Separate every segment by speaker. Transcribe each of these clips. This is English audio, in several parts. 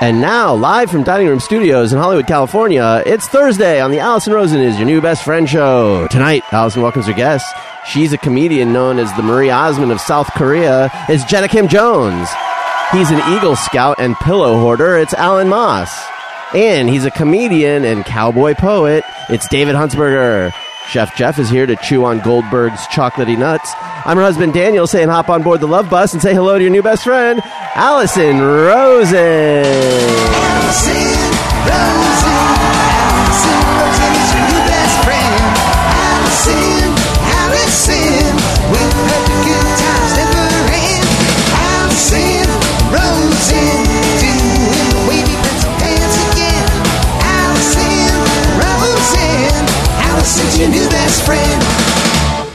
Speaker 1: And now, live from Dining Room Studios in Hollywood, California, it's Thursday on the Allison Rosen is Your New Best Friend show. Tonight, Allison welcomes her guest. She's a comedian known as the Marie Osmond of South Korea. It's Jenna Kim Jones. He's an Eagle Scout and pillow hoarder. It's Alan Moss. And he's a comedian and cowboy poet. It's David Huntsberger. Chef Jeff is here to chew on Goldberg's chocolatey nuts. I'm her husband Daniel saying hop on board the love bus and say hello to your new best friend, Allison Rosen.
Speaker 2: Your new best friend.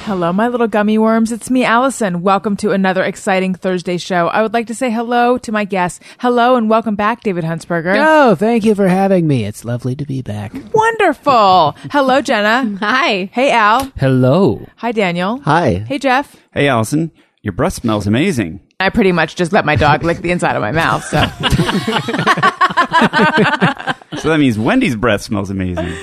Speaker 3: Hello, my little gummy worms. It's me, Allison. Welcome to another exciting Thursday show. I would like to say hello to my guests. Hello and welcome back, David Huntsberger.
Speaker 4: Oh, thank you for having me. It's lovely to be back.
Speaker 3: Wonderful. Hello, Jenna.
Speaker 5: Hi.
Speaker 3: Hey, Al.
Speaker 4: Hello.
Speaker 3: Hi, Daniel.
Speaker 1: Hi.
Speaker 3: Hey, Jeff.
Speaker 6: Hey, Allison, your breath smells amazing.
Speaker 3: I pretty much just let my dog lick the inside of my mouth. So
Speaker 6: So that means Wendy's breath smells amazing.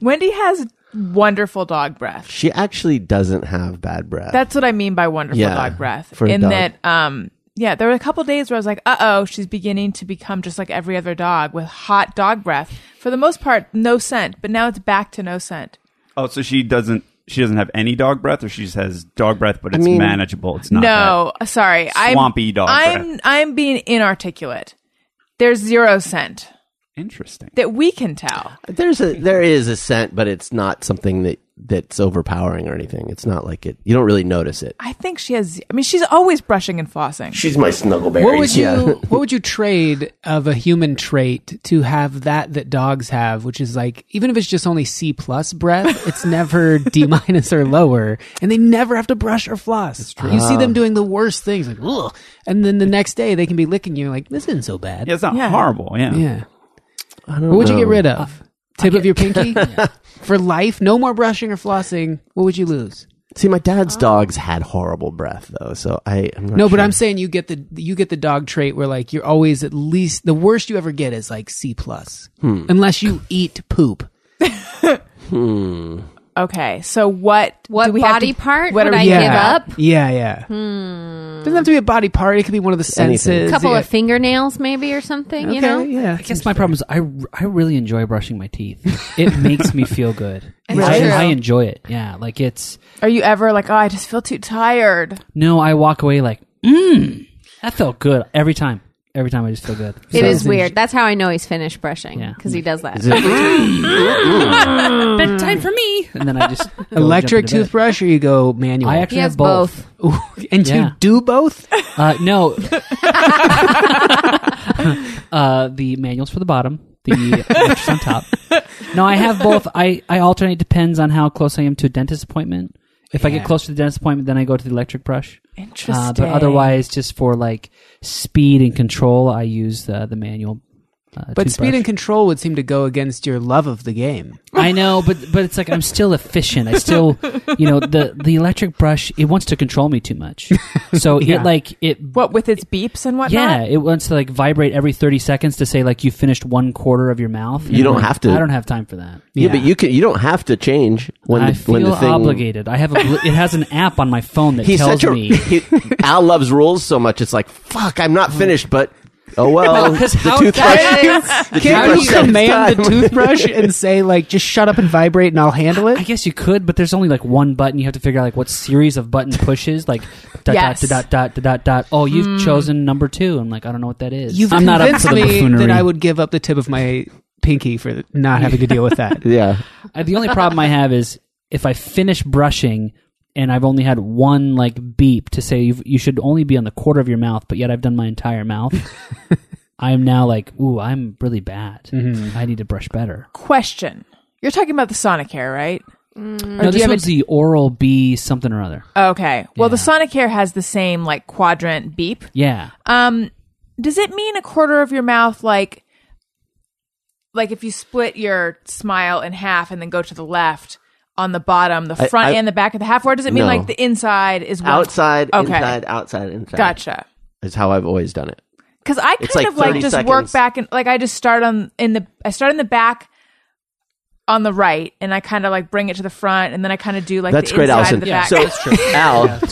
Speaker 3: Wendy has wonderful dog breath.
Speaker 1: She actually doesn't have bad breath.
Speaker 3: That's what I mean by wonderful
Speaker 1: Yeah,
Speaker 3: dog breath.
Speaker 1: for a
Speaker 3: in
Speaker 1: dog.
Speaker 3: that, um, yeah, there were a couple days where I was like, "Uh oh, she's beginning to become just like every other dog with hot dog breath." For the most part, no scent, but now it's back to no scent.
Speaker 6: Oh, so she doesn't she doesn't have any dog breath, or she just has dog breath, but it's
Speaker 1: mean-
Speaker 6: manageable. It's not
Speaker 3: No, uh, sorry.
Speaker 6: Swampy
Speaker 3: I'm,
Speaker 6: dog
Speaker 3: I'm
Speaker 6: breath.
Speaker 3: I'm being inarticulate. There's zero scent
Speaker 6: that interesting.
Speaker 3: that we can tell.
Speaker 1: There's a there is a scent, but it's not something that that's overpowering or anything. It's not like it. You don't really notice it.
Speaker 3: I think she has. I mean, she's always brushing and flossing.
Speaker 1: She's my snuggleberry.
Speaker 4: What would you what would you trade of a human trait to have that that dogs have, which is like even if it's just only C plus breath, it's never D minus or lower, and they never have to brush or floss. You see them doing the worst things, like ugh, and then the next day they can be licking you, like this isn't so bad.
Speaker 6: Yeah, it's not
Speaker 3: Yeah.
Speaker 6: horrible. Yeah.
Speaker 4: Yeah. What would you
Speaker 1: Oh.
Speaker 4: get rid of? Tip of your pinky for life. No more brushing or flossing. What would you lose?
Speaker 1: See, my dad's dogs had horrible breath though, so I I'm not
Speaker 4: No,
Speaker 1: sure.
Speaker 4: but I'm saying you get the you get the dog trait where like you're always at least the worst you ever get is like C plus,
Speaker 7: Hmm.
Speaker 4: unless you eat poop.
Speaker 3: Okay, so what?
Speaker 5: What
Speaker 3: do we
Speaker 5: body
Speaker 3: have to,
Speaker 5: part
Speaker 3: What
Speaker 5: would
Speaker 3: are
Speaker 5: I
Speaker 3: we-
Speaker 5: Yeah. give up?
Speaker 4: Yeah, yeah. Doesn't have to be a body part. It could be one of the
Speaker 1: Anything.
Speaker 4: senses.
Speaker 5: A couple
Speaker 4: yeah.
Speaker 5: of fingernails, maybe, or something,
Speaker 4: Okay,
Speaker 5: you know?
Speaker 4: yeah.
Speaker 7: I guess my problem is I, I really enjoy brushing my teeth. It makes me feel good.
Speaker 5: It's
Speaker 7: I,
Speaker 5: true.
Speaker 7: I enjoy it. Yeah, like it's
Speaker 3: Are you ever like, oh, I just feel too
Speaker 1: Uh,
Speaker 3: tired?
Speaker 7: no. I walk away like, mmm, that felt good every time. Every time I just feel good.
Speaker 5: It is weird. That's how I know he's finished brushing
Speaker 7: Yeah.
Speaker 5: because he does that. Mm.
Speaker 7: Bedtime for me. And then I just go
Speaker 4: Electric
Speaker 7: jump into bed.
Speaker 4: toothbrush, or you go manual.
Speaker 7: I
Speaker 5: He
Speaker 7: actually
Speaker 5: has
Speaker 7: have
Speaker 5: both.
Speaker 7: both.
Speaker 4: and
Speaker 7: Yeah.
Speaker 4: you do both.
Speaker 7: Uh, no. uh, the manuals for the bottom, the electrics on top. No, I have both. I, I alternate depends on how close I am to a dentist appointment. If I get
Speaker 4: Yeah.
Speaker 7: close to the dentist appointment, then I go to the electric brush. Uh,
Speaker 3: Interesting.
Speaker 7: but otherwise, just for like speed and control, I use the the manual. Uh,
Speaker 4: But speed and
Speaker 7: toothbrush.
Speaker 4: control would seem to go against your love of the game.
Speaker 7: I know, but but it's like I'm still efficient. I still, you know, the the electric brush it wants to control me too much. So
Speaker 4: Yeah.
Speaker 7: it like it
Speaker 3: what with its beeps and whatnot?
Speaker 7: Yeah, it wants to like vibrate every 30 seconds to say like you finished one quarter of your mouth.
Speaker 1: You don't
Speaker 7: And,
Speaker 1: have to.
Speaker 7: I don't have time for that.
Speaker 1: yeah, but you can you don't have to change when
Speaker 7: I
Speaker 1: the,
Speaker 7: feel
Speaker 1: when the thing
Speaker 7: obligated. I have a, bl- it has an app on my phone that
Speaker 1: He's
Speaker 7: tells
Speaker 1: such a
Speaker 7: me.
Speaker 1: he, Al loves rules so much. It's like fuck, I'm not finished, but oh well.
Speaker 7: Because
Speaker 1: the
Speaker 7: how-
Speaker 1: toothbrush. the
Speaker 4: Can
Speaker 1: toothbrush
Speaker 4: you
Speaker 1: saves
Speaker 4: command the
Speaker 1: time.
Speaker 4: toothbrush and say like just shut up and vibrate and I'll handle it?
Speaker 7: I guess you could, but there's only like one button. You have to figure out like what series of button pushes. Like dot
Speaker 3: Yes.
Speaker 7: dot dot dot dot dot dot. Oh, you've chosen number two. I'm like, I don't know what that is.
Speaker 4: Hmm. You've
Speaker 7: I'm not up
Speaker 4: convinced
Speaker 7: to the
Speaker 4: me
Speaker 7: buffoonery.
Speaker 4: that I would give up the tip of my pinky for not having to deal with that.
Speaker 1: yeah.
Speaker 7: I- the only problem I have is if I finish brushing and I've only had one like beep to say you've, you should only be on the quarter of your mouth, but yet I've done my entire mouth. I'm now like, ooh, I'm really bad.
Speaker 4: Mm-hmm.
Speaker 7: I need to brush better.
Speaker 3: Question. You're talking about the Sonicare, right?
Speaker 4: Mm.
Speaker 7: No, this one's the oral B something or other.
Speaker 3: Okay. Well, the Sonicare has the same like quadrant beep.
Speaker 7: Yeah.
Speaker 3: Um, does it mean a quarter of your mouth, like, like if you split your smile in half and then go to the left on the bottom, the front
Speaker 1: I-
Speaker 3: and the back of the half, or does it mean
Speaker 1: No.
Speaker 3: like the inside is one-
Speaker 1: Outside,
Speaker 3: Okay.
Speaker 1: inside, outside, inside.
Speaker 3: Gotcha.
Speaker 1: Is how I've always done it.
Speaker 3: because I kind
Speaker 1: It's like
Speaker 3: of like
Speaker 1: 30
Speaker 3: just
Speaker 1: seconds.
Speaker 3: work back and like I just start on in the I start in the back on the right and I kind of like bring it to the front and then I kind of do like
Speaker 1: That's
Speaker 3: the
Speaker 1: great,
Speaker 3: inside
Speaker 1: Allison.
Speaker 3: of the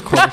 Speaker 3: back.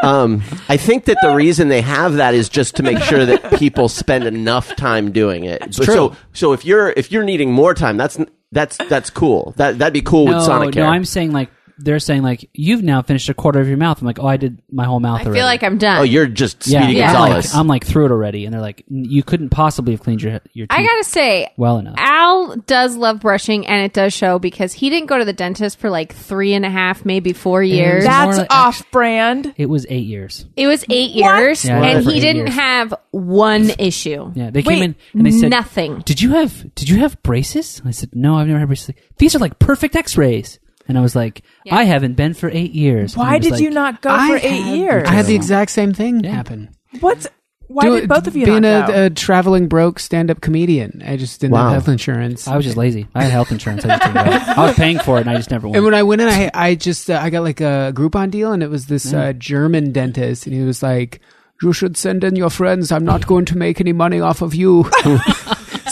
Speaker 1: So, Al, um, I think that the reason they have that is just to make sure that people spend enough time doing it. But So, so if you're if you're needing more time, that's that's that's cool. That that'd be cool
Speaker 7: no,
Speaker 1: with Oh, Sonic.
Speaker 7: no,
Speaker 1: Hair.
Speaker 7: I'm saying like they're saying like you've now finished a quarter of your mouth. I'm like, oh, I did my whole mouth
Speaker 5: I
Speaker 7: already.
Speaker 5: feel like I'm done.
Speaker 1: oh, you're just
Speaker 7: yeah,
Speaker 1: Speedy
Speaker 5: Yeah.
Speaker 7: I'm,
Speaker 1: Gonzalez.
Speaker 7: like, I'm like through it already, and they're like, "N- you couldn't possibly have cleaned your your teeth
Speaker 5: I gotta say,
Speaker 7: well enough.
Speaker 5: Al does love brushing, and it does show because he didn't go to the dentist for like three and a half, maybe four years.
Speaker 7: That-
Speaker 3: That's
Speaker 7: More like-
Speaker 3: off brand.
Speaker 7: it was eight years.
Speaker 5: it was eight years,
Speaker 7: Yeah,
Speaker 5: and
Speaker 7: for
Speaker 5: he
Speaker 7: eight
Speaker 5: didn't
Speaker 7: years.
Speaker 5: have one issue.
Speaker 7: Yeah, they
Speaker 3: Wait,
Speaker 7: came in and they said
Speaker 5: nothing.
Speaker 7: Did you have Did you have braces? And I said no, I've never had braces. These are like perfect X rays, and I was like, I haven't been for eight years. And he
Speaker 3: Why
Speaker 7: was
Speaker 3: did
Speaker 7: like,
Speaker 3: you not go
Speaker 4: I
Speaker 3: for eight
Speaker 4: had-
Speaker 3: years?
Speaker 4: I had the exact same thing happen.
Speaker 3: What's why
Speaker 4: Do-
Speaker 3: did both of you
Speaker 4: being
Speaker 3: not
Speaker 4: a,
Speaker 3: go?
Speaker 4: a traveling broke stand-up comedian? I just didn't
Speaker 1: Wow.
Speaker 4: have health insurance.
Speaker 7: I was just lazy. I had health insurance. I, just didn't go. I was paying for it, and I just never went.
Speaker 4: And when I went in, I I just uh, I got like a Groupon deal, and it was this uh, German dentist, and he was like, "You should send in your friends. I'm not going to make any money off of you.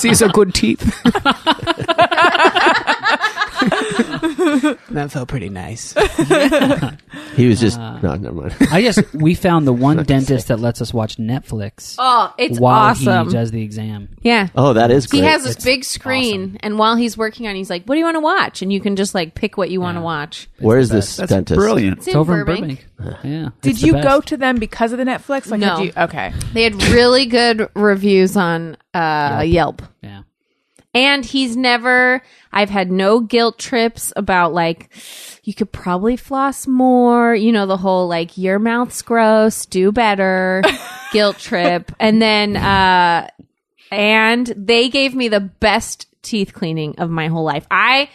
Speaker 4: These are good teeth." that felt pretty nice.
Speaker 1: he was just no, never mind.
Speaker 7: I just we found the one dentist that lets us watch Netflix
Speaker 5: Oh, it's
Speaker 7: while
Speaker 5: awesome.
Speaker 7: he does the exam.
Speaker 5: yeah.
Speaker 1: Oh, that is
Speaker 5: He
Speaker 1: great.
Speaker 5: has this big screen, and while he's working on, it, he's like, "What do you want to watch?" And you can just like pick what you want to watch.
Speaker 1: Where is this
Speaker 6: That's
Speaker 1: dentist?
Speaker 6: brilliant.
Speaker 5: It's,
Speaker 7: It's
Speaker 5: in
Speaker 7: over
Speaker 5: Burbank.
Speaker 7: in Burbank. Yeah.
Speaker 3: Did
Speaker 7: it's the
Speaker 3: you
Speaker 7: best.
Speaker 3: go to them because of the Netflix? Like,
Speaker 5: No.
Speaker 3: did you, okay.
Speaker 5: They had really good reviews on uh, Yelp.
Speaker 7: Yeah.
Speaker 5: And he's never, I've had no guilt trips about like, you could probably floss more, you know, the whole like, your mouth's gross, do better guilt trip. And then, uh, and they gave me the best teeth cleaning of my whole life. I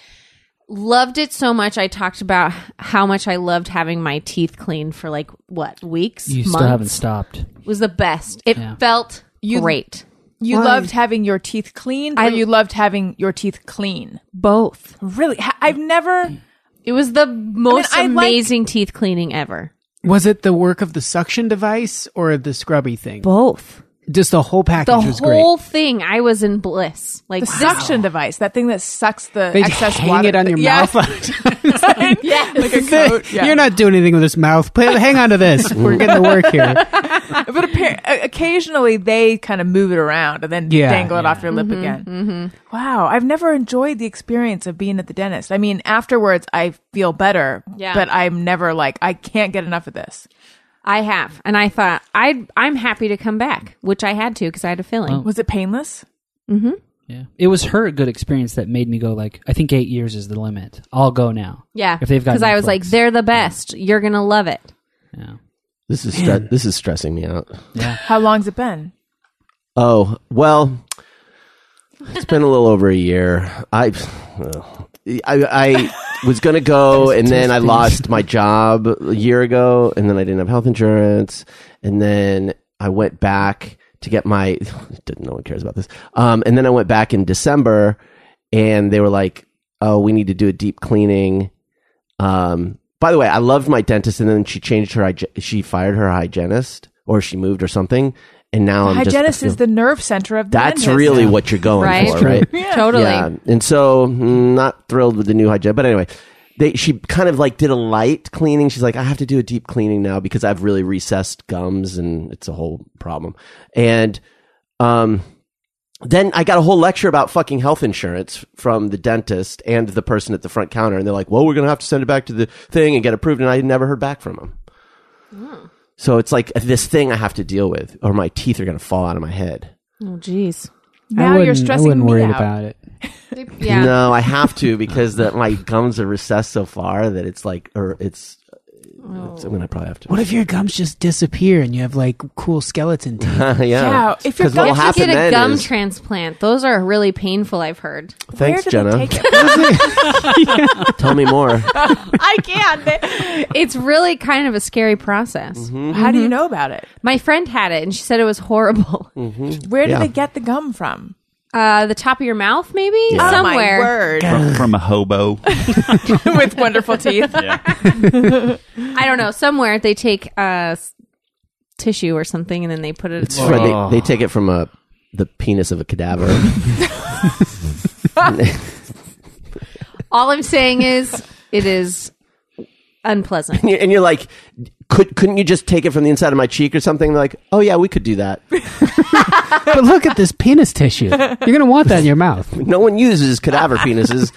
Speaker 5: loved it so much. I talked about how much I loved having my teeth cleaned for like, what, weeks?
Speaker 7: You
Speaker 5: months?
Speaker 7: still haven't stopped.
Speaker 5: It was the best. It
Speaker 7: Yeah.
Speaker 5: felt
Speaker 3: You-
Speaker 5: great.
Speaker 3: You loved having your teeth cleaned, or
Speaker 5: I-
Speaker 3: you loved having your teeth clean.
Speaker 5: Both.
Speaker 3: Really, Ha- I've never.
Speaker 5: It was the most
Speaker 3: I like-
Speaker 5: amazing teeth cleaning ever.
Speaker 4: Was it the work of the suction device or the scrubby thing?
Speaker 5: Both.
Speaker 4: Just the whole package
Speaker 5: The
Speaker 4: was
Speaker 5: whole thing, I was in bliss. Like
Speaker 3: The suction device, that thing that sucks the
Speaker 4: great. They
Speaker 3: excess
Speaker 4: hang
Speaker 3: water.
Speaker 4: it on your
Speaker 3: Yeah.
Speaker 4: mouth.
Speaker 3: yeah, like a
Speaker 4: Hey,
Speaker 3: coat. Yeah.
Speaker 4: You're not doing anything with this mouth. Play, hang on to this. We're getting to work here.
Speaker 3: But appear- o- occasionally they kind of move it around and then
Speaker 4: Yeah,
Speaker 3: dangle it off your
Speaker 5: Mm-hmm,
Speaker 3: lip again. Wow, I've never enjoyed the experience of being at the dentist. I mean, afterwards I feel better,
Speaker 5: Yeah.
Speaker 3: but I'm never like I can't get enough of this.
Speaker 5: I have, and I thought I I'm happy to come back, which I had to because I had a filling.
Speaker 3: Was it painless?
Speaker 7: Yeah. It was her good experience that made me go like, I think eight years is the limit. I'll go now.
Speaker 5: Yeah,
Speaker 7: If they've got
Speaker 5: because I was
Speaker 7: Netflix.
Speaker 5: like, they're the best. You're gonna love it.
Speaker 7: Yeah.
Speaker 1: This is stre- this is stressing me out.
Speaker 3: How long's it been?
Speaker 1: Oh well, it's been a little over a year. I, well, I, I was gonna go, and then I lost my job a year ago, and then I didn't have health insurance, and then I went back to get my. No one cares about this. Um, and then I went back in December, and they were like, "Oh, we need to do a deep cleaning." Um, by the way, I loved my dentist, and then she changed her. hyg- She fired her hygienist, or she moved, or something. And now
Speaker 4: Um,
Speaker 1: I'm just-
Speaker 3: Hygienist is the nerve center of the
Speaker 1: that's
Speaker 3: dentist.
Speaker 1: really what you're going
Speaker 5: Right?
Speaker 1: for, right?
Speaker 5: Totally.
Speaker 1: Yeah. And so, mm, not thrilled with the new hygiene. But anyway, they, she kind of like did a light cleaning. She's like, I have to do a deep cleaning now because I've really recessed gums and it's a whole problem. And um, then I got a whole lecture about fucking health insurance from the dentist and the person at the front counter. And they're like, well, we're going to have to send it back to the thing and get approved. And I never heard back from them. So it's like uh, this thing I have to deal with, or my teeth are going to fall out of my head.
Speaker 5: Oh, jeez.
Speaker 3: Now you're stressing
Speaker 4: I wouldn't
Speaker 3: me
Speaker 4: worry
Speaker 3: out.
Speaker 4: about it.
Speaker 5: Yeah.
Speaker 1: No, I have to because that my gums are recessed so far that it's like, or it's. it's- I'm gonna probably have to.
Speaker 4: What if your gums just disappear and you have like cool skeleton teeth?
Speaker 1: yeah.
Speaker 3: Yeah, if your
Speaker 1: 'Cause what'll
Speaker 3: gums-
Speaker 5: I have to
Speaker 1: happen
Speaker 5: get
Speaker 1: then
Speaker 5: a gum
Speaker 1: is-
Speaker 5: transplant. Those are really painful. I've heard.
Speaker 1: thanks,
Speaker 3: Where do
Speaker 1: Jenna.
Speaker 3: they take it?
Speaker 1: Tell me more.
Speaker 3: I can't. They-
Speaker 5: It's really kind of a scary process.
Speaker 1: Mm-hmm.
Speaker 3: How do
Speaker 5: Mm-hmm.
Speaker 3: you know about it?
Speaker 5: My friend had it, and she said it was horrible.
Speaker 3: Where do
Speaker 1: Yeah.
Speaker 3: they get the gum from?
Speaker 5: Uh, the top of your mouth, maybe
Speaker 3: Oh, my
Speaker 5: somewhere.
Speaker 3: word.
Speaker 6: From, from a hobo.
Speaker 3: with wonderful teeth.
Speaker 5: I don't know. Somewhere they take uh, s- tissue or something, and then they put it.
Speaker 1: It's right, they, they take it from a the penis of a cadaver.
Speaker 5: All I'm saying is, it is unpleasant.
Speaker 1: and, you're, and you're like, could couldn't you just take it from the inside of my cheek or something? They're like, oh yeah, we could do that.
Speaker 4: but look at this penis tissue. You're gonna want that in your mouth.
Speaker 1: no one uses cadaver penises,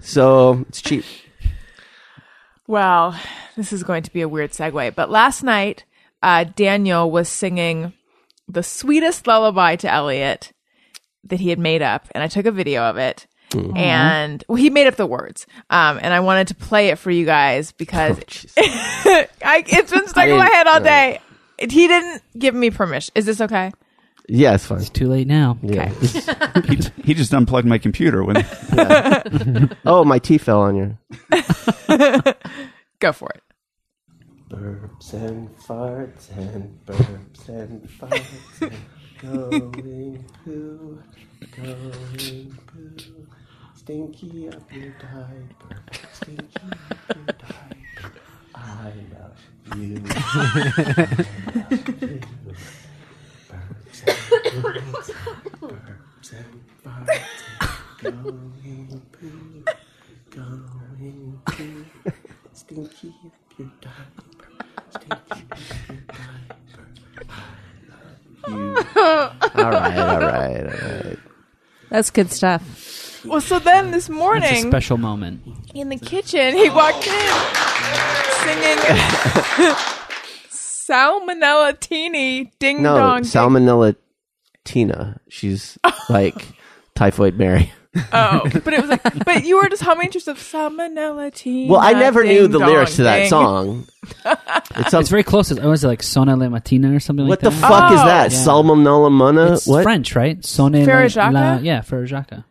Speaker 1: so it's cheap.
Speaker 3: Well, this is going to be a weird segue, but last night uh, Daniel was singing the sweetest lullaby to Elliot that he had made up, and I took a video of it. And well, he made up the words, um, and I wanted to play it for you guys because I, uh, it's been stuck in my head all day. And He didn't give me permission. Is this okay?
Speaker 1: Yeah, it's fine.
Speaker 7: It's too late now.
Speaker 6: he, he just unplugged my computer when
Speaker 1: Oh, my tea fell on you.
Speaker 3: Go for it.
Speaker 2: Burps and farts and burps and farts and going poo, going poo. Stinky up your diaper, stinky up your diaper. I love you. I love you. Burps and farts, burps and farts and going poo, going poo. Stinky up your diaper, stinky up your diaper.
Speaker 1: All right, all right, all right.
Speaker 5: That's good stuff.
Speaker 3: Well, so then this
Speaker 7: It's a
Speaker 3: morning
Speaker 7: special moment.
Speaker 3: in the kitchen, he walked in
Speaker 1: Oh.
Speaker 3: singing Salmonella Teeny Ding
Speaker 1: No,
Speaker 3: Dong.
Speaker 1: Salmonella Tina. She's like typhoid Mary.
Speaker 3: Oh, but it was like, but you were just humming to yourself Salmonella Teeny.
Speaker 1: Well, I never knew
Speaker 3: Ding
Speaker 1: the
Speaker 3: Dong
Speaker 1: lyrics to that
Speaker 3: Ding.
Speaker 1: song. It's, some,
Speaker 7: It's very close. It's- oh, is it like Sona Le Matina or something
Speaker 1: what
Speaker 7: like that?
Speaker 1: the fuck is
Speaker 3: Oh.
Speaker 1: that?
Speaker 7: Yeah.
Speaker 1: Salmonella Mana?
Speaker 7: It's
Speaker 1: What?
Speaker 7: French, right? Sone la-
Speaker 3: Farajaka?
Speaker 7: la- yeah, Farajaka.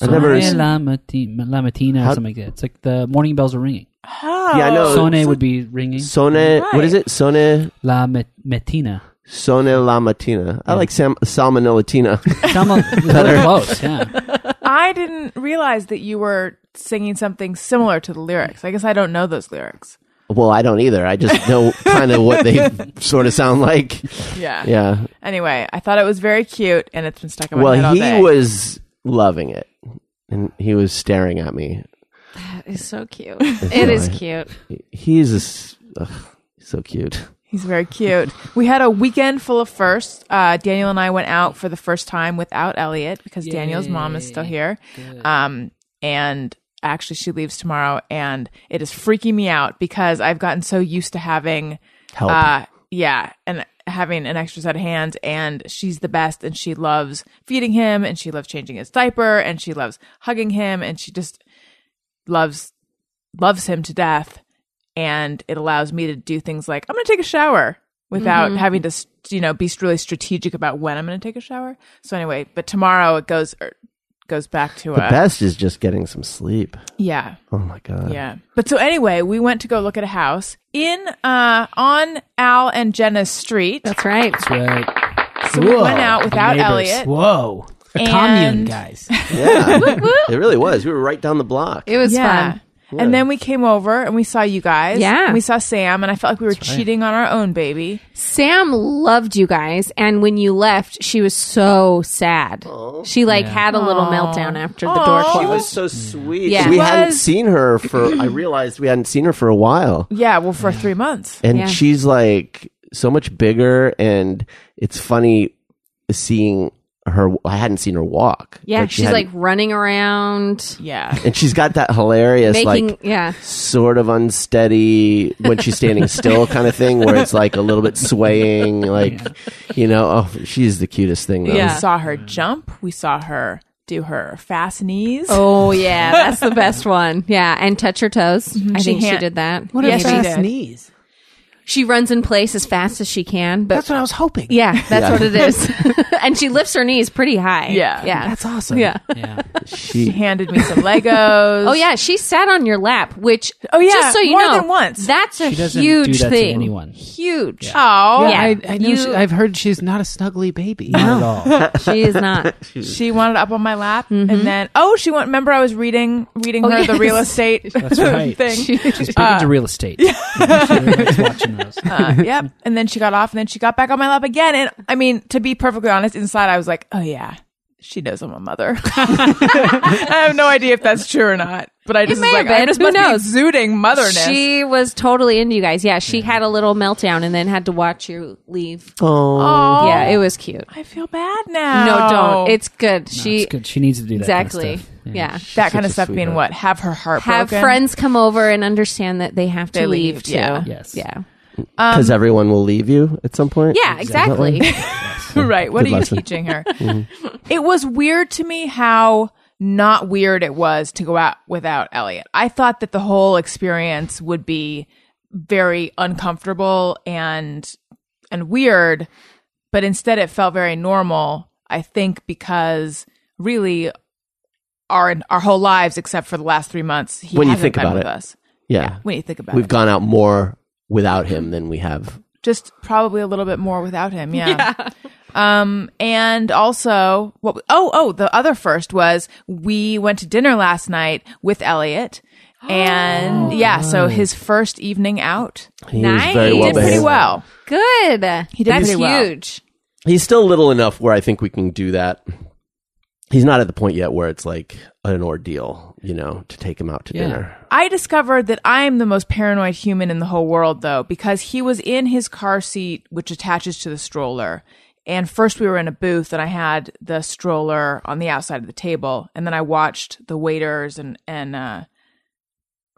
Speaker 1: I
Speaker 7: Sone
Speaker 1: never-
Speaker 7: la, mati- la matina
Speaker 1: How-
Speaker 7: or something like that. It's like the morning bells are ringing.
Speaker 3: Oh,
Speaker 1: Yeah, I know. Oh,
Speaker 7: Sone would be ringing.
Speaker 1: Sone. What is it? Sone.
Speaker 7: La ma- matina.
Speaker 1: Sone la matina. I like Sam, Salmonella Tina.
Speaker 7: Some of- they're close, yeah.
Speaker 3: I didn't realize that you were singing something similar to the lyrics. I guess I don't know those lyrics.
Speaker 1: well, I don't either. I just know kind of what they sort of sound like.
Speaker 3: Yeah.
Speaker 1: Yeah.
Speaker 3: Anyway, I thought it was very cute, and it's been stuck in my head
Speaker 1: Well,
Speaker 3: all
Speaker 1: he
Speaker 3: day.
Speaker 1: was loving it, and he was staring at me.
Speaker 5: It's so cute. It is cute.
Speaker 1: He's a s ugh, so cute.
Speaker 3: He's very cute. We had a weekend full of firsts. Uh, Daniel and I went out for the first time without Elliot because Daniel's mom is still here. Um, and actually, she leaves tomorrow, and it is freaking me out because I've gotten so used to having,
Speaker 1: Help.
Speaker 3: uh, yeah, and having an extra set of hands. And she's the best, and she loves feeding him, and she loves changing his diaper, and she loves hugging him, and she just loves loves him to death and it allows me to do things like i'm going to take a shower without
Speaker 1: Mm-hmm.
Speaker 3: having to you know be really strategic about when i'm going to take a shower so anyway but tomorrow it goes er, goes back to
Speaker 1: the
Speaker 3: uh,
Speaker 1: best is just getting some sleep.
Speaker 3: yeah
Speaker 1: Oh my god.
Speaker 3: yeah but so anyway we went to go look at a house in uh on al and jenna's street
Speaker 5: That's right.
Speaker 7: Right.
Speaker 3: so we went out without
Speaker 7: neighbors.
Speaker 3: elliot
Speaker 4: Whoa. A
Speaker 3: And-
Speaker 4: commune, guys.
Speaker 1: Yeah. it really was. We were right down the block.
Speaker 5: It was fun.
Speaker 3: And then we came over and we saw you guys.
Speaker 5: Yeah.
Speaker 3: And we saw Sam, and I felt like we were cheating on our own baby.
Speaker 5: Sam loved you guys, and when you left, she was so sad. She like had a little meltdown after the door
Speaker 3: Oh. Aw.
Speaker 1: She
Speaker 5: closed.
Speaker 1: was so sweet.
Speaker 5: Yeah.
Speaker 1: We
Speaker 5: She
Speaker 1: hadn't
Speaker 3: was.
Speaker 1: seen her for I realized we hadn't seen her for a while.
Speaker 3: Yeah, well, for three months.
Speaker 1: And
Speaker 5: Yeah.
Speaker 1: she's like so much bigger and it's funny seeing her I hadn't seen her walk.
Speaker 5: yeah,
Speaker 1: she
Speaker 5: she's
Speaker 1: hadn't-
Speaker 5: like running around,
Speaker 3: Yeah.
Speaker 1: and she's got that hilarious
Speaker 5: making
Speaker 1: like
Speaker 5: yeah.
Speaker 1: sort of unsteady when she's standing still kind of thing where it's like a little bit swaying like you know oh she's the cutest thing though
Speaker 5: Yeah.
Speaker 3: We saw her jump. We saw her do her fast knees.
Speaker 5: Oh yeah, that's the best one. Yeah, and touch her toes. I
Speaker 3: Mm-hmm. She
Speaker 5: think she
Speaker 3: can't-
Speaker 5: did that.
Speaker 4: What
Speaker 3: Yes,
Speaker 4: a
Speaker 3: she
Speaker 4: fast
Speaker 3: did.
Speaker 4: sneeze.
Speaker 5: She runs in place as fast as she can, but
Speaker 4: That's what I was hoping.
Speaker 5: yeah, that's
Speaker 1: Yeah.
Speaker 5: what it is. and she lifts her knees pretty high.
Speaker 3: Yeah.
Speaker 5: yeah,
Speaker 4: That's awesome.
Speaker 5: yeah.
Speaker 7: Yeah.
Speaker 3: She
Speaker 1: she
Speaker 3: handed me some Legos.
Speaker 5: Oh yeah, she sat on your lap, which
Speaker 3: Oh, yeah,
Speaker 5: just so you
Speaker 3: more
Speaker 5: know,
Speaker 3: than once.
Speaker 5: That's a
Speaker 7: She doesn't
Speaker 5: huge
Speaker 7: do that
Speaker 5: thing.
Speaker 7: to anyone.
Speaker 5: Huge.
Speaker 3: Oh,
Speaker 5: Yeah.
Speaker 4: I, I know
Speaker 5: You-
Speaker 4: she, I've heard she's not a snuggly baby.
Speaker 7: Not at all.
Speaker 5: Oh, She is not.
Speaker 3: she wanted up on my lap, and then oh, she went. Remember, I was reading reading her the
Speaker 5: Mm-hmm. Oh, yes.
Speaker 3: real estate
Speaker 7: That's right.
Speaker 3: thing.
Speaker 5: Uh,
Speaker 7: She's big into real estate. Everybody's watching nose.
Speaker 3: Uh, yep. And then she got off, and then she got back on my lap again. And I mean, to be perfectly honest, inside I was like, oh yeah, she knows I'm a mother. I have no idea if that's true or not, but I just
Speaker 5: may
Speaker 3: was like,
Speaker 5: have been.
Speaker 3: I just
Speaker 5: Who
Speaker 3: must be
Speaker 5: knows?
Speaker 3: exuding motherness.
Speaker 5: She was totally into you guys. Yeah, she had a little meltdown and then had to watch you leave.
Speaker 3: oh,
Speaker 5: Yeah, it was cute.
Speaker 3: I feel bad now.
Speaker 5: No, don't. It's good. she
Speaker 7: It's good. She needs to do that. kind of
Speaker 5: exactly.
Speaker 7: stuff.
Speaker 5: yeah.
Speaker 3: that kind of stuff being what have her heart
Speaker 5: Have
Speaker 3: broken?
Speaker 5: friends come over and understand that they have to
Speaker 3: They
Speaker 5: leave,
Speaker 3: leave,
Speaker 5: too.
Speaker 3: yeah.
Speaker 7: Yes.
Speaker 5: Yeah.
Speaker 1: because everyone will leave you at some point.
Speaker 5: Um, Yeah, exactly.
Speaker 3: right. What
Speaker 1: Good
Speaker 3: are you
Speaker 1: lesson. Mm-hmm.
Speaker 3: teaching her? It was weird to me how not weird it was to go out without Elliot. I thought that the whole experience would be very uncomfortable and and weird, but instead it felt very normal. I think because really our our whole lives except for the last 3 months he
Speaker 1: When you
Speaker 3: hasn't
Speaker 1: think
Speaker 3: been
Speaker 1: about
Speaker 3: with
Speaker 1: it.
Speaker 3: us.
Speaker 1: Yeah.
Speaker 3: When you think about
Speaker 1: We've
Speaker 3: it.
Speaker 1: gone out more without him than we have.
Speaker 3: just probably a little bit more without him. Yeah. Um, and also what, we- oh, oh, the other first was we went to dinner last night with Elliot and yeah, so his first evening out,
Speaker 1: He was
Speaker 5: Nice.
Speaker 1: very
Speaker 3: he
Speaker 1: well
Speaker 3: did pretty
Speaker 1: behaved.
Speaker 3: well.
Speaker 5: good.
Speaker 3: He did
Speaker 5: That's
Speaker 3: pretty well.
Speaker 5: huge.
Speaker 1: He's still little enough where I think we can do that. He's not at the point yet where it's like an ordeal, you know, to take him out to dinner.
Speaker 3: I discovered that I'm the most paranoid human in the whole world, though, because he was in his car seat, which attaches to the stroller. And first, we were in a booth, and I had the stroller on the outside of the table, and then I watched the waiters and and uh,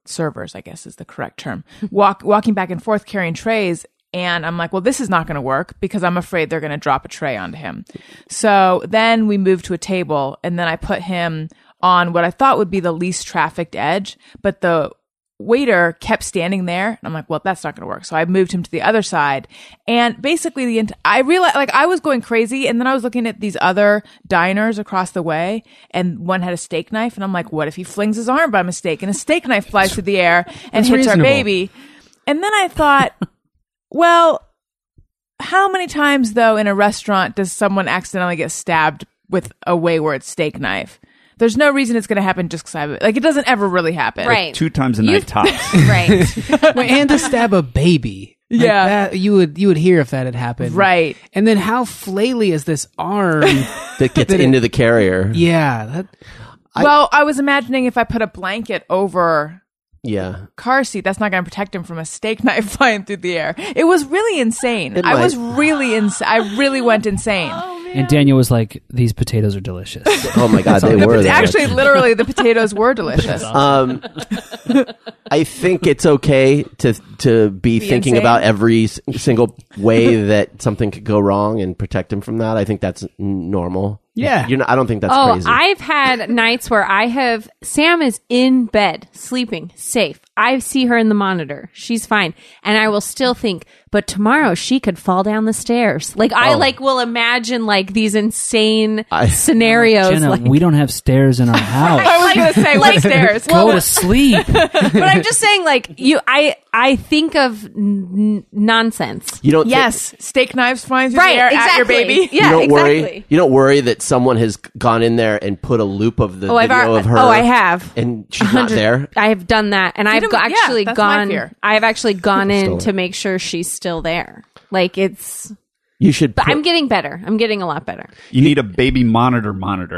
Speaker 3: servers, I guess is the correct term, walk walking back and forth carrying trays. And I'm like, well, this is not going to work because I'm afraid they're going to drop a tray onto him. So then we moved to a table, and then I put him on what I thought would be the least trafficked edge, but the waiter kept standing there and i'm like well that's not going to work so i moved him to the other side and basically the ent- i realized like i was going crazy and then i was looking at these other diners across the way and one had a steak knife and i'm like what if he flings his arm by mistake and a steak knife flies through the air and hits
Speaker 4: reasonable.
Speaker 3: our baby and then i thought well how many times though in a restaurant does someone accidentally get stabbed with a wayward steak knife there's no reason it's going to happen just because i have it. like it doesn't ever really happen
Speaker 5: Right.
Speaker 6: Two times a
Speaker 5: You-
Speaker 6: night tops.
Speaker 5: right.
Speaker 4: Well, and to stab a baby. Like
Speaker 3: Yeah.
Speaker 4: that, you would you would hear if that had happened,
Speaker 3: Right.
Speaker 4: And then how flaily is this arm?
Speaker 1: That gets into the carrier.
Speaker 4: yeah, that,
Speaker 3: well, I was imagining if I put a blanket over
Speaker 1: Yeah.
Speaker 3: car seat, that's not going to protect him from a steak knife flying through the air. It was really insane.
Speaker 1: It
Speaker 3: I was
Speaker 1: might.
Speaker 3: really insane. I really went insane.
Speaker 5: Oh.
Speaker 7: And Daniel was like, "These potatoes are delicious."
Speaker 1: Oh my God, they
Speaker 7: The
Speaker 1: were
Speaker 7: pot-
Speaker 1: there.
Speaker 3: Actually, literally, the potatoes were delicious.
Speaker 1: Um, I think it's okay to to be, thinking
Speaker 3: insane.
Speaker 1: about every s- single way that something could go wrong and protect him from that. I think that's n- normal.
Speaker 4: Yeah.
Speaker 1: You're not, I don't think that's
Speaker 5: Oh,
Speaker 1: crazy.
Speaker 5: I've had nights where I have Sam is in bed, sleeping, safe. I see her in the monitor. She's fine. And I will still think, but tomorrow she could fall down the stairs. Like I like will imagine like these insane
Speaker 1: I-
Speaker 5: scenarios
Speaker 7: Jenna,
Speaker 5: like
Speaker 7: we don't have stairs in our
Speaker 3: I
Speaker 7: house.
Speaker 3: was going to say,
Speaker 5: like-
Speaker 3: what stairs?
Speaker 7: Go to sleep.
Speaker 5: but I'm just saying like you I I think of n- nonsense.
Speaker 1: you don't. thi-
Speaker 3: yes, steak knives flying through
Speaker 5: Right,
Speaker 3: the air
Speaker 5: exactly.
Speaker 3: at your baby.
Speaker 5: Yeah,
Speaker 1: you don't
Speaker 5: exactly.
Speaker 1: worry. You don't worry that someone has gone in there and put a loop of the
Speaker 5: Oh, I've
Speaker 1: video
Speaker 5: ar-
Speaker 1: of her.
Speaker 5: oh, I have.
Speaker 1: and she's not
Speaker 5: 100
Speaker 1: there.
Speaker 5: I have done that, and I've
Speaker 3: did-
Speaker 5: go-
Speaker 3: yeah,
Speaker 5: actually
Speaker 3: that's my fear.
Speaker 5: gone. I've actually gone in
Speaker 1: Stolen.
Speaker 5: to make sure she's still there. Like it's.
Speaker 1: You should
Speaker 5: But
Speaker 1: put,
Speaker 5: I'm getting better. I'm getting a lot better.
Speaker 6: You need a baby monitor monitor.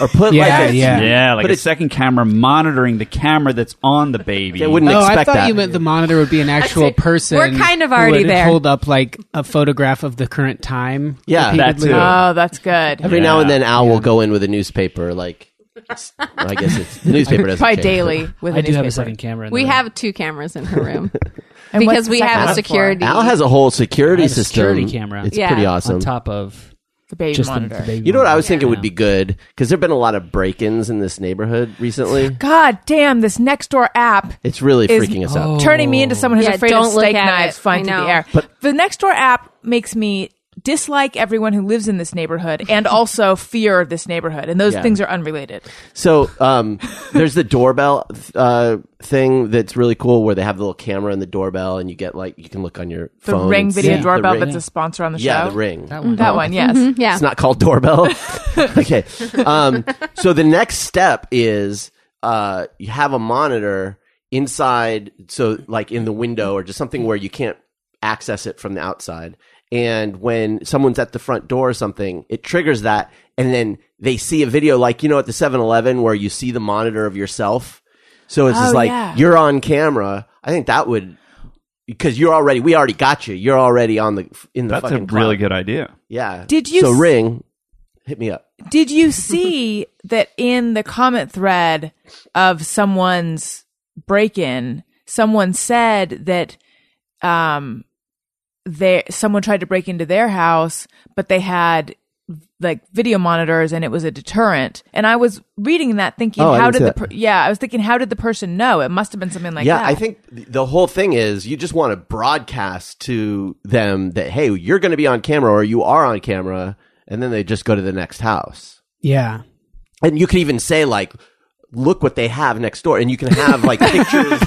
Speaker 1: or put
Speaker 4: Yeah,
Speaker 1: like a,
Speaker 4: yeah.
Speaker 6: yeah, like
Speaker 1: But
Speaker 6: a
Speaker 1: it's-
Speaker 6: second camera monitoring the camera that's on the baby.
Speaker 1: They wouldn't
Speaker 4: oh, I
Speaker 1: expect
Speaker 4: thought
Speaker 1: that.
Speaker 4: you meant the monitor would be an actual
Speaker 5: it.
Speaker 4: person.
Speaker 5: We're kind of
Speaker 4: who
Speaker 5: already
Speaker 4: would
Speaker 5: there.
Speaker 4: Hold up like a photograph of the current time.
Speaker 1: Yeah, that
Speaker 4: repeatedly.
Speaker 6: too.
Speaker 5: Uh,
Speaker 3: Oh, that's good.
Speaker 1: Every now and
Speaker 6: Yeah.
Speaker 1: then, Al will go in with a newspaper. Like, it's- I guess it's the newspaper doesn't
Speaker 3: Probably
Speaker 1: change.
Speaker 3: daily with a
Speaker 7: I do have
Speaker 3: newspaper.
Speaker 7: a second camera. in the
Speaker 5: We
Speaker 7: room.
Speaker 5: have two cameras in her room
Speaker 3: And what's
Speaker 5: because
Speaker 3: the
Speaker 5: we
Speaker 3: second
Speaker 5: have a
Speaker 3: one for?
Speaker 5: security.
Speaker 1: Al has a whole security
Speaker 7: I have a
Speaker 1: system.
Speaker 7: security camera.
Speaker 1: It's
Speaker 5: Yeah.
Speaker 1: pretty
Speaker 5: On
Speaker 1: awesome.
Speaker 7: on top of
Speaker 3: The baby
Speaker 7: just the,
Speaker 3: monitor.
Speaker 7: the baby.
Speaker 1: You know what I
Speaker 7: monitor.
Speaker 1: was thinking would be good because there've been a lot of break-ins in this neighborhood recently.
Speaker 3: God damn, this next door app
Speaker 1: It's really
Speaker 3: Is-
Speaker 1: freaking us out.
Speaker 3: turning me into someone who's
Speaker 5: Oh. Yeah,
Speaker 3: afraid of
Speaker 5: don't look
Speaker 3: steak
Speaker 5: at
Speaker 3: knives
Speaker 5: it.
Speaker 3: flying
Speaker 5: I
Speaker 3: through the
Speaker 5: know.
Speaker 3: air. the next door app makes me dislike everyone who lives in this neighborhood and also fear of this neighborhood. And those
Speaker 1: Yeah.
Speaker 3: things are unrelated.
Speaker 1: So um, there's the doorbell uh, thing that's really cool where they have the little camera and the doorbell, and you get like you can look on your
Speaker 3: The
Speaker 1: phone.
Speaker 3: ring
Speaker 1: and
Speaker 3: video
Speaker 1: see the
Speaker 3: doorbell
Speaker 1: ring.
Speaker 3: that's a sponsor on the
Speaker 1: yeah,
Speaker 3: show.
Speaker 1: the ring. Oh.
Speaker 3: That one, yes.
Speaker 5: yeah.
Speaker 1: It's not called doorbell. okay. Um, so the next step is uh, you have a monitor inside, so like in the window or just something where you can't access it from the outside. And when someone's at the front door or something, it triggers that. And then they see a video like, you know, at the 7 Eleven where you see the monitor of yourself. So it's just
Speaker 3: Oh,
Speaker 1: like,
Speaker 3: yeah.
Speaker 1: you're on camera. I think that would, because you're already, we already got you. You're already on the, in the
Speaker 6: That's a
Speaker 1: fucking club.
Speaker 6: really good idea.
Speaker 1: Yeah.
Speaker 3: Did you
Speaker 1: So
Speaker 3: s-
Speaker 1: ring, hit me up.
Speaker 3: Did you see that in the comment thread of someone's break in, someone said that um they someone tried to break into their house, but they had like video monitors and it was a deterrent. And I was reading that thinking
Speaker 1: Oh, I
Speaker 3: how
Speaker 1: didn't
Speaker 3: did
Speaker 1: see
Speaker 3: the
Speaker 1: that.
Speaker 3: per- yeah, I was thinking how did the person know? It must have been something like
Speaker 1: yeah,
Speaker 3: that.
Speaker 1: I think th- the whole thing is you just want to broadcast to them that hey, you're going to be on camera or you are on camera, and then they just go to the next house.
Speaker 4: Yeah.
Speaker 1: And you can even say like, look what they have next door, and you can have like pictures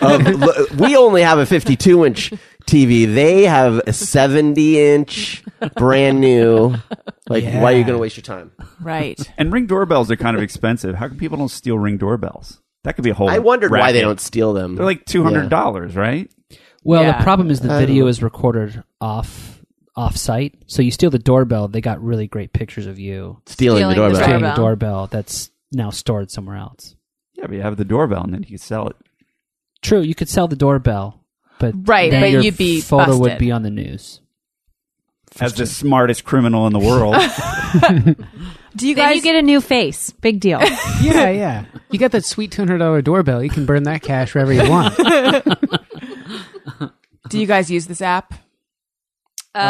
Speaker 1: of. lo- we only have a 52 inch TV. They have a 70 inch, brand new. Like, why are you going to waste your time?
Speaker 3: right.
Speaker 6: And ring doorbells are kind of expensive. How come people don't steal ring doorbells? That could be a whole.
Speaker 1: I wondered why they
Speaker 6: racket.
Speaker 1: don't steal them.
Speaker 6: They're like two hundred dollars, right?
Speaker 7: Well,
Speaker 3: Yeah.
Speaker 7: the problem is the video is recorded off off site. So you steal the doorbell, they got really great pictures of you
Speaker 1: stealing,
Speaker 5: Stealing the
Speaker 1: the doorbell.
Speaker 5: doorbell.
Speaker 7: stealing the doorbell that's now stored somewhere else.
Speaker 6: Yeah, but you have the doorbell, and then you can sell it.
Speaker 7: True, you could sell the doorbell, but
Speaker 3: Right,
Speaker 7: then
Speaker 3: but
Speaker 7: your
Speaker 3: you'd be
Speaker 7: photo would
Speaker 3: busted.
Speaker 7: be on the news.
Speaker 6: As the smartest criminal in the world,
Speaker 3: Do you
Speaker 5: Then
Speaker 3: guys
Speaker 5: you get a new face. Big deal.
Speaker 4: Yeah, yeah. You got that sweet two hundred dollar doorbell. You can burn that cash wherever you want.
Speaker 3: do you guys use this app?
Speaker 7: uh,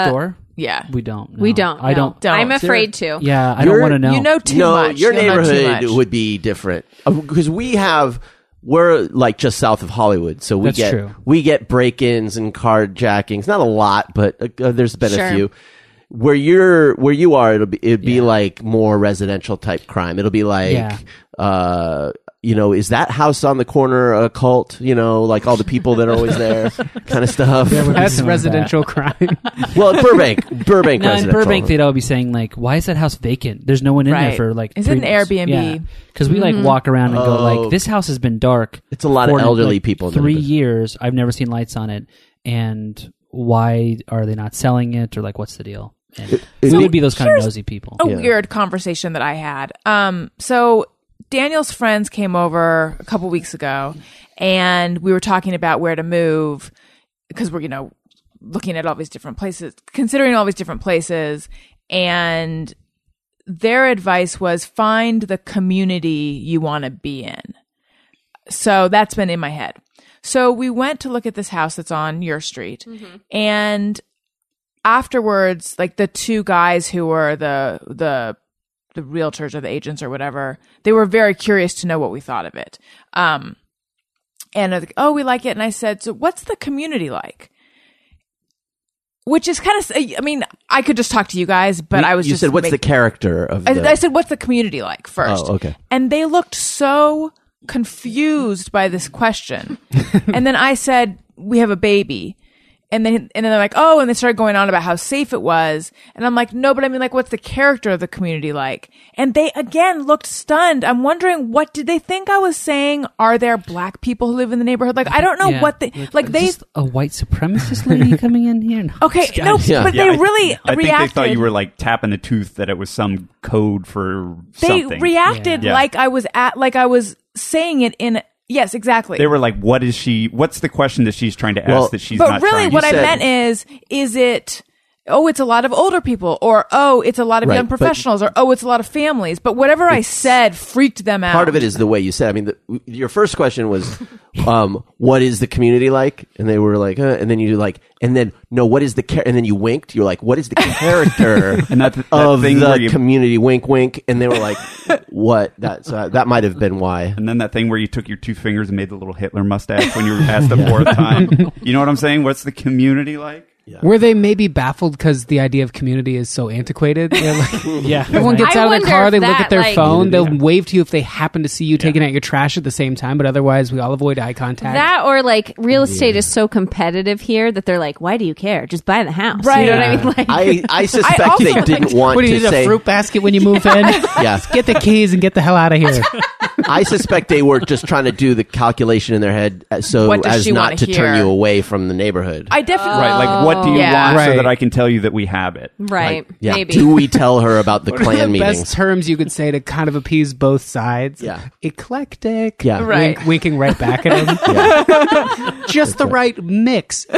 Speaker 7: next door,
Speaker 3: Yeah.
Speaker 7: we don't. no.
Speaker 5: we don't.
Speaker 7: I
Speaker 5: no.
Speaker 7: don't.
Speaker 3: Don't.
Speaker 5: I'm afraid to.
Speaker 7: Yeah, I
Speaker 1: You're-
Speaker 7: don't want to know.
Speaker 3: You know too
Speaker 1: no,
Speaker 3: much.
Speaker 1: your
Speaker 3: You'll know too
Speaker 1: neighborhood
Speaker 3: much.
Speaker 1: would be different because we have we're like just south of Hollywood, so we
Speaker 7: That's
Speaker 1: get
Speaker 7: true.
Speaker 1: we get break-ins and carjackings. Not a lot, but uh, there's been
Speaker 5: Sure.
Speaker 1: a few. Where you're, where you are, it'll be it'd be like more residential type crime. It'll be like,
Speaker 7: Yeah.
Speaker 1: uh, you know, is that house on the corner a cult? You know, like all the people that are always there, kind of stuff.
Speaker 4: That's
Speaker 7: doing
Speaker 4: residential crime.
Speaker 1: well, Burbank, Burbank,
Speaker 7: No, in
Speaker 1: residential.
Speaker 7: Burbank, they'd all be saying like, "Why is that house vacant? There's no one in
Speaker 3: Right.
Speaker 7: there for like."
Speaker 3: Is it
Speaker 7: three
Speaker 3: an
Speaker 7: months."
Speaker 3: Airbnb? Mm-hmm.
Speaker 7: Because we like walk around and go
Speaker 1: Oh.
Speaker 7: like, "This house has been dark."
Speaker 1: It's a lot of
Speaker 7: for,
Speaker 1: elderly
Speaker 7: like,
Speaker 1: people that are
Speaker 7: Three
Speaker 1: there.
Speaker 7: years, I've never seen lights on it, and why are they not selling it? Or like, what's the deal? And we would be those kind of nosy people.
Speaker 3: a weird conversation that I had. Um, so Daniel's friends came over a couple weeks ago, and we were talking about where to move because we're you know looking at all these different places, considering all these different places, and their advice was find the community you want to be in. So that's been in my head. So we went to look at this house that's on your street, and afterwards, like the two guys who were the the the realtors or the agents or whatever, they were very curious to know what we thought of it. Um, and I was like, oh, we like it. And I said, so what's the community like? Which is kind of, I mean, I could just talk to you guys, but
Speaker 1: You-
Speaker 3: I was
Speaker 1: you
Speaker 3: just
Speaker 1: said, what's
Speaker 3: make-
Speaker 1: the character of? the,
Speaker 3: I, I said, "What's the community like?" First,
Speaker 1: Oh, okay.
Speaker 3: And they looked so confused by this question, and then I said, "We have a baby," and then and then they're like, "Oh," and they started going on about how safe it was, and I'm like, "No, but I mean, like, what's the character of the community like?" And they again looked stunned. I'm wondering what did they think I was saying? Are there black people who live in the neighborhood? Like, I don't know
Speaker 7: Yeah.
Speaker 3: what they like.
Speaker 7: Is
Speaker 3: They
Speaker 7: this a white supremacist lady coming in here. No,
Speaker 3: okay,
Speaker 7: just-
Speaker 3: no,
Speaker 1: Yeah.
Speaker 3: but
Speaker 6: Yeah,
Speaker 3: they really
Speaker 6: I, I think
Speaker 3: reacted.
Speaker 6: they thought you were like tapping the tooth that it was some code for
Speaker 3: they
Speaker 6: something.
Speaker 3: reacted
Speaker 6: Yeah. Yeah.
Speaker 3: like I was at like I was saying it in yes exactly.
Speaker 6: They were like, "What is she? What's the question that she's trying to ask
Speaker 1: Well-
Speaker 6: that she's
Speaker 3: but
Speaker 6: not
Speaker 3: really
Speaker 6: trying
Speaker 3: what
Speaker 6: to
Speaker 3: I
Speaker 1: said-
Speaker 3: meant is is it oh it's a lot of older people or oh it's a lot of
Speaker 1: Right,
Speaker 3: young
Speaker 1: but-
Speaker 3: professionals or oh it's a lot of families. But whatever I said freaked them out.
Speaker 1: part of it is the way you said. it. I mean, the, your first question was, um, "What is the community like?" And they were like, uh, and then you like, and then no, what is the char-? and then you winked. You're like, "What is the character
Speaker 6: And that- that
Speaker 1: of
Speaker 6: thing
Speaker 1: the
Speaker 6: where you-
Speaker 1: community?" Wink, wink. And they were like, "What?" That so that might have been why.
Speaker 6: And then that thing where you took your two fingers and made the little Hitler mustache when you were asked the fourth time. You know what I'm saying? What's the community like?
Speaker 4: Were they maybe baffled because the idea of community is so antiquated? They're like,
Speaker 7: yeah,
Speaker 4: everyone gets
Speaker 5: I
Speaker 4: out of
Speaker 5: wonder
Speaker 4: their car,
Speaker 5: if
Speaker 4: they look
Speaker 5: that,
Speaker 4: at their
Speaker 5: like-
Speaker 4: phone, they'll wave to you if they happen to see you taking out your trash at the same time. But otherwise, we all avoid eye contact.
Speaker 5: That or like real estate is so competitive here that they're like, why do you care? Just buy the house.
Speaker 3: Right.
Speaker 5: You know what I mean? Like,
Speaker 1: I I suspect
Speaker 3: also
Speaker 1: they
Speaker 3: like-
Speaker 1: didn't want
Speaker 4: what do you
Speaker 1: to
Speaker 4: need a
Speaker 1: say.
Speaker 4: fruit basket when you move in?
Speaker 1: Yeah.
Speaker 4: Get the keys and get the hell out of here.
Speaker 1: I suspect they were just trying to do the calculation in their head uh, so
Speaker 3: What does
Speaker 1: as
Speaker 3: she
Speaker 1: not
Speaker 3: wanna
Speaker 1: to turn
Speaker 3: hear?
Speaker 1: you away from the neighborhood.
Speaker 3: I definitely
Speaker 6: Right, like what do you
Speaker 3: Oh, Yeah.
Speaker 6: want so
Speaker 4: Right.
Speaker 6: that I can tell you that we have it?
Speaker 5: Right.
Speaker 1: yeah.
Speaker 5: Maybe.
Speaker 1: Do we tell her about the
Speaker 4: One of
Speaker 1: clan
Speaker 4: the
Speaker 1: meetings?
Speaker 4: best terms you could say to kind of appease both sides.
Speaker 1: Yeah.
Speaker 4: Eclectic.
Speaker 1: Yeah.
Speaker 3: Right.
Speaker 4: Wink, winking right back at him. Just the right mix.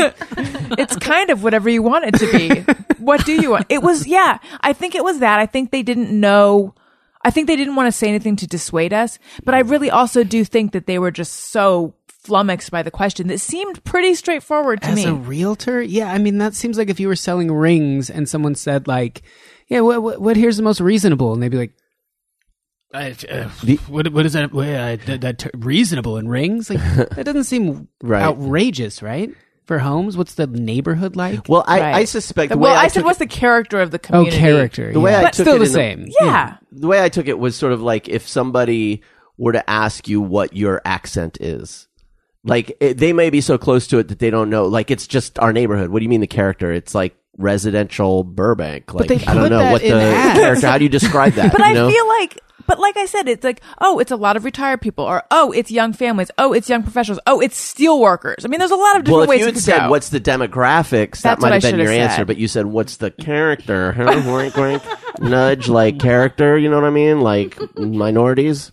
Speaker 3: it's kind of whatever you want it to be. what do you want? It was, yeah, I think it was that. I think they didn't know. I think they didn't want to say anything to dissuade us, but I really also do think that they were just so flummoxed by the question that seemed pretty straightforward to
Speaker 4: As
Speaker 3: me.
Speaker 4: a realtor? Yeah, I mean that seems like if you were selling rings and someone said like, "Yeah, what what, what here's the most reasonable?" and they'd be like, I, uh, "What what is that? What, uh, that, that ter- reasonable in rings? Like that doesn't seem
Speaker 1: Right.
Speaker 4: outrageous, right? For homes, what's the neighborhood like?
Speaker 1: well, I,
Speaker 3: Right.
Speaker 1: I suspect the
Speaker 3: well,
Speaker 1: way
Speaker 3: I,
Speaker 1: I
Speaker 3: said,
Speaker 1: took
Speaker 3: what's the character of the
Speaker 4: oh,
Speaker 3: community?
Speaker 4: character.
Speaker 1: the way
Speaker 4: yeah.
Speaker 1: I
Speaker 3: But
Speaker 1: took
Speaker 4: still
Speaker 1: it
Speaker 4: the
Speaker 1: in
Speaker 4: same.
Speaker 3: Yeah.
Speaker 1: the way I took it was sort of like if somebody were to ask you what your accent is. Like it, they may be so close to it that they don't know. Like it's just our neighborhood. What do you mean the character? It's like residential Burbank. Like
Speaker 4: they
Speaker 1: I
Speaker 4: put
Speaker 1: don't know
Speaker 4: that
Speaker 1: what the
Speaker 4: in ads.
Speaker 1: character. How do you describe that?
Speaker 3: But
Speaker 1: you
Speaker 3: I
Speaker 1: know?
Speaker 3: feel like, but like I said, it's like, oh, it's a lot of retired people, or oh, it's young families, oh, it's young professionals, oh, it's steel workers. I mean, there's a lot of different
Speaker 1: well, if
Speaker 3: ways
Speaker 1: you
Speaker 3: it
Speaker 1: had
Speaker 3: could
Speaker 1: said
Speaker 3: go.
Speaker 1: what's the demographics, that
Speaker 3: That's what
Speaker 1: might have
Speaker 3: I
Speaker 1: been
Speaker 3: should
Speaker 1: your
Speaker 3: have
Speaker 1: answer.
Speaker 3: said.
Speaker 1: But you said what's the character? Wink, wink. nudge like character. You know what I mean? Like minorities.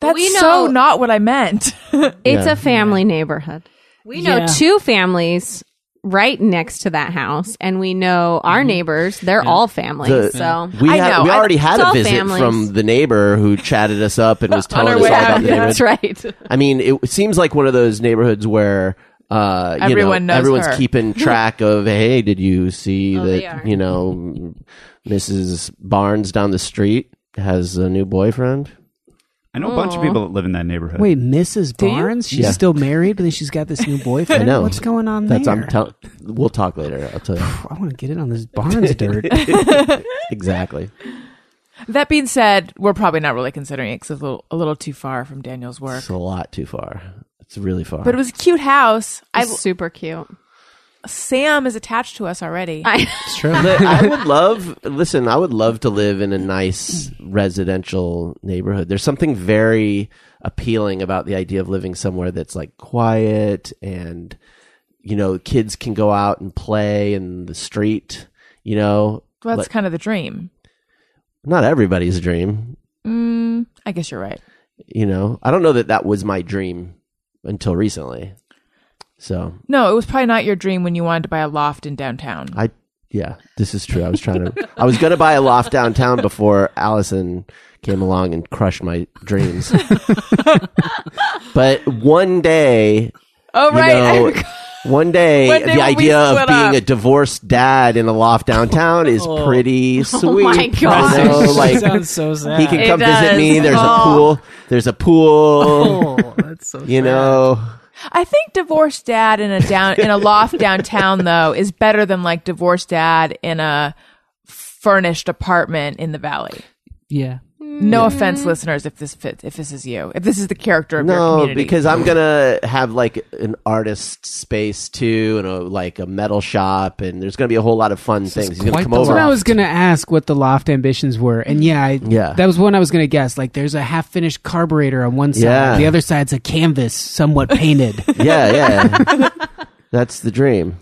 Speaker 3: That's
Speaker 5: We
Speaker 3: so
Speaker 5: know-
Speaker 3: not what I meant.
Speaker 5: It's
Speaker 1: Yeah.
Speaker 5: a family neighborhood. We know
Speaker 7: Yeah.
Speaker 5: two families right next to that house, and we know our
Speaker 3: Mm-hmm.
Speaker 5: neighbors. They're all families.
Speaker 1: The-
Speaker 5: so
Speaker 1: We,
Speaker 3: I
Speaker 1: had,
Speaker 3: know.
Speaker 1: we
Speaker 3: I-
Speaker 1: already had
Speaker 5: it's
Speaker 1: a
Speaker 5: all
Speaker 1: visit
Speaker 5: families.
Speaker 1: from the neighbor who chatted us up and was telling
Speaker 3: our
Speaker 1: us all
Speaker 3: way
Speaker 1: about
Speaker 3: out,
Speaker 1: the
Speaker 3: yeah.
Speaker 1: neighborhood.
Speaker 5: that's right.
Speaker 1: I mean, it seems like one of those neighborhoods where uh, you
Speaker 3: Everyone
Speaker 1: know,
Speaker 3: knows
Speaker 1: everyone's
Speaker 3: her.
Speaker 1: keeping track of. Hey, did you see
Speaker 5: Oh, they are.
Speaker 1: that? You know, Mrs. Barnes down the street has a new boyfriend.
Speaker 6: I know a bunch of people that live in that neighborhood.
Speaker 4: Wait, Mrs. Barnes? She's
Speaker 1: Yeah.
Speaker 4: still married, but then she's got this new boyfriend.
Speaker 1: I know.
Speaker 4: what's going on
Speaker 1: That's
Speaker 4: there.
Speaker 1: I'm tell- We'll talk later. I'll tell you
Speaker 4: I want to get in on this Barnes dirt.
Speaker 1: exactly.
Speaker 3: That being said, we're probably not really considering it because it's a little, a little too far from Daniel's work.
Speaker 1: It's a lot too far. It's really far.
Speaker 3: But it was a cute house. I,
Speaker 5: super cute.
Speaker 3: Sam is attached to us already.
Speaker 5: I,
Speaker 4: It's true.
Speaker 1: But I would love. Listen, I would love to live in a nice residential neighborhood. There's something very appealing about the idea of living somewhere that's like quiet and you know kids can go out and play in the street. You know,
Speaker 3: well, that's
Speaker 1: Like,
Speaker 3: kind of the dream.
Speaker 1: not everybody's dream.
Speaker 3: Mm, I guess you're right.
Speaker 1: You know, I don't know that that was my dream until recently. So
Speaker 3: No, it was probably not your dream when you wanted to buy a loft in downtown.
Speaker 1: I yeah, this is true. I was trying to I was gonna buy a loft downtown before Allison came along and crushed my dreams. but one day
Speaker 3: oh,
Speaker 1: you know one day,
Speaker 3: One day
Speaker 1: the
Speaker 3: when we
Speaker 1: idea of
Speaker 3: split
Speaker 1: being
Speaker 3: up.
Speaker 1: a divorced dad in a loft downtown is pretty sweet.
Speaker 5: my God.
Speaker 1: I know, like
Speaker 4: sounds so sad.
Speaker 1: he can
Speaker 5: It
Speaker 1: come visit
Speaker 5: does.
Speaker 1: me. There's a
Speaker 5: Oh.
Speaker 1: pool. There's a pool.
Speaker 4: that's so
Speaker 1: You know,
Speaker 3: I think divorced dad in a down in a loft downtown though is better than like divorced dad in a furnished apartment in the valley.
Speaker 7: Yeah.
Speaker 3: No offense, listeners, if this fits, if this is you, if this is the character of your
Speaker 1: No,
Speaker 3: community.
Speaker 1: because I'm gonna have like an artist space too, and a, like a metal shop, and there's gonna be a whole lot of fun things. He's gonna
Speaker 7: quite
Speaker 1: come
Speaker 7: the
Speaker 1: over.
Speaker 4: That's when I was going to ask what the loft ambitions were. And yeah, I,
Speaker 1: Yeah.
Speaker 4: that was one I was going to guess. Like, there's a half finished carburetor on one side,
Speaker 1: Yeah.
Speaker 4: the other side's a canvas somewhat painted.
Speaker 1: yeah, yeah. That's the dream.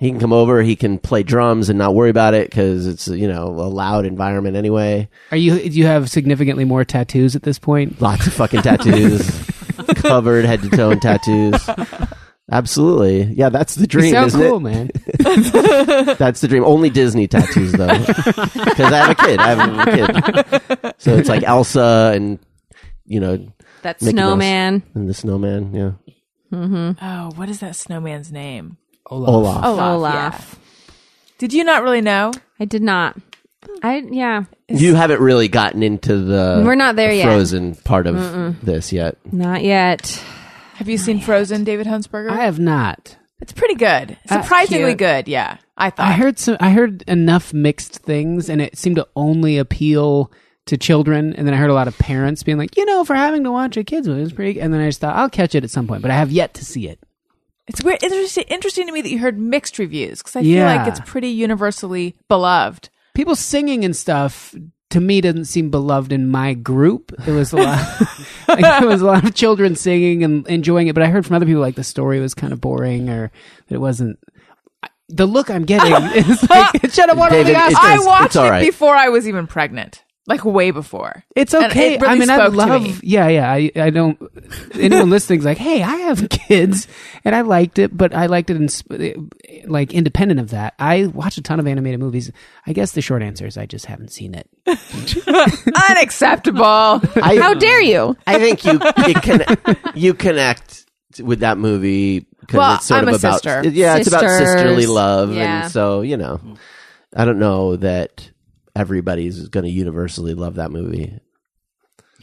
Speaker 1: He can come over. He can play drums and not worry about it because it's you know a loud environment anyway.
Speaker 4: Are you, do you have significantly more tattoos at this point?
Speaker 1: Lots of fucking tattoos, covered head to toe in tattoos. Absolutely, yeah. That's the
Speaker 4: You
Speaker 1: dream,
Speaker 4: sound
Speaker 1: isn't
Speaker 4: cool,
Speaker 1: it?
Speaker 4: man.
Speaker 1: That's the dream. Only Disney tattoos though, because I have a kid. I have a kid, so it's like Elsa and you know
Speaker 5: That
Speaker 1: Mickey Mouse.
Speaker 5: snowman.
Speaker 1: And the snowman, yeah.
Speaker 3: oh, what is that snowman's name?
Speaker 7: Olaf.
Speaker 1: Olaf.
Speaker 3: Olaf. yeah.
Speaker 5: Olaf.
Speaker 3: Did you not really know?
Speaker 5: I did not. I yeah.
Speaker 1: You haven't really gotten into the
Speaker 5: We're not there
Speaker 1: the
Speaker 5: yet.
Speaker 1: frozen part of this yet.
Speaker 5: Not yet.
Speaker 3: Have you seen Frozen, David Huntsberger?
Speaker 4: I have not.
Speaker 3: it's pretty good.
Speaker 5: That's
Speaker 3: Surprisingly
Speaker 5: cute.
Speaker 3: good, yeah. I thought.
Speaker 4: I heard some, I heard enough mixed things and it seemed to only appeal to children. And then I heard a lot of parents being like, you know, for having to watch a kids movie, it's pretty, and then I just thought I'll catch it at some point, but I have yet to see it.
Speaker 3: it's weird, interesting, interesting to me that you heard mixed reviews because I
Speaker 4: Yeah.
Speaker 3: feel like it's pretty universally beloved.
Speaker 4: people singing and stuff to me doesn't seem beloved in my group. It was a lot. it was a lot of children singing and enjoying it, but I heard from other people like the story was kind of boring or that it wasn't. I- The look I'm getting is like it should have won all the
Speaker 1: David,
Speaker 4: Oscars.
Speaker 1: it's
Speaker 3: I
Speaker 1: it's
Speaker 3: watched
Speaker 1: all
Speaker 3: it
Speaker 1: right.
Speaker 3: before I was even pregnant, like way before.
Speaker 4: It's
Speaker 3: And
Speaker 4: okay.
Speaker 3: it really
Speaker 4: I mean, I
Speaker 3: spoke to
Speaker 4: love.
Speaker 3: me.
Speaker 4: Yeah, yeah. I, I don't. Anyone listening's like, hey, I have kids, and I liked it, but I liked it in sp- like independent of that. I watch a ton of animated movies. I guess the short answer is I just haven't seen it.
Speaker 3: Unacceptable. How dare you?
Speaker 1: I think you it can you connect with that movie because
Speaker 3: Well,
Speaker 1: it's sort
Speaker 3: I'm
Speaker 1: of
Speaker 3: a
Speaker 1: about
Speaker 3: sister.
Speaker 1: yeah, it's about
Speaker 5: Sisters.
Speaker 1: sisterly love,
Speaker 5: Yeah.
Speaker 1: and so you know, I don't know that everybody's going to universally love that movie.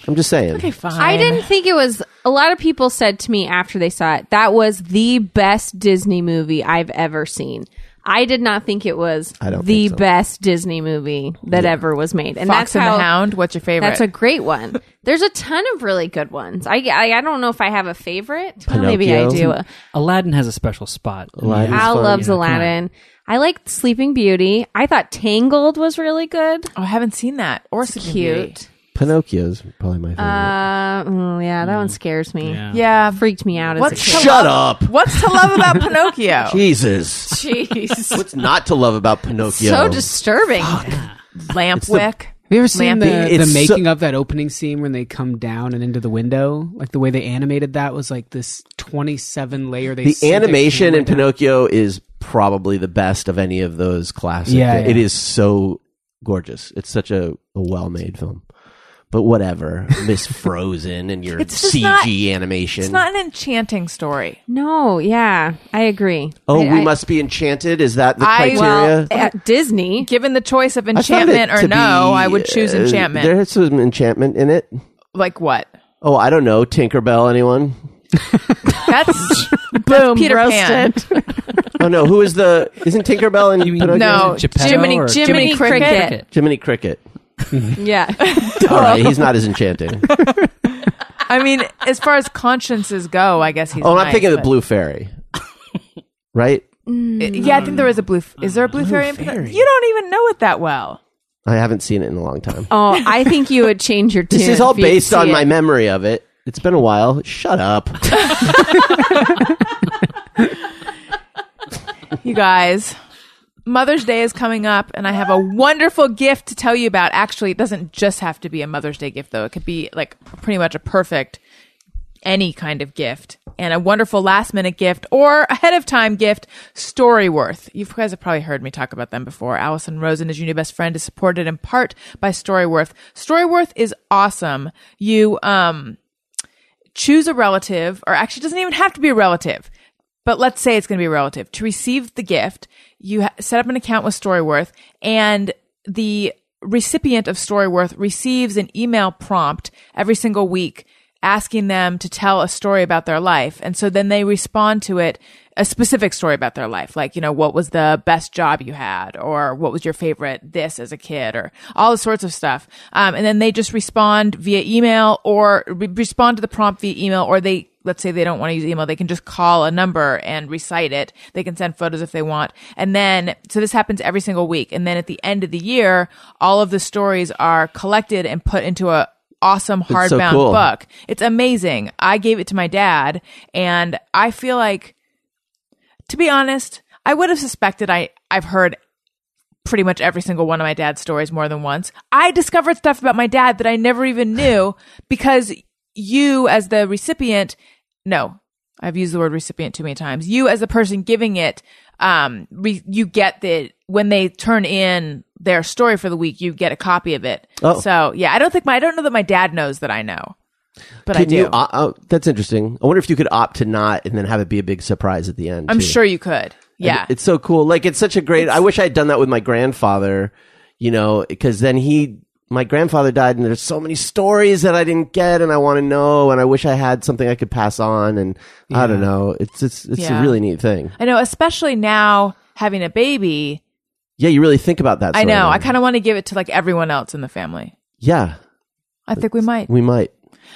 Speaker 1: I'm just saying.
Speaker 3: Okay, fine.
Speaker 5: I didn't think it was. A lot of people said to me after they saw it, that was the best Disney movie I've ever seen. I did not think it was
Speaker 1: I don't
Speaker 5: the
Speaker 1: think so.
Speaker 5: best Disney movie that ever was made. And
Speaker 3: Fox
Speaker 5: that's
Speaker 3: and
Speaker 5: how,
Speaker 3: the Hound. What's your favorite?
Speaker 5: That's a great one. There's a ton of really good ones. I, I, I don't know if I have a favorite. Well, maybe I do.
Speaker 1: Pinocchio.
Speaker 7: Aladdin has a special spot.
Speaker 1: Aladdin. It's
Speaker 5: Al
Speaker 1: fun,
Speaker 5: loves
Speaker 7: yeah, come
Speaker 5: Aladdin. I liked Sleeping Beauty. I thought Tangled was really good.
Speaker 3: oh, I haven't seen that or Sleeping Beauty.
Speaker 5: Cute.
Speaker 1: Pinocchio's probably my favorite.
Speaker 5: Uh, mm, yeah, that one scares me.
Speaker 7: Yeah.
Speaker 3: Yeah.
Speaker 5: Freaked me out as
Speaker 3: What's
Speaker 5: a
Speaker 3: to
Speaker 5: kid.
Speaker 1: Shut
Speaker 3: love-
Speaker 1: up.
Speaker 3: What's to love about Pinocchio?
Speaker 1: Jesus,
Speaker 5: Jeez.
Speaker 1: what's not to love about Pinocchio?
Speaker 5: So disturbing.
Speaker 3: Lampwick.
Speaker 4: Have you ever seen
Speaker 3: Lampy.
Speaker 4: the, the
Speaker 1: It's so-
Speaker 4: making of that opening scene when they come down and into the window? Like the way they animated that was like this 27 layer. They
Speaker 1: the
Speaker 4: sent a
Speaker 1: animation
Speaker 4: camera
Speaker 1: in
Speaker 4: down.
Speaker 1: Pinocchio is probably the best of any of those classic.
Speaker 4: Yeah,
Speaker 1: it
Speaker 4: yeah.
Speaker 1: is so gorgeous. It's such a, a well-made film. But whatever, Miss Frozen and your
Speaker 3: It's just
Speaker 1: CG
Speaker 3: not-
Speaker 1: animation.
Speaker 3: It's not an enchanting story.
Speaker 5: No, yeah, I agree.
Speaker 1: oh,
Speaker 5: I-
Speaker 1: we
Speaker 5: I-
Speaker 1: must be enchanted. Is that the
Speaker 3: I-
Speaker 1: criteria?
Speaker 5: Well, at Disney.
Speaker 3: Given the choice of
Speaker 1: I found
Speaker 3: enchantment
Speaker 1: it
Speaker 3: or
Speaker 1: to
Speaker 3: no,
Speaker 1: be,
Speaker 3: I would choose
Speaker 1: uh,
Speaker 3: enchantment.
Speaker 1: There's some enchantment in it.
Speaker 3: like what?
Speaker 1: Oh, I don't know. Tinkerbell, anyone?
Speaker 3: That's boom Peter Pan.
Speaker 1: Oh no, who is the? Isn't Tinkerbell in Pinocchio?
Speaker 3: No,
Speaker 7: Is it Geppetto
Speaker 3: Jiminy,
Speaker 7: or-
Speaker 3: Jiminy,
Speaker 5: Jiminy
Speaker 3: Cricket.
Speaker 5: Cricket.
Speaker 1: Jiminy Cricket.
Speaker 5: Yeah.
Speaker 1: All right, he's not as enchanting. oh,
Speaker 3: I mean, as far as consciences go, I guess he's.
Speaker 1: and Oh, I'm
Speaker 3: nice,
Speaker 1: thinking of the
Speaker 3: but-
Speaker 1: Blue Fairy. right?
Speaker 3: Yeah, I think there is a blue. F- is there a blue, fairy? in Pinocchio? You don't even know it that well.
Speaker 1: I haven't seen it in a long time.
Speaker 5: Oh, I think you would change your tune.
Speaker 1: This is all
Speaker 5: if you
Speaker 1: based
Speaker 5: see
Speaker 1: on
Speaker 5: it.
Speaker 1: my memory of it. It's been a while. Shut up.
Speaker 3: You guys, Mother's Day is coming up, and I have a wonderful gift to tell you about. Actually, it doesn't just have to be a Mother's Day gift, though. It could be like pretty much a perfect any kind of gift and a wonderful last minute gift or ahead of time gift, Storyworth. You guys have probably heard me talk about them before. Allison Rosen is your new best friend is supported in part by Storyworth. Storyworth is awesome. You, um, choose a relative, or actually it doesn't even have to be a relative, but let's say it's going to be a relative. To receive the gift, you ha- set up an account with Storyworth, and the recipient of Storyworth receives an email prompt every single week asking them to tell a story about their life. And so then they respond to it a specific story about their life, like, you know, what was the best job you had, or what was your favorite this as a kid, or all the sorts of stuff. Um, and then they just respond via email or re- respond to the prompt via email, or they, let's say they don't want to use email, they can just call a number and recite it. They can send photos if they want. And then, so this happens every single week. And then at the end of the year, all of the stories are collected and put into a, awesome hardbound
Speaker 1: so cool.
Speaker 3: book. It's amazing. I gave it to my dad and I feel like to be honest, I would have suspected I I've heard pretty much every single one of my dad's stories more than once. I discovered stuff about my dad that I never even knew because you as the recipient, no, I've used the word recipient too many times. You as the person giving it, um, re- you get the when they turn in their story for the week, you get a copy of it.
Speaker 1: Oh.
Speaker 3: So yeah, I don't think my I don't know that my dad knows that I know, but I
Speaker 1: Can
Speaker 3: do.
Speaker 1: you? Uh, uh, that's interesting. I wonder if you could opt to not and then have it be a big surprise at the end.
Speaker 3: I'm
Speaker 1: too.
Speaker 3: sure you could. Yeah,
Speaker 1: It's so cool. Like it's such a great. I wish I had done that with my grandfather. You know, because then he, my grandfather died, and there's so many stories that I didn't get, and I want to know, and I wish I had something I could pass on, and I don't know. It's it's it's
Speaker 3: Yeah.
Speaker 1: a really neat thing.
Speaker 3: I know, especially now having a baby.
Speaker 1: Yeah, you really think about that.
Speaker 3: I
Speaker 1: sort
Speaker 3: know.
Speaker 1: of.
Speaker 3: I kind of want to give it to like everyone else in the family.
Speaker 1: Yeah,
Speaker 3: I think we might.
Speaker 1: we might.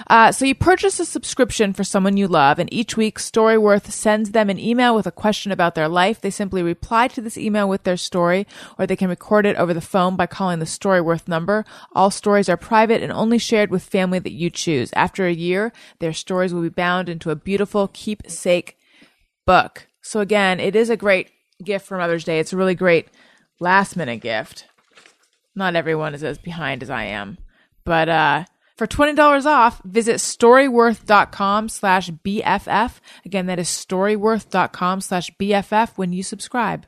Speaker 3: Uh, so you purchase a subscription for someone you love, and each week Storyworth sends them an email with a question about their life. They simply reply to this email with their story, or they can record it over the phone by calling the Storyworth number. All stories are private and only shared with family that you choose. After a year, their stories will be bound into a beautiful keepsake book. So again, it is a great gift for Mother's Day. It's a really great last minute gift. Not everyone is as behind as I am. But uh, for $20 off, visit storyworth.com slash BFF. Again, that is storyworth.com slash BFF when you subscribe.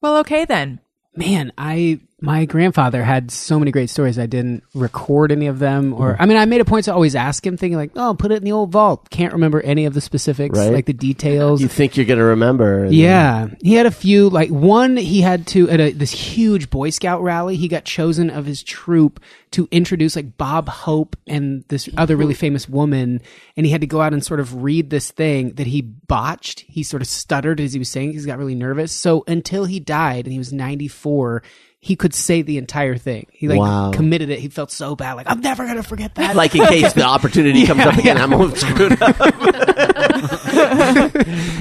Speaker 3: Well, okay then.
Speaker 4: Man, I my grandfather had so many great stories. I didn't record any of them, or I mean, I made a point to always ask him, thinking like, "Oh, put it in the old vault." Can't remember any of the specifics,
Speaker 1: Right.
Speaker 4: like the details.
Speaker 1: You think you're going to remember. and
Speaker 4: Yeah, he had a few. Like one, he had to at a, this huge Boy Scout rally. He got chosen of his troop to introduce like Bob Hope and this other really famous woman, and he had to go out and sort of read this thing that he botched. He sort of stuttered as he was saying. it. He got really nervous. So until he died, and he was ninety four. He could say the entire thing. He like
Speaker 1: Wow.
Speaker 4: committed it. He felt so bad. Like I'm never gonna forget that.
Speaker 1: Like in case the opportunity comes up again, I'm all screwed up.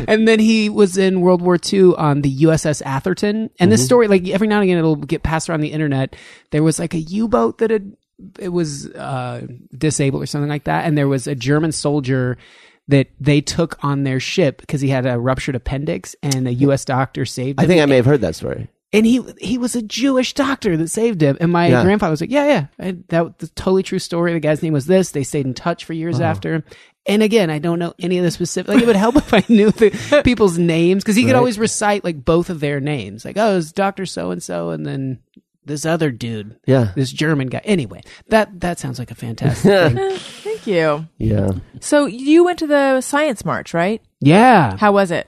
Speaker 4: and then he was in World War II on the USS Atherton. And
Speaker 1: Mm-hmm.
Speaker 4: this story, like every now and again, it'll get passed around the internet. There was like a U boat that had it was uh, disabled or something like that, and there was a German soldier that they took on their ship because he had a ruptured appendix, and a U.S. doctor saved him.
Speaker 1: I think I may have heard that story.
Speaker 4: and he he was a Jewish doctor that saved him. And my
Speaker 1: Yeah.
Speaker 4: grandfather was like, "Yeah, yeah, I, that was a totally true story." The guy's name was this. They stayed in touch for years
Speaker 1: Uh-huh.
Speaker 4: after. And again, I don't know any of the specific. Like, it would help if I knew the people's names because he could always recite like both of their names. Like, oh, it was Doctor So and So, and then this other dude,
Speaker 1: Yeah.
Speaker 4: this German guy. Anyway, that that sounds like a fantastic. thing.
Speaker 3: Thank you.
Speaker 1: Yeah.
Speaker 3: So you went to the science march, right?
Speaker 4: Yeah,
Speaker 3: How was it?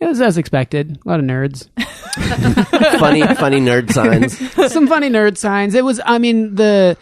Speaker 4: it was as expected. A lot of nerds.
Speaker 1: funny, funny nerd signs.
Speaker 4: some funny nerd signs. It was, I mean, the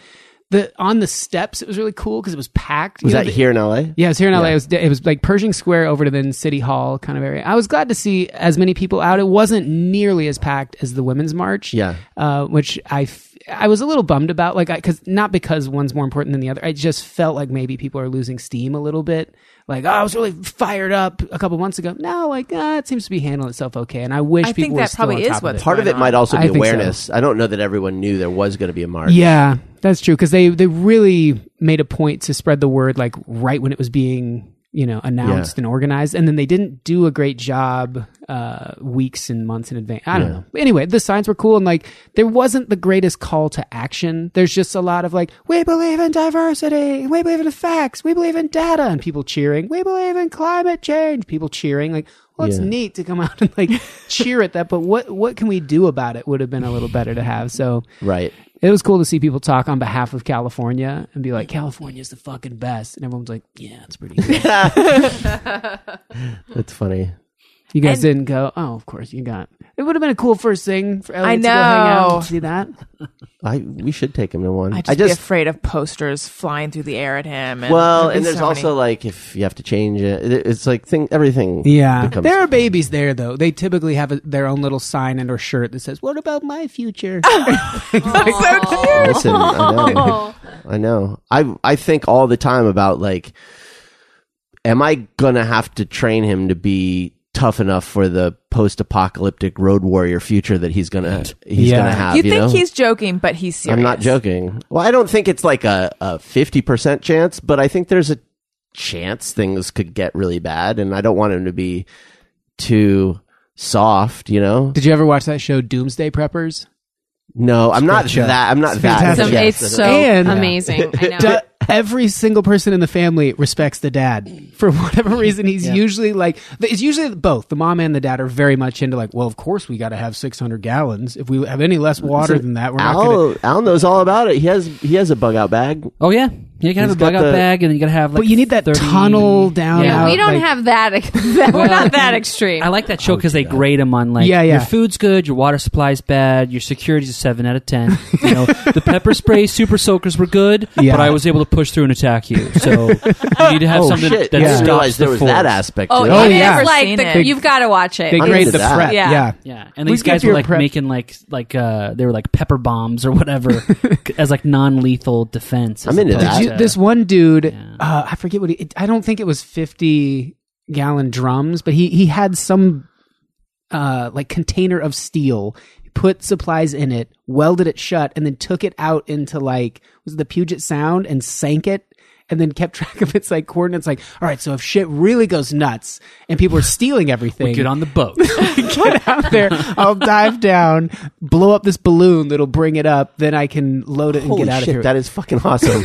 Speaker 4: the on the steps. It was really cool because it was packed.
Speaker 1: Was
Speaker 4: You know,
Speaker 1: that
Speaker 4: the-
Speaker 1: here in LA?
Speaker 4: Yeah, it was here in LA. It, was, it was like Pershing Square over to then City Hall kind of area. I was glad to see as many people out. It wasn't nearly as packed as the Women's March.
Speaker 1: Yeah.
Speaker 4: uh, which I. F- I was a little bummed about, like, because not because one's more important than the other. I just felt like maybe people are losing steam a little bit. Like, oh, I was really fired up a couple months ago. Now, like, uh, it seems to be handling itself okay. And I wish
Speaker 3: I
Speaker 4: people
Speaker 3: think
Speaker 4: were
Speaker 3: that
Speaker 4: still
Speaker 3: probably
Speaker 4: on
Speaker 3: is
Speaker 4: top of
Speaker 3: what's
Speaker 4: it.
Speaker 1: Part of it
Speaker 3: Why
Speaker 1: might also
Speaker 4: I
Speaker 1: be
Speaker 4: think so.
Speaker 1: awareness. I don't know that everyone knew there was going to be a march.
Speaker 4: Yeah, that's true because they they really made a point to spread the word like right when it was being you know announced and organized, and then they didn't do a great job uh, weeks and months in advance. I don't know. Anyway, the signs were cool and like there wasn't the greatest call to action. There's just a lot of like we believe in diversity, we believe in facts, we believe in data, and people cheering. We believe in climate change. People cheering like. Well, it's
Speaker 1: Yeah.
Speaker 4: neat to come out and like cheer at that, but what what can we do about it? Would have been a little better to have. So
Speaker 1: Right.
Speaker 4: it was cool to see people talk on behalf of California and be like, California's the fucking best. And everyone's like, yeah, it's pretty good.
Speaker 1: That's funny.
Speaker 4: You guys
Speaker 3: And-
Speaker 4: didn't go, oh, of course you got. It would have been a cool first thing for LA
Speaker 3: I
Speaker 4: to go hang out
Speaker 3: know.
Speaker 4: and see that.
Speaker 1: I we should take him to one.
Speaker 3: I just, be afraid of posters flying through the air at him. And
Speaker 1: well,
Speaker 3: there'd be
Speaker 1: and there's
Speaker 3: so
Speaker 1: also
Speaker 3: many-
Speaker 1: like if you have to change it, it- it's like thing everything. becomes-
Speaker 4: there are babies there, though. They typically have a, their own little sign and or shirt that says, what about my future?
Speaker 1: Listen, I know. I know. I I think all the time about like, am I gonna have to train him to be tough enough for the post-apocalyptic road warrior future that he's gonna he's
Speaker 4: Yeah.
Speaker 1: gonna have?
Speaker 3: you
Speaker 1: You,
Speaker 3: think
Speaker 1: know?
Speaker 3: he's joking, but he's serious.
Speaker 1: I'm not joking. Well, I don't think it's like a a fifty percent chance, but I think there's a chance things could get really bad, and I don't want him to be too soft. You know?
Speaker 4: Did you ever watch that show, Doomsday Preppers?
Speaker 1: No, I'm not
Speaker 4: Scratch up.
Speaker 1: that. I'm not
Speaker 4: It's
Speaker 1: that.
Speaker 4: fantastic.
Speaker 5: Some-
Speaker 1: yes.
Speaker 5: it's so
Speaker 4: And-
Speaker 5: amazing. I know.
Speaker 4: Du- every single person in the family respects the dad for whatever reason. He's usually like it's usually both the mom and the dad are very much into like. Well, of course we got to have six hundred gallons. If we have any less water than that, we're not going to.
Speaker 1: Al, Al knows all about it. He has he has a bug out bag.
Speaker 7: Oh yeah, you gotta have
Speaker 1: He's
Speaker 7: a bug
Speaker 1: got
Speaker 7: out
Speaker 1: the-
Speaker 7: bag, and then you gotta have. Like
Speaker 4: But you need that
Speaker 7: 30
Speaker 4: tunnel down.
Speaker 7: Yeah,
Speaker 5: yeah,
Speaker 4: out,
Speaker 5: we don't
Speaker 4: like-
Speaker 5: have that. ex- We're not that extreme.
Speaker 7: I like that
Speaker 1: Oh,
Speaker 7: show because they grade them on like,
Speaker 4: Yeah, yeah.
Speaker 7: your food's good, your water supply's bad, your security's a seven out of ten. You know, the pepper spray super soakers were good,
Speaker 4: Yeah.
Speaker 7: but I was able to push through and attack you. So you need to have
Speaker 1: Oh
Speaker 7: something
Speaker 1: shit!
Speaker 7: that
Speaker 1: I didn't
Speaker 7: stops
Speaker 1: realize there
Speaker 7: the
Speaker 1: was
Speaker 7: force.
Speaker 1: that aspect.
Speaker 5: Oh,
Speaker 1: to
Speaker 5: it
Speaker 4: yeah.
Speaker 5: is
Speaker 4: I've never
Speaker 3: seen
Speaker 5: like the,
Speaker 3: it.
Speaker 5: you've got to watch it.
Speaker 4: They
Speaker 1: I'm
Speaker 4: grade
Speaker 1: into
Speaker 4: the
Speaker 1: that.
Speaker 4: prep.
Speaker 5: Yeah.
Speaker 4: Yeah.
Speaker 7: Yeah, and
Speaker 4: We'd
Speaker 7: these
Speaker 4: get
Speaker 7: guys
Speaker 4: to
Speaker 7: were
Speaker 4: your
Speaker 7: like
Speaker 4: prep-
Speaker 7: making like like uh they were like pepper bombs or whatever as like non lethal defense.
Speaker 1: I'm into
Speaker 7: as
Speaker 1: that.
Speaker 7: opposed
Speaker 4: Did you,
Speaker 7: uh,
Speaker 4: this one dude,
Speaker 7: yeah.
Speaker 4: uh, I forget what he. It, I don't think it was fifty gallon drums, but he he had some uh, like container of steel, put supplies in it, welded it shut, and then took it out into like was it the Puget Sound and sank it. And then kept track of its like coordinates. Like, all right, so if shit really goes nuts and people are stealing everything,
Speaker 7: we get on the boat.
Speaker 4: get out there. I'll dive down, blow up this balloon that'll bring it up. Then I can load it and
Speaker 1: Holy
Speaker 4: get out
Speaker 1: shit,
Speaker 4: of here.
Speaker 1: that is fucking awesome.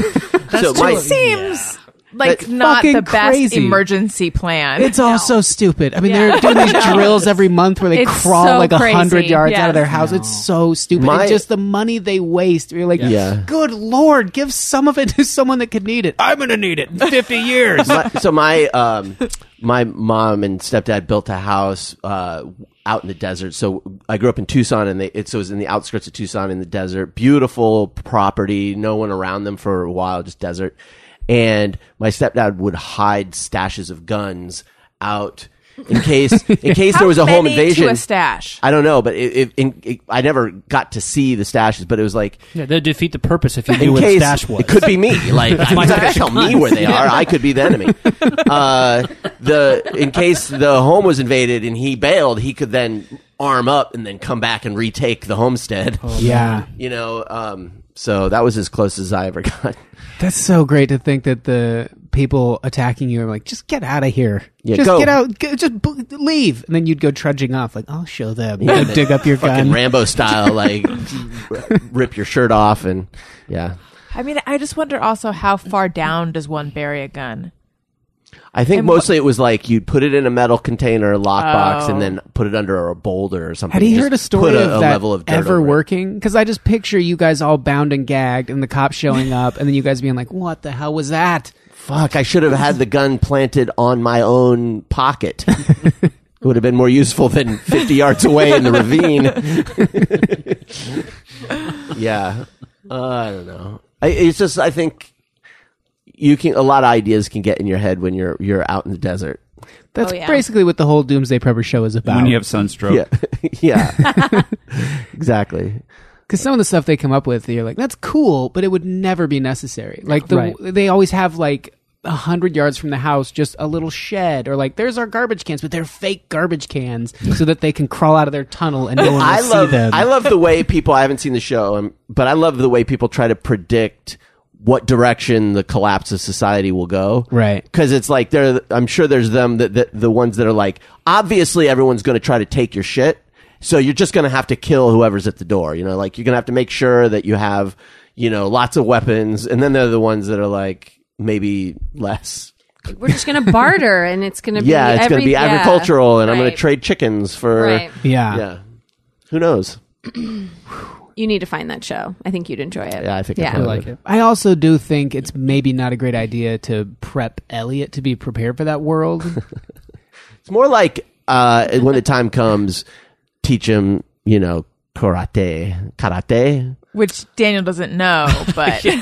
Speaker 1: so my,
Speaker 3: It seems like
Speaker 1: That's
Speaker 3: not
Speaker 4: fucking
Speaker 3: the best
Speaker 4: crazy.
Speaker 3: emergency plan.
Speaker 4: it's all so stupid. I mean,
Speaker 3: Yeah.
Speaker 4: they're doing these drills every month where they
Speaker 5: It's
Speaker 4: crawl
Speaker 5: so
Speaker 4: like a hundred
Speaker 5: crazy.
Speaker 4: yards out of their
Speaker 5: Yes.
Speaker 4: house. It's so stupid.
Speaker 1: My-
Speaker 4: it's just the money they waste. You're like,
Speaker 1: Yeah.
Speaker 4: good lord, give some of it to someone that could need it. I'm gonna need it in 50 years.
Speaker 1: my, so my um, my mom and stepdad built a house uh, out in the desert. So I grew up in Tucson, and they, it, so it was in the outskirts of Tucson in the desert. Beautiful property, no one around them for a while, just desert. And my stepdad would hide stashes of guns out in case in case
Speaker 3: How
Speaker 1: there was a home
Speaker 3: many
Speaker 1: invasion.
Speaker 3: To a stash.
Speaker 1: I don't know, but it, it, in, it, I never got to see the stashes. But it was like
Speaker 7: yeah, they'd defeat the purpose if you knew
Speaker 1: in
Speaker 7: what
Speaker 1: case
Speaker 7: stash was.
Speaker 1: it could be me. Like
Speaker 7: That's
Speaker 1: I'm
Speaker 7: my
Speaker 1: not gonna
Speaker 7: stash
Speaker 1: tell
Speaker 7: of
Speaker 1: me where they are. I could be the enemy. Uh, the in case the home was invaded and he bailed, he could then arm up and then come back and retake the homestead.
Speaker 4: yeah.
Speaker 1: You know, um, so that was as close as I ever got.
Speaker 4: That's so great to think that the people attacking you are like, just get out of here.
Speaker 1: Yeah,
Speaker 4: just
Speaker 1: go.
Speaker 4: get out. Go, just b- leave. And then you'd go trudging off, like, I'll show them. You
Speaker 1: they-
Speaker 4: go dig up your
Speaker 1: Fucking
Speaker 4: gun.
Speaker 1: Rambo style, like r- rip your shirt off and yeah.
Speaker 3: I mean, I just wonder also how far down does one bury a gun?
Speaker 1: I think
Speaker 3: And wh-
Speaker 1: mostly it was like you'd put it in a metal container, lockbox,
Speaker 3: Oh.
Speaker 1: and then put it under a boulder or something.
Speaker 4: Had he
Speaker 1: Just
Speaker 4: heard a story
Speaker 1: put a,
Speaker 4: of
Speaker 1: a
Speaker 4: that
Speaker 1: level of dirt
Speaker 4: ever
Speaker 1: over it.
Speaker 4: working? Because I just picture you guys all bound and gagged, and the cops showing up, and then you guys being like, "What the hell was that?"
Speaker 1: Fuck, I should have had the gun planted on my own pocket. it would have been more useful than 50 yards away in the ravine. yeah. Uh, I don't know. I, it's just, I think you can, a lot of ideas can get in your head when you're, you're out in the desert.
Speaker 4: That's
Speaker 5: Oh, yeah.
Speaker 4: basically what the whole Doomsday Prepper show is about.
Speaker 6: when you have sunstroke.
Speaker 1: Yeah. yeah. exactly.
Speaker 4: Because some of the stuff they come up with, you're like, that's cool, but it would never be necessary. Like, the,
Speaker 7: Right.
Speaker 4: they always have like a hundred yards from the house, just a little shed, or like, there's our garbage cans, but they're fake garbage cans so that they can crawl out of their tunnel and no one will
Speaker 1: I
Speaker 4: see
Speaker 1: love
Speaker 4: them.
Speaker 1: I love the way people. I haven't seen the show, um, but I love the way people try to predict what direction the collapse of society will go.
Speaker 4: Right.
Speaker 1: Because it's like there. I'm sure there's them that, that the ones that are like obviously everyone's going to try to take your shit, so you're just going to have to kill whoever's at the door. You know, like you're going to have to make sure that you have you know lots of weapons, and then there are the ones that are like maybe less.
Speaker 5: We're just gonna barter, and it's gonna be
Speaker 1: Yeah, it's going
Speaker 5: every-
Speaker 1: to be
Speaker 5: yeah.
Speaker 1: agricultural, and I'm going to
Speaker 5: Right.
Speaker 1: trade chickens for
Speaker 5: Right.
Speaker 4: yeah.
Speaker 1: yeah. Who knows?
Speaker 5: You need to find that show. I think you'd enjoy it.
Speaker 1: Yeah, I think I
Speaker 5: Yeah.
Speaker 1: probably
Speaker 7: I like
Speaker 1: would.
Speaker 7: it.
Speaker 4: I also do think it's maybe not a great idea to prep Elliot to be prepared for that world.
Speaker 1: It's more like uh, when the time comes, teach him, you know, karate, karate.
Speaker 3: Which Daniel doesn't know, but
Speaker 5: I don't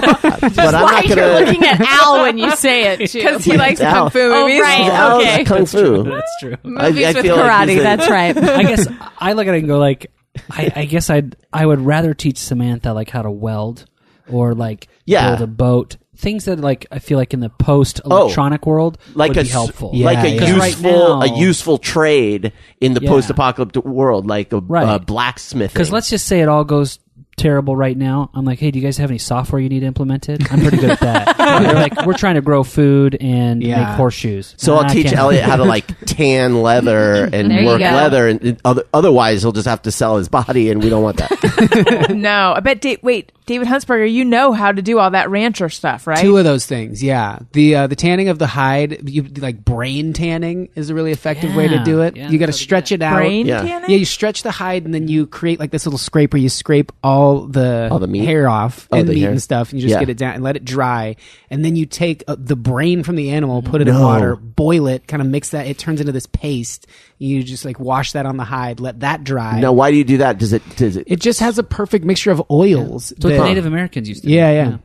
Speaker 5: know
Speaker 1: but I'm
Speaker 5: why
Speaker 1: not
Speaker 5: you're
Speaker 1: gonna.
Speaker 5: looking at Al when you say it. too.
Speaker 3: because he likes
Speaker 1: It's
Speaker 3: kung
Speaker 1: out.
Speaker 3: fu
Speaker 5: Oh,
Speaker 3: movies,
Speaker 5: right.
Speaker 1: That was
Speaker 5: Okay.
Speaker 1: kung fu.
Speaker 7: That's true.
Speaker 3: movies
Speaker 1: I- I
Speaker 3: with
Speaker 1: feel like
Speaker 3: karate.
Speaker 1: he's
Speaker 5: karate.
Speaker 1: a-
Speaker 5: That's right.
Speaker 7: I guess I look at it and go like, I, I guess I'd I would rather teach Samantha like how to weld or like
Speaker 1: Yeah.
Speaker 7: build a boat. Things that like I feel like in the post electronic world
Speaker 1: Oh. Like
Speaker 7: would
Speaker 1: a
Speaker 7: be
Speaker 1: s-
Speaker 7: helpful.
Speaker 1: like
Speaker 4: Yeah,
Speaker 1: a
Speaker 4: yeah.
Speaker 7: 'Cause right
Speaker 1: useful,
Speaker 7: now-
Speaker 1: a useful trade in the
Speaker 7: Yeah.
Speaker 1: post-apocalyptic world, like a, a
Speaker 7: Right.
Speaker 1: blacksmith.
Speaker 7: Because let's just say it all goes terrible right now. I'm like, hey, do you guys have any software you need implemented? I'm pretty good at that. They're like, we're trying to grow food and
Speaker 4: Yeah.
Speaker 7: make horseshoes.
Speaker 1: So
Speaker 7: Nah,
Speaker 1: I'll
Speaker 7: I
Speaker 1: teach
Speaker 7: can't.
Speaker 1: Elliot how to like tan leather and
Speaker 5: There you
Speaker 1: work
Speaker 5: go.
Speaker 1: leather, and, and other, otherwise he'll just have to sell his body, and we don't want that.
Speaker 3: no, I bet. Da- wait, David Huntsberger, you know how to do all that rancher stuff, right?
Speaker 4: Two of those things, yeah. The uh, the tanning of the hide, you, like brain tanning, is a really effective way to
Speaker 7: Yeah.
Speaker 4: do it.
Speaker 7: Yeah,
Speaker 4: you got to
Speaker 7: that's how to do
Speaker 4: stretch it out.
Speaker 3: brain
Speaker 1: Yeah.
Speaker 3: tanning.
Speaker 4: Yeah, you stretch the hide and then you create like this little scraper. You scrape all the,
Speaker 1: All the meat?
Speaker 4: hair off
Speaker 1: Oh,
Speaker 4: and
Speaker 1: the
Speaker 4: meat
Speaker 1: hair.
Speaker 4: and stuff, and you just
Speaker 1: Yeah.
Speaker 4: get it down and let it dry. And then you take uh, the brain from the animal, put it in
Speaker 1: No.
Speaker 4: water, boil it, kind of mix that. It turns into this paste. You just like wash that on the hide, let that dry.
Speaker 1: now, why do you do that? Does it? Does it?
Speaker 4: it just has a perfect mixture of oils.
Speaker 7: It's what
Speaker 4: that-
Speaker 7: the Native Americans used to. do.
Speaker 4: yeah, yeah,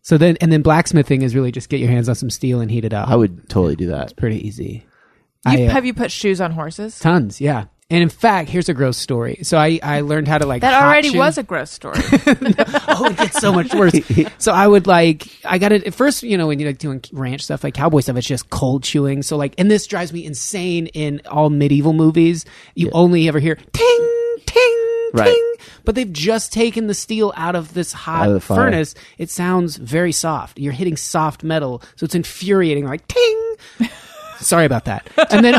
Speaker 4: So then, and then blacksmithing is really just get your hands on some steel and heat it up.
Speaker 1: I would totally do that.
Speaker 4: Pretty easy.
Speaker 3: You've-
Speaker 4: I, uh,
Speaker 3: have you put shoes on horses?
Speaker 4: Tons, yeah. And in fact, here's a gross story. So I, I learned how to like
Speaker 3: That
Speaker 4: hot
Speaker 3: already
Speaker 4: shoe-
Speaker 3: was a gross story.
Speaker 4: oh, it gets so much worse. So I would like, I got it at first, you know, when you're like doing ranch stuff, like cowboy stuff, it's just cold chewing. So like, and this drives me insane in all medieval movies. You only ever hear ting, ting,
Speaker 1: Right.
Speaker 4: ting. But they've just taken the steel out of this hot
Speaker 1: Out of the fire.
Speaker 4: furnace. It sounds very soft. You're hitting soft metal. So it's infuriating, like ting. Sorry about that. And then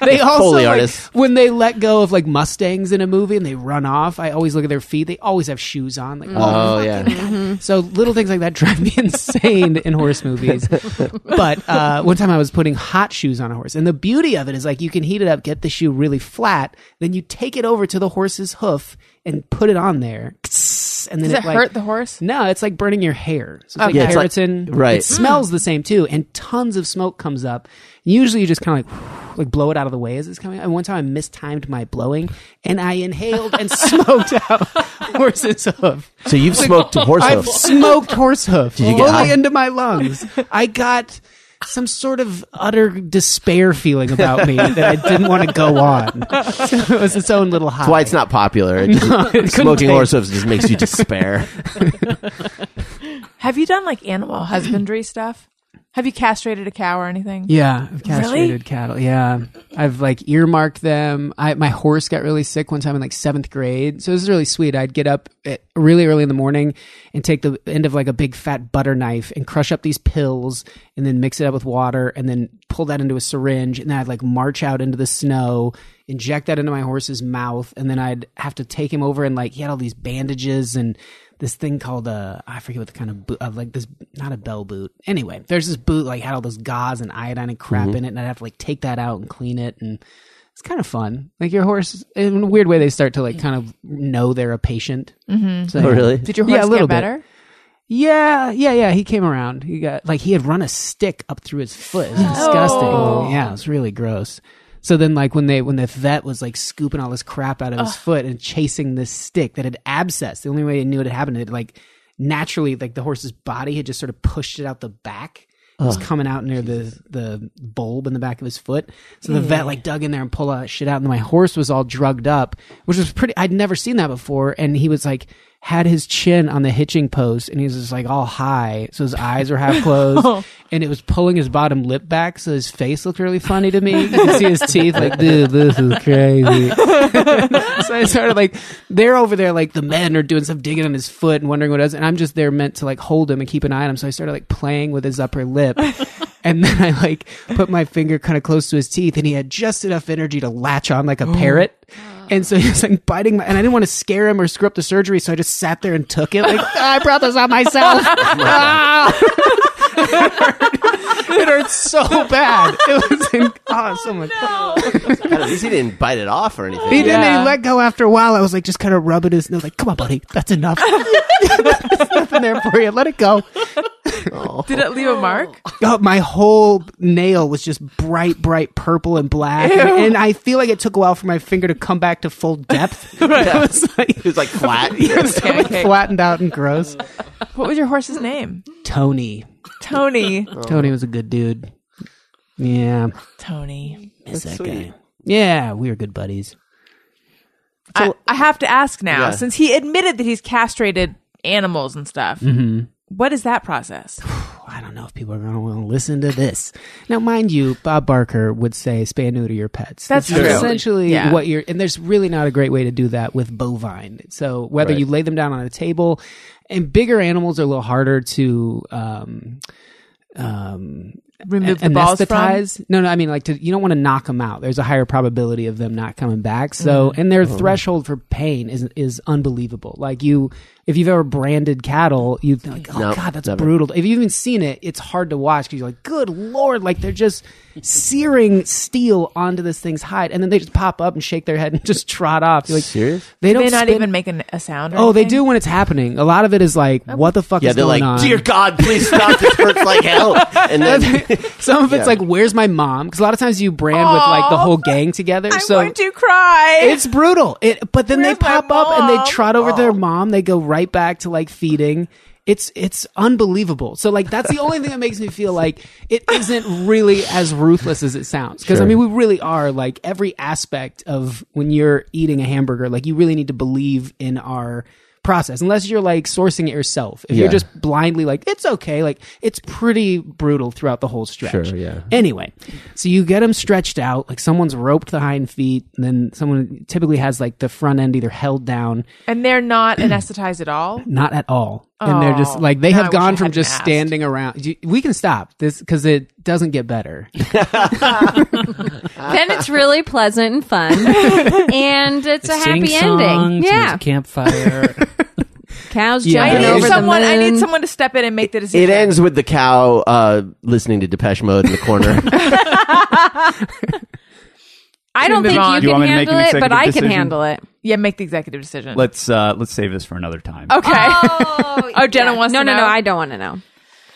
Speaker 4: they also
Speaker 1: Foley
Speaker 4: like,
Speaker 1: artists.
Speaker 4: when they let go of like Mustangs in a movie and they run off. I always look at their feet. They always have shoes on. Like, oh,
Speaker 1: Oh yeah.
Speaker 4: so little things like that drive me insane in horse movies. But uh, one time I was putting hot shoes on a horse, and the beauty of it is like you can heat it up, get the shoe really flat, then you take it over to the horse's hoof and put it on there, and then
Speaker 3: Does it
Speaker 4: like,
Speaker 3: hurt the horse?
Speaker 4: No, it's like burning your hair. So it's like
Speaker 1: Yeah, it's like-
Speaker 4: keratin.
Speaker 1: right.
Speaker 4: It smells the same too, and tons of smoke comes up. Usually, you just kind of like like blow it out of the way as it's coming. And one time, I mistimed my blowing, and I inhaled and smoked out horse's hoof.
Speaker 1: So you've smoked horse
Speaker 4: I've
Speaker 1: hoofs.
Speaker 4: smoked horse hoof
Speaker 1: you get
Speaker 4: fully
Speaker 1: high?
Speaker 4: into my lungs. I got some sort of utter despair feeling about me that I didn't want to go on. So it was its own little high.
Speaker 1: That's why it's not popular. It just-
Speaker 4: couldn't
Speaker 1: smoking
Speaker 4: take-
Speaker 1: horse hoofs just makes you despair.
Speaker 3: Have you done like animal husbandry stuff? Have you castrated a cow or anything?
Speaker 4: Yeah, I've
Speaker 3: Really?
Speaker 4: castrated cattle. Yeah, I've like earmarked them. I my horse got really sick one time in like seventh grade, so this is really sweet. I'd get up at really early in the morning and take the end of like a big fat butter knife and crush up these pills, and then mix it up with water, and then pull that into a syringe, and then I'd like march out into the snow, inject that into my horse's mouth, and then I'd have to take him over and like he had all these bandages and this thing called uh I forget what the kind of boot uh, like this not a bell boot. Anyway, there's this boot like had all this gauze and iodine and crap
Speaker 1: Mm-hmm.
Speaker 4: in it, and I'd have to like take that out and clean it, and it's kind of fun. Like your horse, in a weird way, they start to like kind of know they're a patient. Mm-hmm. So,
Speaker 1: Oh,
Speaker 4: yeah.
Speaker 1: really?
Speaker 3: Did your
Speaker 4: Yeah,
Speaker 3: horse
Speaker 4: a little
Speaker 3: get
Speaker 4: bit.
Speaker 3: better?
Speaker 4: Yeah, yeah, yeah. He came around. He got like he had run a stick up through his foot. It was
Speaker 3: Oh.
Speaker 4: disgusting. Yeah, it was really gross. So then, like when they when the vet was like scooping all this crap out of his foot and chasing this stick that had abscessed. The only way it knew it had happened, it like naturally like the horse's body had just sort of pushed it out the back. It was coming out near the the bulb in the back of his foot. So the vet like dug in there and pulled all that shit out, and my horse was all drugged up, which was pretty. I'd never seen that before, and he was like had his chin on the hitching post and he was just like all high. So his eyes were half closed and it was pulling his bottom lip back. So his face looked really funny to me. You could see his teeth like, dude, this is crazy. so I started like, they're over there like the men are doing stuff, digging on his foot and wondering what it is. And I'm just there meant to like hold him and keep an eye on him. So I started like playing with his upper lip. And then I like put my finger kind of close to his teeth, and he had just enough energy to latch on like a parrot. And so he was like biting my, and I didn't want to scare him or screw up the surgery, so I just sat there and took it. Like I brought this on myself. Ah! it, hurt. It hurt so bad. It was in, oh, so much.
Speaker 1: At least he didn't bite it off or anything.
Speaker 4: He didn't
Speaker 3: Yeah.
Speaker 4: he let go after a while. I was like, just kind of rubbing his nose, like, come on, buddy, that's enough. There's nothing there for you. Let it go.
Speaker 3: Did it leave a mark?
Speaker 4: Oh, my whole nail was just bright, bright purple and black, and, and I feel like it took a while for my finger to come back to full depth. It was like
Speaker 1: He was like flat.
Speaker 3: Okay.
Speaker 4: flattened out and gross.
Speaker 3: What was your horse's name?
Speaker 4: Tony,
Speaker 3: Tony.
Speaker 4: Tony was a good dude. Yeah,
Speaker 3: Tony.
Speaker 4: miss that guy. Yeah, we were good buddies.
Speaker 3: I, I have to ask now,
Speaker 1: Yeah.
Speaker 3: since he admitted that he's castrated animals and stuff. what is that process?
Speaker 4: I don't know if people are going to want to listen to this. Now, mind you, Bob Barker would say spay and neuter your pets.
Speaker 3: That's
Speaker 4: This is
Speaker 3: true.
Speaker 4: Essentially,
Speaker 3: Yeah.
Speaker 4: what you're and there's really not a great way to do that with bovine. So whether
Speaker 1: Right.
Speaker 4: you lay them down on a table, and bigger animals are a little harder to. Um, um,
Speaker 3: Remove the balls from?
Speaker 4: anesthetize. No, no, I mean like to, you don't want to knock them out. There's a higher probability of them not coming back. So,
Speaker 1: Mm-hmm.
Speaker 4: and their threshold for pain is is unbelievable. Like you, if you've ever branded cattle, you think, like, oh
Speaker 1: Nope,
Speaker 4: god, that's
Speaker 1: never.
Speaker 4: brutal. If you've even seen it, it's hard to watch because you're like, good lord, like they're just searing steel onto this thing's hide, and then they just pop up and shake their head and just trot off. You're like,
Speaker 1: Serious?
Speaker 4: They
Speaker 3: Do
Speaker 4: don't
Speaker 3: they not
Speaker 4: spin-
Speaker 3: even make an, a sound. Or
Speaker 4: Oh, they
Speaker 3: anything?
Speaker 4: do when it's happening. A lot of it is like,
Speaker 3: Oh.
Speaker 4: what the fuck
Speaker 1: Yeah,
Speaker 4: is
Speaker 1: they're
Speaker 4: going
Speaker 1: like,
Speaker 4: on?
Speaker 1: dear God, please stop. This hurts like hell. And then
Speaker 4: Some of it's
Speaker 1: Yeah.
Speaker 4: like, "Where's my mom?" Because a lot of times you brand with like the whole gang together.
Speaker 3: I'm
Speaker 4: so
Speaker 3: going to cry.
Speaker 4: it's brutal. It, but then
Speaker 3: Where's
Speaker 4: they
Speaker 3: my
Speaker 4: pop up and
Speaker 3: mom?
Speaker 1: Oh.
Speaker 4: they trot over their mom. They go right back to like feeding, it's it's unbelievable. So like that's the only thing that makes me feel like it isn't really as ruthless as it sounds. Because I mean, we really are like every aspect of when you're eating a hamburger, like you really need to believe in our process unless you're like sourcing it yourself if
Speaker 1: Yeah.
Speaker 4: you're just blindly like it's okay like it's pretty brutal throughout the whole stretch
Speaker 1: Sure, yeah.
Speaker 4: anyway so you get them stretched out like someone's roped the hind feet and then someone typically has like the front end either held down
Speaker 3: And they're not anesthetized at all.
Speaker 4: not at all and they're just
Speaker 3: Oh,
Speaker 4: like they
Speaker 3: now I
Speaker 4: have
Speaker 3: wish I
Speaker 4: gone from
Speaker 3: hadn't
Speaker 4: just
Speaker 3: asked.
Speaker 4: standing around You- we can stop this because it doesn't get better
Speaker 5: then it's really pleasant and fun, and it's a
Speaker 7: Sing
Speaker 5: happy
Speaker 7: songs,
Speaker 5: ending.
Speaker 7: there's
Speaker 5: Yeah,
Speaker 7: a campfire.
Speaker 5: cows
Speaker 4: Yeah.
Speaker 5: jumping
Speaker 1: It
Speaker 3: I
Speaker 5: over
Speaker 3: need
Speaker 1: is-
Speaker 3: someone.
Speaker 5: the
Speaker 3: I
Speaker 5: moon.
Speaker 3: need someone to step in and make the decision.
Speaker 1: It ends with the cow uh, listening to Depeche Mode in the corner.
Speaker 5: I don't
Speaker 3: Move
Speaker 5: think
Speaker 3: on.
Speaker 5: you
Speaker 3: Do
Speaker 6: you
Speaker 5: can
Speaker 6: want me to make
Speaker 5: handle
Speaker 6: an
Speaker 5: it,
Speaker 6: executive
Speaker 5: but I can
Speaker 6: decision?
Speaker 5: handle it.
Speaker 3: Yeah, make the executive decision.
Speaker 6: Let's uh, let's save this for another time.
Speaker 3: okay.
Speaker 5: Oh,
Speaker 3: Oh, Jenna wants
Speaker 5: no,
Speaker 3: to
Speaker 5: no,
Speaker 3: know?
Speaker 5: no. I don't want to know.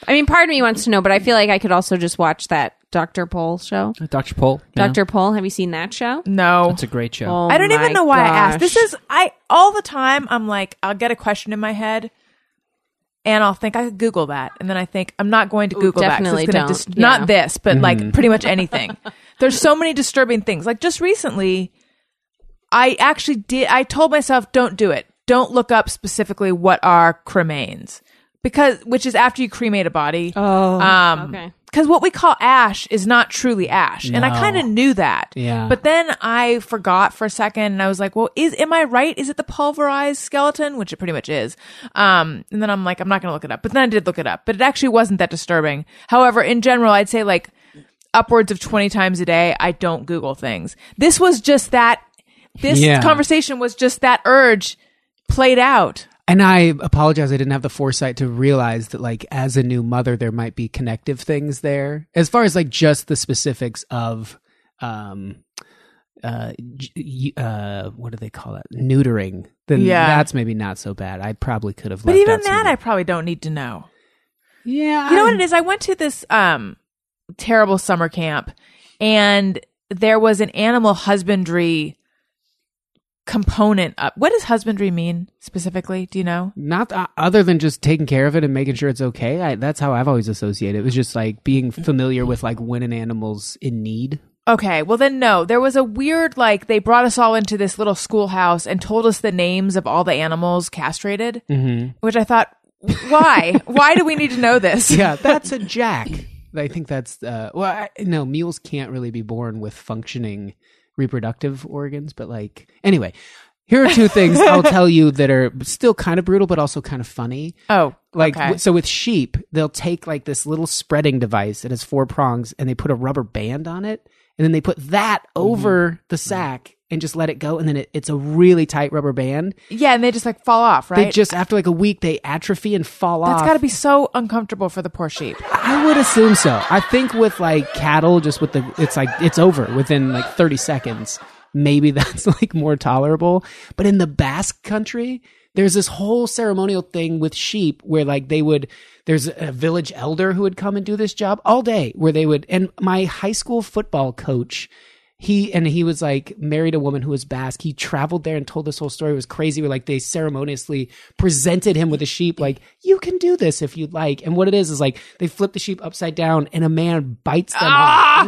Speaker 5: I mean, part of me wants to know, but I feel like I could also just watch that Doctor Pole show.
Speaker 7: Dr. Pole.
Speaker 5: Doctor Pole, have you seen that show?
Speaker 3: no.
Speaker 7: It's a great show.
Speaker 5: Oh
Speaker 3: I don't
Speaker 5: my
Speaker 3: even know why I asked. This
Speaker 5: gosh.
Speaker 3: is I all the time. I'm like, I'll get a question in my head, and I'll think I could Google that, and then I think I'm not going to Google
Speaker 5: definitely
Speaker 3: that. 'cause it's gonna
Speaker 5: don't.
Speaker 3: dis-
Speaker 5: Yeah.
Speaker 3: Not this, but like pretty much anything. There's so many disturbing things. Like just recently, I actually did. I told myself, don't do it. Don't look up specifically what are cremains because which is after you cremate a body. Oh, um,
Speaker 5: okay.
Speaker 3: Because what we call ash is not truly ash, and I
Speaker 7: No.
Speaker 3: kind of knew that.
Speaker 4: Yeah.
Speaker 3: But then I forgot for a second, and I was like, "Well, is am I right? Is it the pulverized skeleton, which it pretty much is?" Um, and then I'm like, "I'm not going to look it up." But then I did look it up, but it actually wasn't that disturbing. However, in general, I'd say like upwards of 20 times a day, I don't Google things. This was just that. This
Speaker 4: Yeah.
Speaker 3: conversation was just that urge played out.
Speaker 4: And I apologize. I didn't have the foresight to realize that, like, as a new mother, there might be connective things there, as far as like just the specifics of, um, uh, j- y- uh, what do they call it? Neutering. Then
Speaker 3: Yeah.
Speaker 4: that's maybe not so bad. I probably could have.
Speaker 3: But
Speaker 4: left
Speaker 3: even
Speaker 4: out some
Speaker 3: that,
Speaker 4: of
Speaker 3: I
Speaker 4: it.
Speaker 3: probably don't need to know.
Speaker 4: yeah.
Speaker 3: You know what it is? I went to this um terrible summer camp and there was an animal husbandry component up. What does husbandry mean specifically? Do you know?
Speaker 4: Not uh, other than just taking care of it and making sure it's okay. I, that's how I've always associated. It was just like being familiar with like when an animal's in need.
Speaker 3: Okay, well then no. There was a weird like they brought us all into this little schoolhouse and told us the names of all the animals castrated,
Speaker 4: Mm-hmm.
Speaker 3: which I thought why? why do we need to know this?
Speaker 4: yeah, that's a jack. I think that's uh, well. I, no, mules can't really be born with functioning reproductive organs, but like anyway, here are two things I'll tell you that are still kind of brutal, but also kind of funny.
Speaker 3: Oh,
Speaker 4: Like
Speaker 3: okay.
Speaker 4: w- so, with sheep, they'll take like this little spreading device that has four prongs, and they put a rubber band on it, and then they put that
Speaker 3: Mm-hmm.
Speaker 4: over the sack and just let it go, and then it, it's a really tight rubber band.
Speaker 3: yeah, and they just like fall off, right?
Speaker 4: They just after like a week, they atrophy and fall off.
Speaker 3: That's got to be so uncomfortable for the poor sheep.
Speaker 4: I would assume so. I think with like cattle, just with the, it's like it's over within like thirty seconds. Maybe that's like more tolerable. But in the Basque country, there's this whole ceremonial thing with sheep where like they would. There's a village elder who would come and do this job all day, where they would. And my high school football coach he and he was like married a woman who was Basque. He traveled there and told this whole story. It was crazy. Where like they ceremoniously presented him with a sheep, like you can do this if you'd like. And what it is is like they flip the sheep upside down and a man bites them off.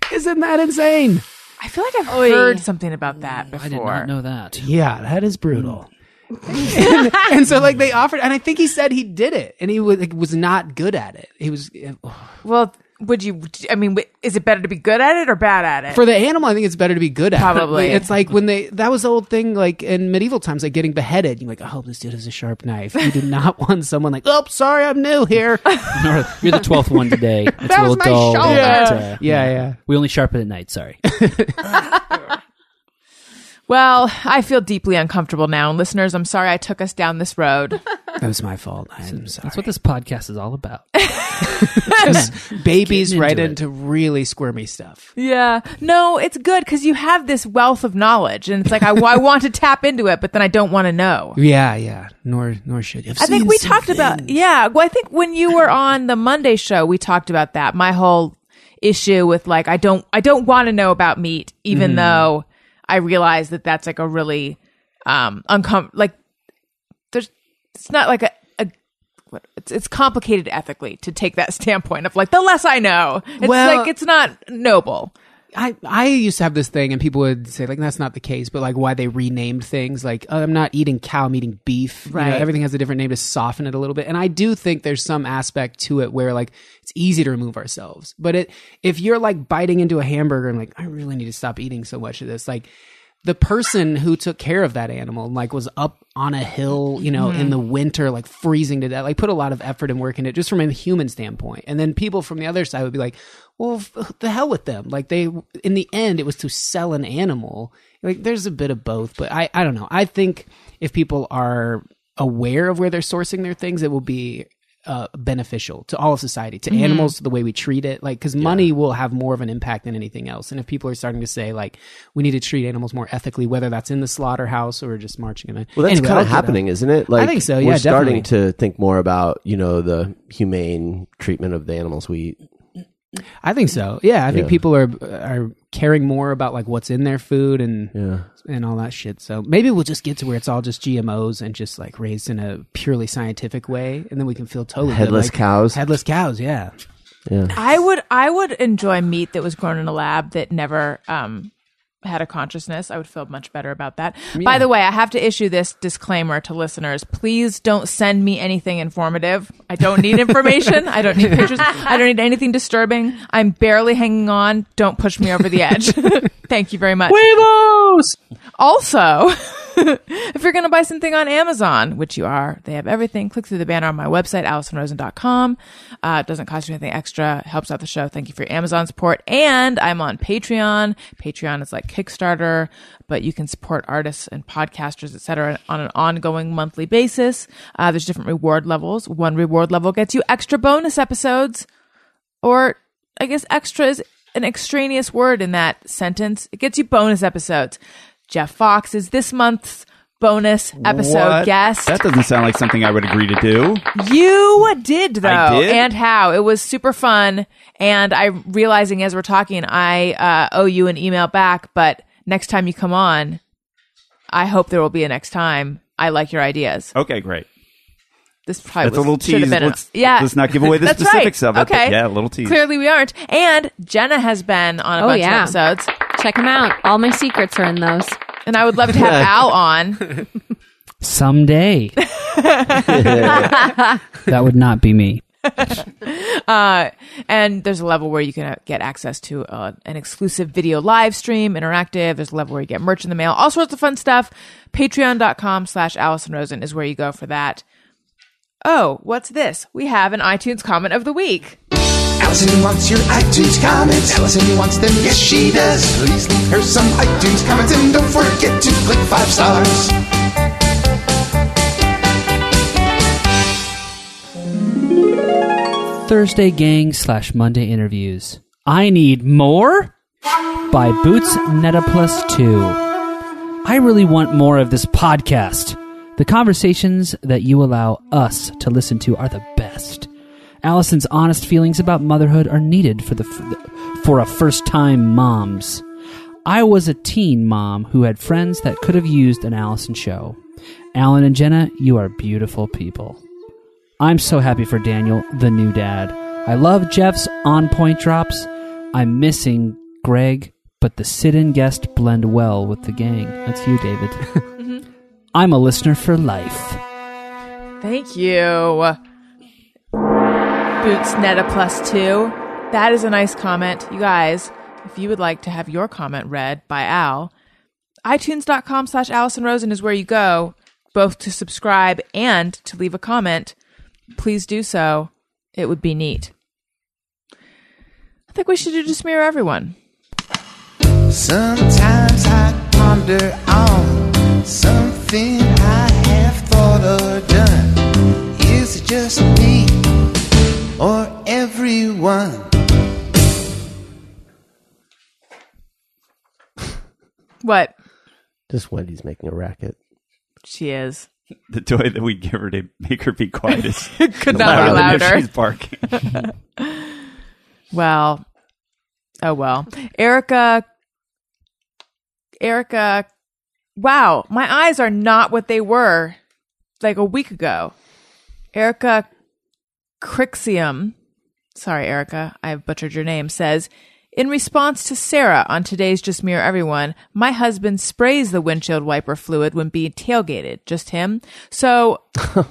Speaker 4: Isn't that insane?
Speaker 3: I feel like I've heard something about that before.
Speaker 7: I did not know that.
Speaker 4: Yeah, that is brutal. and, and so like they offered, and I think he said he did it, and he was like, was not good at it. He was uh,
Speaker 3: Well, would you? I mean, w- is it better to be good at it or bad at it?
Speaker 4: for the animal, I think it's better to be good at. it.
Speaker 3: Probably.
Speaker 4: Like, it's like when they that was the old thing, like in medieval times, like getting beheaded. You're like, I hope this dude has a sharp knife. You do not want someone like, oh, sorry, I'm new here.
Speaker 7: You're the 12th one today. It's a little
Speaker 4: was my
Speaker 7: dull.
Speaker 4: shoulder.
Speaker 7: but, uh,
Speaker 4: Yeah, yeah.
Speaker 7: We only sharpen at night. Sorry.
Speaker 3: well, I feel deeply uncomfortable now, and listeners, I'm sorry I took us down this road.
Speaker 4: That was my fault. I'm sorry.
Speaker 7: That's what this podcast is all about.
Speaker 4: Babies
Speaker 7: Getting into
Speaker 4: right
Speaker 7: it.
Speaker 4: into really squirmy stuff.
Speaker 3: yeah, no, it's good because you have this wealth of knowledge, and it's like I, I want to tap into it, but then I don't want to know.
Speaker 4: Yeah, yeah. Nor nor should you. I've
Speaker 3: I think
Speaker 4: seen
Speaker 3: we
Speaker 4: some
Speaker 3: talked about yeah. Well, I think when you were on the Monday show, we talked about that. My whole issue with like I don't I don't want to know about meat, even
Speaker 4: Mm-hmm.
Speaker 3: though I realize that that's like a really um uncom like there's it's not like a, a what it's, it's complicated ethically to take that standpoint of like the less I know. It's
Speaker 4: Well-
Speaker 3: like it's not noble.
Speaker 4: I, I used to have this thing, and people would say like that's not the case, but like why they renamed things like oh, I'm not eating cow, I'm eating beef. You know,
Speaker 3: Right.
Speaker 4: everything has a different name to soften it a little bit. And I do think there's some aspect to it where like it's easy to remove ourselves, but it if you're like biting into a hamburger and like I really need to stop eating so much of this, like the person who took care of that animal like was up on a hill you know in the winter like freezing to death like put a lot of effort and work in it just from a human standpoint and then people from the other side would be like well f- the hell with them like they in the end it was to sell an animal like there's a bit of both but i i don't know i think if people are aware of where they're sourcing their things it will be uh, beneficial to all of society,
Speaker 1: Mm-hmm.
Speaker 4: to animals, to the way we treat it. Like, because money will have more of an impact than anything else. And if people are starting to say, like, we need to treat animals more ethically, whether that's in the slaughterhouse or just marching them in.
Speaker 1: Well, that's
Speaker 4: Anyway,
Speaker 1: kind
Speaker 4: I'll
Speaker 1: of
Speaker 4: get
Speaker 1: happening,
Speaker 4: off.
Speaker 1: isn't it? Like,
Speaker 4: think so,
Speaker 1: we're
Speaker 4: yeah,
Speaker 1: starting
Speaker 4: definitely.
Speaker 1: to think more about you know the humane treatment of the animals we eat.
Speaker 4: I think so. Yeah, I think
Speaker 1: Yeah.
Speaker 4: people are are caring more about like what's in their food and
Speaker 1: Yeah.
Speaker 4: and all that shit. So maybe we'll just get to where it's all just GMOs and just like raised in a purely scientific way, and then we can feel totally good,
Speaker 1: Headless
Speaker 4: like,
Speaker 1: cows.
Speaker 4: Headless cows. Yeah.
Speaker 3: I would I would enjoy meat that was grown in a lab that never um had a consciousness. I would feel much better about that. By the way, I have to issue this disclaimer to listeners. Please don't send me anything informative. I don't need information. I don't need pictures. I don't need anything disturbing. I'm barely hanging on. Don't push me over the edge. Thank you very much. Also, if you're going to buy something on Amazon, which you are, they have everything. Click through the banner on my website, AllisonRosen.com. Uh, it doesn't cost you anything extra. It helps out the show. Thank you for your Amazon support. And I'm on Patreon. Patreon is like Kickstarter, but you can support artists and podcasters, et cetera, on an ongoing monthly basis. Uh, there's different reward levels. One reward level gets you extra bonus episodes or I guess extra is an extraneous word in that sentence. It gets you bonus episodes. Jeff Fox is this month's bonus episode
Speaker 6: What?
Speaker 3: guest.
Speaker 6: That doesn't sound like something I would agree to do.
Speaker 3: you did though,
Speaker 6: I did?
Speaker 3: and how it was super fun. And I realizing as we're talking, I uh, owe you an email back. But next time you come on, I hope there will be a next time. I like your ideas.
Speaker 6: Okay, great.
Speaker 3: This probably
Speaker 6: That's
Speaker 3: was,
Speaker 6: a little
Speaker 3: should have
Speaker 6: tease.
Speaker 3: Been a-
Speaker 6: Let's,
Speaker 3: yeah,
Speaker 6: let's not give away the
Speaker 3: That's
Speaker 6: specifics
Speaker 3: right.
Speaker 6: of it. but
Speaker 3: Okay.
Speaker 6: Yeah, a little tease.
Speaker 3: Clearly, we aren't. And Jenna has been on a
Speaker 5: Oh,
Speaker 3: bunch
Speaker 5: yeah.
Speaker 3: of episodes,
Speaker 5: Check them out. All my secrets are in those.
Speaker 3: and I would love to have Al on.
Speaker 7: Someday. that would not be me.
Speaker 3: Uh, and there's a level where you can uh, get access to uh, an exclusive video live stream, interactive. There's a level where you get merch in the mail, all sorts of fun stuff. Patreon.com slash Allison Rosen is where you go for that. Oh, what's this? We have an iTunes comment of the week.
Speaker 8: Allison wants your iTunes comments. Allison wants them, yes she does. Please leave her some iTunes comments and don't forget to click five stars.
Speaker 7: Thursday Gang slash Monday Interviews. I Need More by Boots Netaplus 2. I really want more of this podcast. The conversations that you allow us to listen to are the best. Allison's honest feelings about motherhood are needed for the f- for a first time mom's. I was a teen mom who had friends that could have used an Allison show. Alan and Jenna, you are beautiful people. I'm so happy for Daniel, the new dad. I love Jeff's on point drops. I'm missing Greg, but the sit in guest blend well with the gang. That's you, David. Mm-hmm. I'm a listener for life.
Speaker 3: Thank you. Boots Netta plus two. That is a nice comment. You guys, if you would like to have your comment read by Al, iTunes.com slash Allison Rosen is where you go, both to subscribe and to leave a comment. Please do so. It would be neat. I think we should do just mirror everyone.
Speaker 8: Sometimes I ponder on something I have thought or done. Is it just me or everyone?
Speaker 3: What?
Speaker 1: Just Wendy's making a racket.
Speaker 3: She is.
Speaker 6: the toy that we give her to make her be quiet is
Speaker 3: Could not be
Speaker 6: louder than
Speaker 3: louder.
Speaker 6: She's barking.
Speaker 3: Well, oh well. Erica, Erica, wow, my eyes are not what they were like a week ago. Erica Crixium, sorry, Erica, I have butchered your name, says, in response to Sarah on today's Just Mirror Everyone, my husband sprays the windshield wiper fluid when being tailgated. Just him. So,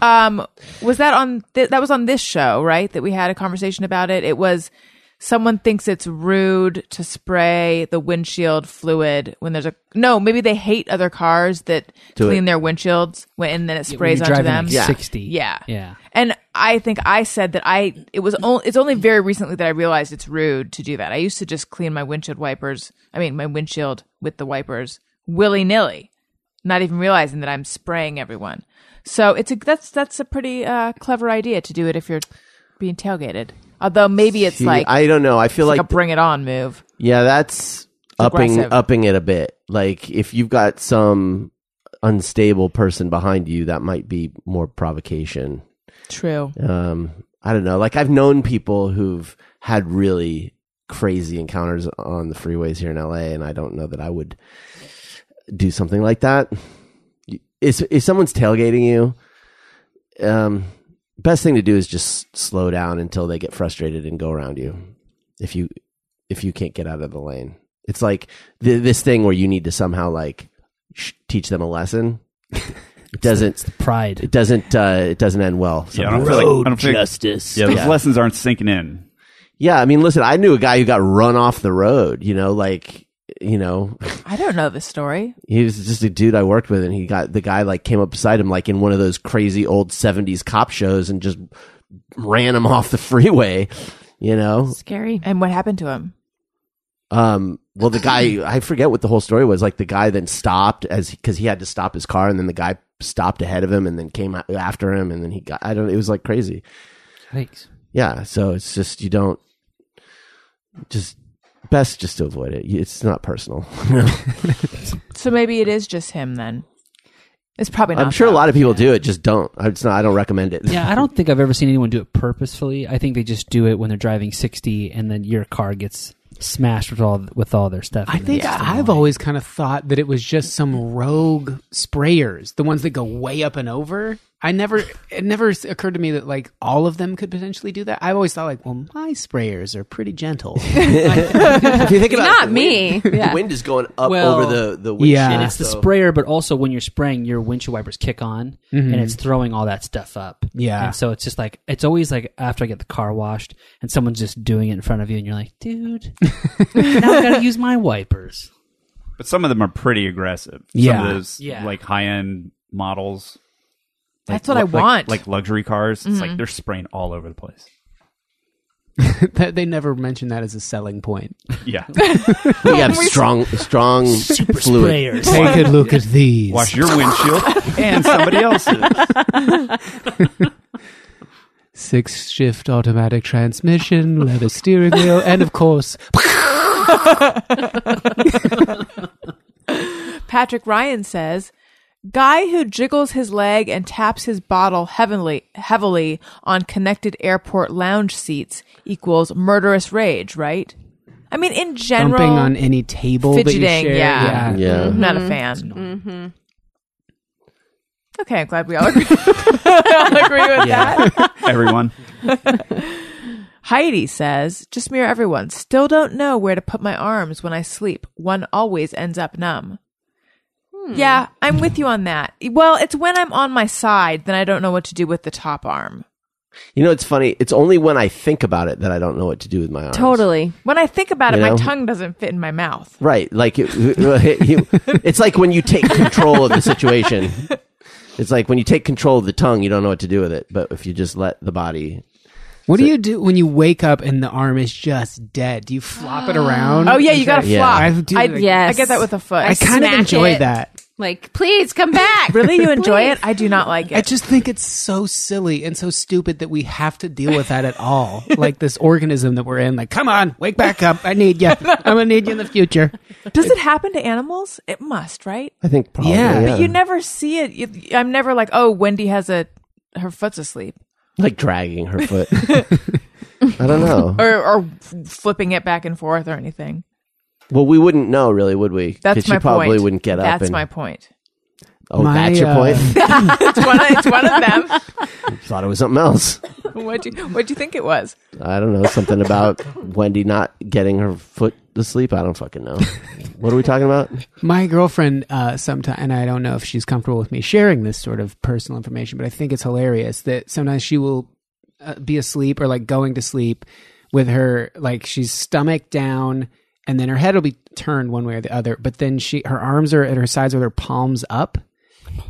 Speaker 3: um, was that on, th- that was on this show, right? That we had a conversation about it. It was someone thinks it's rude to spray the windshield fluid when there's a, no, maybe they hate other cars that
Speaker 1: Do it.
Speaker 3: clean their windshields when, and then it
Speaker 7: When
Speaker 3: sprays
Speaker 7: you're
Speaker 3: onto
Speaker 7: driving
Speaker 3: them.
Speaker 7: like
Speaker 1: Yeah.
Speaker 7: 60.
Speaker 3: Yeah.
Speaker 7: Yeah.
Speaker 3: And I think I said that I it was only it's only very recently that I realized it's rude to do that. I used to just clean my windshield wipers. I mean, my windshield with the wipers willy nilly, not even realizing that I'm spraying everyone. So it's a that's that's a pretty uh, clever idea to do it if you're being tailgated. Although maybe it's
Speaker 1: Gee,
Speaker 3: like
Speaker 1: I don't know. I feel
Speaker 3: it's like,
Speaker 1: like
Speaker 3: a bring it on move.
Speaker 1: Yeah, that's upping
Speaker 3: aggressive.
Speaker 1: upping it a bit. Like if you've got some unstable person behind you, that might be more provocation.
Speaker 3: True.
Speaker 1: Um, I don't know. Like I've known people who've had really crazy encounters on the freeways here in LA, and I don't know that I would do something like that. If if someone's tailgating you, um, best thing to do is just slow down until they get frustrated and go around you. If you if you can't get out of the lane, it's like th- this thing where you need to somehow like sh- teach them a lesson. It doesn't
Speaker 7: Pride.
Speaker 1: it doesn't uh, it doesn't end well.
Speaker 6: Yeah, I don't
Speaker 1: sometimes.
Speaker 6: feel like- I don't feel like-
Speaker 1: justice.
Speaker 6: Yeah,
Speaker 1: Yeah,
Speaker 6: those
Speaker 1: yeah.
Speaker 6: lessons aren't sinking in.
Speaker 1: I mean, listen, I knew a guy who got run off the road. You know, like you know,
Speaker 3: I don't know this story.
Speaker 1: he was just a dude I worked with, and he got the guy like came up beside him like in one of those crazy old seventies cop shows and just ran him off the freeway. You know,
Speaker 5: Scary.
Speaker 3: And what happened to him?
Speaker 1: Um, well, the guy, I forget what the whole story was. Like the guy then stopped as because he had to stop his car, and then the guy stopped ahead of him, and then came a- after him, and then he got. I don't. It was like crazy.
Speaker 7: Yikes.
Speaker 1: Yeah. So it's just you don't. Just best just to avoid it. You- It's not personal.
Speaker 3: So maybe it is just him then. It's probably not.
Speaker 1: I'm sure a
Speaker 3: though.
Speaker 1: lot of people do it. Just don't. I- It's not. I don't recommend it.
Speaker 7: Yeah, I don't think I've ever seen anyone do it purposefully. I think they just do it when they're driving 60 and then your car gets smashed with all with all their stuff.
Speaker 4: I
Speaker 7: and then
Speaker 4: think
Speaker 7: it's just
Speaker 4: I've
Speaker 7: annoying.
Speaker 4: always kind of thought that it was just some rogue sprayers, the ones that go way up and over. I never, it never s- occurred to me that like all of them could potentially do that. I always thought like, well, my sprayers are pretty gentle.
Speaker 1: if you think about
Speaker 5: Not
Speaker 1: it, the wind-
Speaker 5: me. Yeah.
Speaker 1: The wind is going up
Speaker 7: Well,
Speaker 1: over the the windshield.
Speaker 4: yeah.
Speaker 7: and it's the
Speaker 1: so-
Speaker 7: sprayer, but also when you're spraying, your windshield wipers kick on, and it's throwing all that stuff up.
Speaker 4: Mm-hmm. Yeah.
Speaker 7: and so it's just like it's always like after I get the car washed, and someone's just doing it in front of you, and you're like, dude, now I gotta use my wipers.
Speaker 6: But some of them are pretty aggressive. Some
Speaker 4: Yeah.
Speaker 6: of those
Speaker 7: Yeah.
Speaker 6: like high end models.
Speaker 3: That's
Speaker 6: like,
Speaker 3: what I
Speaker 6: lu- like-
Speaker 3: want. Mm-hmm.
Speaker 6: Like, luxury cars. It's like they're spraying all over the place.
Speaker 4: That- they never mention that as a selling point.
Speaker 6: Yeah.
Speaker 1: we have strong strong
Speaker 7: Super
Speaker 1: fluid.
Speaker 7: sprayers.
Speaker 4: Take a look at these.
Speaker 6: Wash your windshield and somebody else's.
Speaker 4: Six shift automatic transmission, leather steering wheel, and of course,
Speaker 3: Patrick Ryan says, "Guy who jiggles his leg and taps his bottle heavily, heavily on connected airport lounge seats equals murderous rage, right? I mean, in general,
Speaker 4: dumping on any table that
Speaker 3: fidgeting,
Speaker 4: you share.
Speaker 3: yeah.
Speaker 1: Yeah.
Speaker 3: I'm not a fan. Okay, I'm glad we all agree, all agree with that."
Speaker 6: Everyone.
Speaker 3: Heidi says, just mirror everyone. Still don't know where to put my arms when I sleep. One always ends up numb. Yeah, I'm with you on that. Well, it's when I'm on my side, then I don't know what to do with the top arm.
Speaker 1: You know, it's funny. It's only when I think about it that I don't know what to do with my arms.
Speaker 5: Totally.
Speaker 3: When I think about it,
Speaker 1: You know?
Speaker 3: my tongue doesn't fit in my mouth.
Speaker 1: Right. Like, it, it's like when you take control of the situation. It's like when you take control of the tongue, you don't know what to do with it. But if you just let the body.
Speaker 4: What do you do when you wake up and the arm is just dead? Do you flop it around?
Speaker 3: Oh, yeah, you got to
Speaker 1: Yeah.
Speaker 3: flop.
Speaker 4: I've- dude,
Speaker 3: I,
Speaker 4: like-
Speaker 3: I
Speaker 5: Yes.
Speaker 3: get that with a foot.
Speaker 4: I kind of
Speaker 5: smack
Speaker 4: enjoy
Speaker 5: it.
Speaker 4: that.
Speaker 5: Like, please come back.
Speaker 3: really? You enjoy it?
Speaker 5: Please.
Speaker 3: I do not like it.
Speaker 4: I just think it's so silly and so stupid that we have to deal with that at all. like this organism that we're in. Like, come on, wake back up. I need you. I'm gonna need you in the future.
Speaker 3: Does it happen to animals? It must, right?
Speaker 1: I think probably.
Speaker 4: Yeah.
Speaker 1: Yeah.
Speaker 4: But
Speaker 3: You never see it. You- I'm never like, oh, Wendy has a, her foot's asleep.
Speaker 1: like dragging her foot. I don't know.
Speaker 3: Or, or f- flipping it back and forth or anything.
Speaker 1: Well, we wouldn't know, really, would we? 'Cause
Speaker 3: That's
Speaker 1: she
Speaker 3: my
Speaker 1: probably
Speaker 3: point.
Speaker 1: wouldn't get up.
Speaker 3: That's
Speaker 1: and,
Speaker 3: my point.
Speaker 1: Oh,
Speaker 4: My,
Speaker 1: that's your
Speaker 4: uh,
Speaker 1: point?
Speaker 3: It's one, it's one of them.
Speaker 1: Thought it was something else.
Speaker 3: what do you, what do you think it was?
Speaker 1: I don't know something about Wendy not getting her foot to sleep. I don't fucking know. What are we talking about?
Speaker 4: My girlfriend, uh, sometimes, and I don't know if she's comfortable with me sharing this sort of personal information, but I think it's hilarious that sometimes she will uh, be asleep or like going to sleep with her, like she's stomach down, and then her head will be turned one way or the other, but then she, her arms are at her sides with her palms up.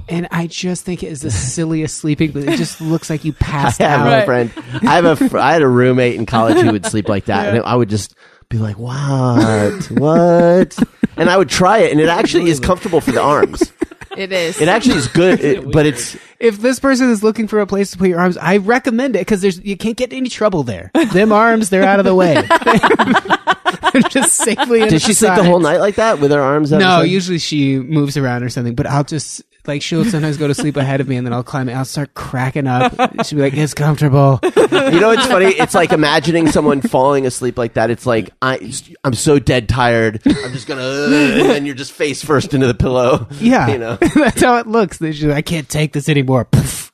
Speaker 4: And I just think it is the silliest sleeping, but it just looks like you passed
Speaker 1: I have
Speaker 4: out.
Speaker 1: a friend. I have a. Fr- I had a roommate in college who would sleep like that, and I would just be like, "What? what?" And I would try it, and it actually is comfortable for the arms.
Speaker 3: It is.
Speaker 1: It actually is good, it, but it's
Speaker 4: If this person is looking for a place to put your arms, I recommend it because there's you can't get any trouble there. Them arms, they're out of the way. They're just safely.
Speaker 1: Did she sleep the whole night like that with her arms? out?
Speaker 4: No, usually she moves around or something. But I'll just like she'll sometimes go to sleep ahead of me, and then I'll climb. I'll start cracking up. She'll be like, "It's comfortable."
Speaker 1: You know what's funny? It's like imagining someone falling asleep like that. It's like I, I'm so dead tired. I'm just gonna, uh, and then you're just face first into the pillow.
Speaker 4: Yeah,
Speaker 1: you know.
Speaker 4: that's how it looks. They just, I can't take this anymore. Poof,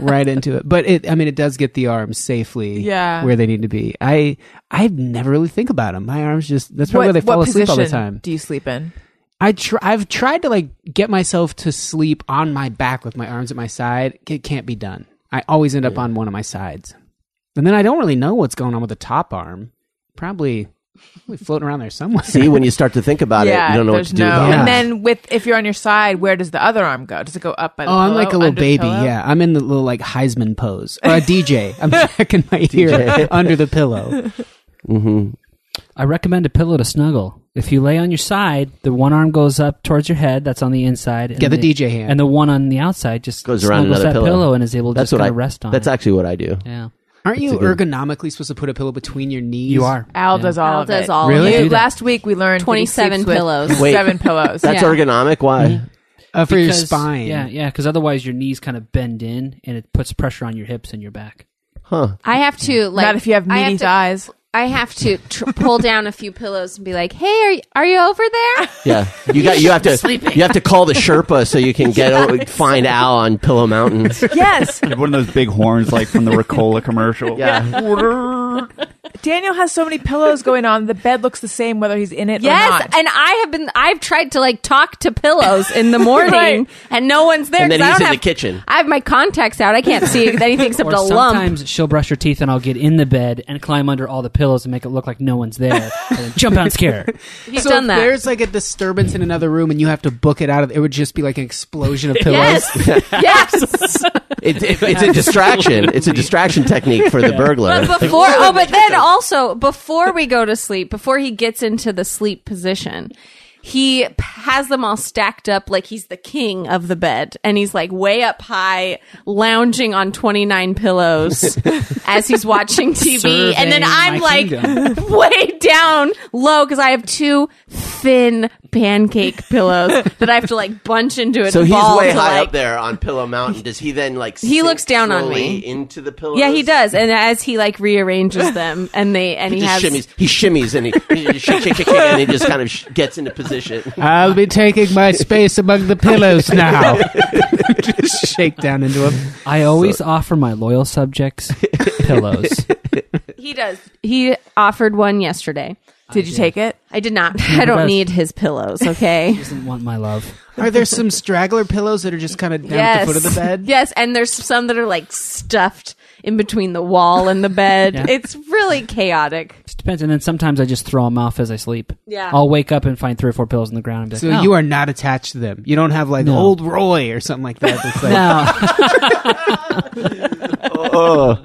Speaker 4: right into it. But it, I mean, it does get the arms safely
Speaker 3: Yeah.
Speaker 4: where they need to be. I I never really think about them. My arms just that's probably why they fall asleep all the time.
Speaker 3: do you sleep in?
Speaker 4: I tr- I've tried to like get myself to sleep on my back with my arms at my side. It can't be done. I always end up on one of my sides, and then I don't really know what's going on with the top arm. Probably, probably floating around there somewhere.
Speaker 1: See, when you start to think about it, you don't know what
Speaker 3: there's
Speaker 1: to do.
Speaker 3: no-
Speaker 1: about it.
Speaker 4: Yeah.
Speaker 3: And then with if you're on your side, where does the other arm go? Does it go up by the
Speaker 4: Oh, I'm
Speaker 3: pillow,
Speaker 4: like a little
Speaker 3: under the
Speaker 4: baby.
Speaker 3: pillow?
Speaker 4: Yeah, I'm in the little like Heisman pose or a DJ. I'm back in my ear under the pillow.
Speaker 7: I recommend a pillow to snuggle. If you lay on your side, the one arm goes up towards your head. That's on the inside. And
Speaker 4: Get the DJ hand.
Speaker 7: and the one on the outside just
Speaker 1: Goes around
Speaker 7: snuggles
Speaker 1: another
Speaker 7: that
Speaker 1: pillow.
Speaker 7: and is able to
Speaker 1: That's
Speaker 7: just
Speaker 1: what I
Speaker 7: kind of rest on.
Speaker 1: That's
Speaker 7: it.
Speaker 1: actually what I do.
Speaker 7: yeah,
Speaker 4: Aren't you
Speaker 1: a good-
Speaker 4: ergonomically supposed to put a pillow between your knees?
Speaker 7: you are.
Speaker 3: Al
Speaker 7: Yeah.
Speaker 3: does all
Speaker 5: Al
Speaker 3: of
Speaker 5: does
Speaker 3: it.
Speaker 5: all of
Speaker 4: Really?
Speaker 3: You-
Speaker 4: I do that.
Speaker 3: last week we learned that he
Speaker 5: 27
Speaker 3: sleeps with
Speaker 5: pillows.
Speaker 1: Wait.
Speaker 3: seven pillows.
Speaker 1: That's
Speaker 5: Yeah.
Speaker 1: ergonomic. Why?
Speaker 4: Uh, for your
Speaker 7: Because-
Speaker 4: spine.
Speaker 7: Yeah, yeah. Because otherwise, your knees kind of bend in, and it puts pressure on your hips and your back.
Speaker 1: Huh?
Speaker 5: I have to like
Speaker 3: Not if you have
Speaker 5: I
Speaker 3: meaty
Speaker 5: to-
Speaker 3: thighs.
Speaker 5: I have to tr- pull down a few pillows and be like, "Hey, are you, are you over there?"
Speaker 1: Yeah. You got. You have to. You have to call the Sherpa so you can get o- find Al on Pillow Mountain.
Speaker 3: yes,
Speaker 6: One of those big horns, like from the Ricola commercial.
Speaker 1: Yeah.
Speaker 3: Daniel has so many pillows going on. The bed looks the same whether he's in it or
Speaker 5: Yes,
Speaker 3: not.
Speaker 5: and I have been. I've tried to like talk to pillows in the morning,
Speaker 3: Right.
Speaker 5: and no one's there.
Speaker 1: And then
Speaker 5: 'cause I
Speaker 1: he's
Speaker 5: don't
Speaker 1: in
Speaker 5: have-
Speaker 1: the kitchen.
Speaker 5: I have my contacts out. I can't see anything except
Speaker 7: Or
Speaker 5: a lump.
Speaker 7: sometimes she'll brush her teeth, and I'll get in the bed and climb under all the pillows and make it look like no one's there, and then jump out and scare. her.
Speaker 5: You've
Speaker 4: so
Speaker 5: done
Speaker 4: if
Speaker 5: that.
Speaker 4: there's like a disturbance in another room and you have to book it out of it would just be like an explosion of pillows
Speaker 5: yes, yes.
Speaker 1: It, it- it's a distraction. It's a distraction technique for the burglar.
Speaker 5: But before, oh, but then also before we go to sleep, before he gets into the sleep position, he p- has them all stacked up like he's the king of the bed, and he's like way up high, lounging on twenty nine pillows as he's watching TV, and
Speaker 4: Surveying
Speaker 5: then I'm
Speaker 4: my
Speaker 5: like way down low because I have two thin pancake pillows that I have to like bunch into a
Speaker 1: So he's
Speaker 5: ball
Speaker 1: way
Speaker 5: to,
Speaker 1: high
Speaker 5: like,
Speaker 1: up there on Pillow Mountain. Does he then like?
Speaker 5: He
Speaker 1: sink
Speaker 5: looks down on
Speaker 1: slowly
Speaker 5: me.
Speaker 1: into the pillow.
Speaker 5: Yeah, he does, and as he like rearranges them, and they and he,
Speaker 1: He
Speaker 5: has
Speaker 1: just shimmies. He shimmies and he, he just shake, shake, shake, shake, and he just kind of sh- gets into position.
Speaker 4: i'll be taking my space among the pillows now just shake down into them
Speaker 7: I always offer my loyal subjects pillows.
Speaker 5: He does. He offered one yesterday.
Speaker 3: Did you take it?
Speaker 5: I did not. I
Speaker 7: does.
Speaker 5: don't need his pillows, okay?
Speaker 7: Doesn't want my love.
Speaker 4: are there some straggler pillows that are just kind of down at
Speaker 5: yes.
Speaker 4: the foot of the bed
Speaker 5: Yes, and there's some that are like stuffed in between the wall and the bed.
Speaker 7: Yeah.
Speaker 5: It's really chaotic.
Speaker 7: Just depends. And then sometimes I just throw them off as I sleep.
Speaker 5: Yeah.
Speaker 7: I'll wake up and find three or four pillows on the ground. And be like,
Speaker 4: so
Speaker 7: "Oh."
Speaker 4: you are not attached to them you don't have like
Speaker 7: No.
Speaker 4: old roy or something like that that's like
Speaker 7: No,
Speaker 1: Oh,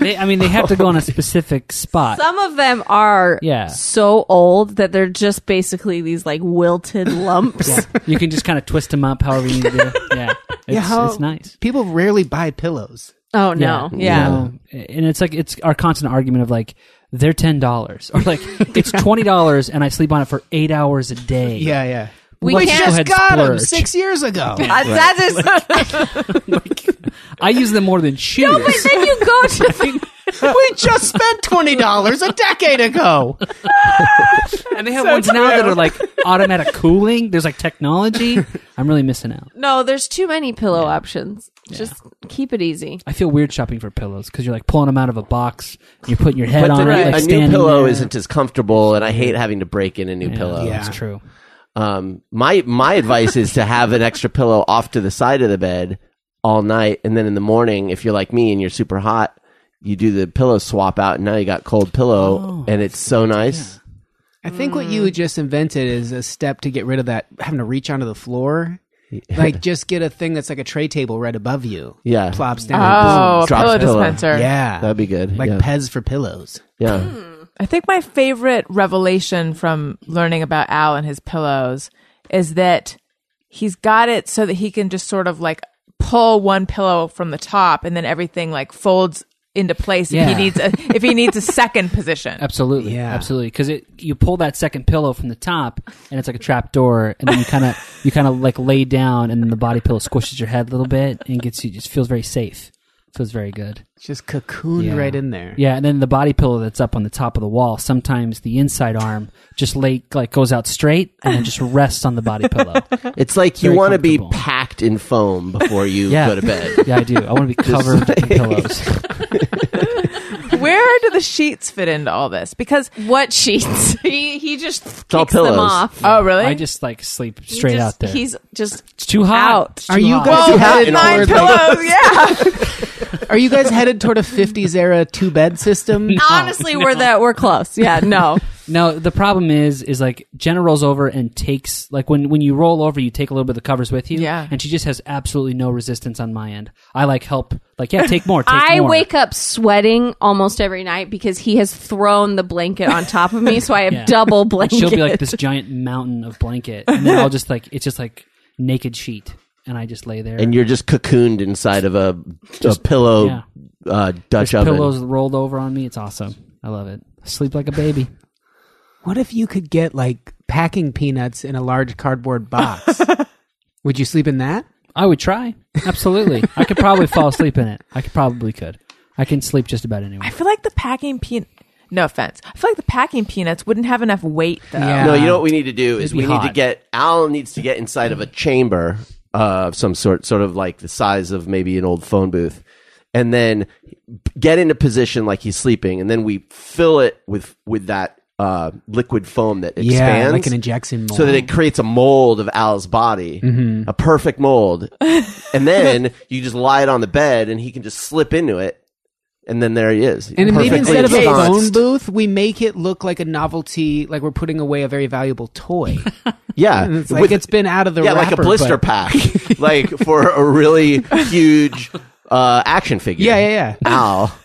Speaker 7: they, I mean they have to go in a specific spot.
Speaker 5: Some of them are
Speaker 7: Yeah.
Speaker 5: so old that they're just basically these like wilted lumps.
Speaker 7: you can just kind of twist them up however you need to. do. Yeah, it's,
Speaker 4: Yeah, how-
Speaker 7: it's nice.
Speaker 4: people rarely buy pillows
Speaker 5: Oh no. Yeah.
Speaker 7: No. and it's like it's our constant argument of like they're ten dollars or like it's twenty dollars and I sleep on it for eight hours a day.
Speaker 4: yeah yeah
Speaker 5: We
Speaker 7: Let's
Speaker 5: can't-
Speaker 7: go
Speaker 4: just
Speaker 7: ahead,
Speaker 4: got them
Speaker 7: splurge.
Speaker 4: six years ago
Speaker 5: Uh, that is
Speaker 7: I use them more than shoes.
Speaker 5: but then you go to
Speaker 4: we just spent $20 a decade ago
Speaker 7: and they have ones now that are like automatic cooling. There's like technology. I'm really missing out.
Speaker 5: No, there's too many pillow options. Just keep it easy.
Speaker 7: I feel weird shopping for pillows because you're like pulling them out of a box. You're putting your head
Speaker 1: But
Speaker 7: on
Speaker 1: the,
Speaker 7: it.
Speaker 1: new-
Speaker 7: Like
Speaker 1: a new
Speaker 7: standing
Speaker 1: pillow
Speaker 7: there.
Speaker 1: isn't as comfortable, and I hate having to break in a new
Speaker 7: Yeah,
Speaker 1: pillow.
Speaker 7: That's true.
Speaker 1: Um, my my advice is to have an extra pillow off to the side of the bed all night, and then in the morning, if you're like me and you're super hot, you do the pillow swap out, and now you got cold
Speaker 7: Oh.
Speaker 1: pillow, and it's so nice.
Speaker 4: I think what
Speaker 1: Mm.
Speaker 4: you just invented is a step to get rid of that having to reach onto the floor. like just get a thing that's like a tray table right above you.
Speaker 1: Yeah.
Speaker 4: Plops down.
Speaker 3: Oh, a
Speaker 1: Drops
Speaker 3: pillow
Speaker 1: pillow.
Speaker 4: boom.
Speaker 3: dispenser.
Speaker 4: Yeah.
Speaker 1: That'd be good.
Speaker 4: like
Speaker 1: yeah.
Speaker 4: Pez for pillows.
Speaker 1: yeah.
Speaker 3: I think my favorite revelation from learning about Al and his pillows is that he's got it so that he can just sort of like pull one pillow from the top and then everything like folds into place
Speaker 7: Yeah.
Speaker 3: if he needs a if he needs a second position.
Speaker 7: Absolutely.
Speaker 4: Yeah.
Speaker 7: Absolutely. Because it you pull that second pillow from the top and it's like a trap door, and then you kind of you kind of like lay down, and then the body pillow squishes your head a little bit and gets you. Just feels very safe. Feels very good.
Speaker 4: Just cocooned
Speaker 7: Yeah.
Speaker 4: right in there.
Speaker 7: Yeah, and then the body pillow that's up on the top of the wall. Sometimes the inside arm just lay like goes out straight and then just rests on the body pillow.
Speaker 1: It's like you
Speaker 7: Very
Speaker 1: want to be
Speaker 7: comfortable.
Speaker 1: packed in foam before you
Speaker 7: Yeah.
Speaker 1: go to bed.
Speaker 7: Yeah, I do. I want to be covered in pillows.
Speaker 3: Where do the sheets fit into all this? Because
Speaker 5: What sheets? he he just kicks
Speaker 1: all
Speaker 5: them
Speaker 1: pillows.
Speaker 5: off.
Speaker 3: oh really?
Speaker 7: I just like sleep
Speaker 5: He
Speaker 7: straight
Speaker 5: just-
Speaker 7: out there.
Speaker 5: He's just
Speaker 7: it's too hot.
Speaker 5: out.
Speaker 7: It's
Speaker 4: Are
Speaker 7: too
Speaker 4: you
Speaker 7: hot.
Speaker 4: guys
Speaker 3: Whoa,
Speaker 1: hat
Speaker 4: headed
Speaker 1: in
Speaker 3: nine
Speaker 1: all
Speaker 4: toward
Speaker 1: the-
Speaker 4: like,
Speaker 3: pillows, yeah.
Speaker 4: Are you guys headed toward a 50s era two bed system?
Speaker 5: Oh, honestly we're that we're close. Yeah, no.
Speaker 7: No, the problem is, is like Jenna rolls over and takes like when when you roll over, you take a little bit of the covers with you.
Speaker 3: Yeah.
Speaker 7: and she just has absolutely no resistance on my end. I like help, like yeah, take more. Take
Speaker 5: I
Speaker 7: more.
Speaker 5: wake up sweating almost every night because he has thrown the blanket on top of me, so I have
Speaker 7: Yeah.
Speaker 5: double blanket.
Speaker 7: She'll be like this giant mountain of blanket, and then I'll just like it's just like naked sheet, and I just lay there.
Speaker 1: And you're just cocooned inside of a, a pillow uh, Dutch oven.
Speaker 7: pillows rolled over on me. It's awesome. I love it. I sleep like a baby.
Speaker 4: What if you could get like packing peanuts in a large cardboard box? Would you sleep in that?
Speaker 7: I would try. Absolutely, I could probably fall asleep in it. I could probably could. I can sleep just about anywhere.
Speaker 3: I feel like the packing peanut. No offense. I feel like the packing peanuts wouldn't have enough weight though.
Speaker 4: Yeah.
Speaker 1: No, you know what we need to do is
Speaker 7: It'd be
Speaker 1: we need to
Speaker 7: hot.
Speaker 1: get Al needs to get inside of a chamber uh, of some sort, sort of like the size of maybe an old phone booth, and then get into position like he's sleeping, and then we fill it with with that uh, liquid foam that expands,
Speaker 4: Yeah, like an injection mold.
Speaker 1: so that it creates a mold of Al's body,
Speaker 4: Mm-hmm.
Speaker 1: a perfect mold, and then you just lie it on the bed, and he can just slip into it. And then there he is.
Speaker 4: and maybe
Speaker 1: perfectly
Speaker 4: instead of a phone
Speaker 1: ensconced.
Speaker 4: booth, we make it look like a novelty, like we're putting away a very valuable toy.
Speaker 1: yeah,
Speaker 4: And it's like
Speaker 1: With-
Speaker 4: it's been out of the
Speaker 1: yeah,
Speaker 4: wrapper,
Speaker 1: like a blister
Speaker 4: but-
Speaker 1: pack, like for a really huge uh, action figure.
Speaker 4: Yeah, yeah, yeah.
Speaker 1: Ow!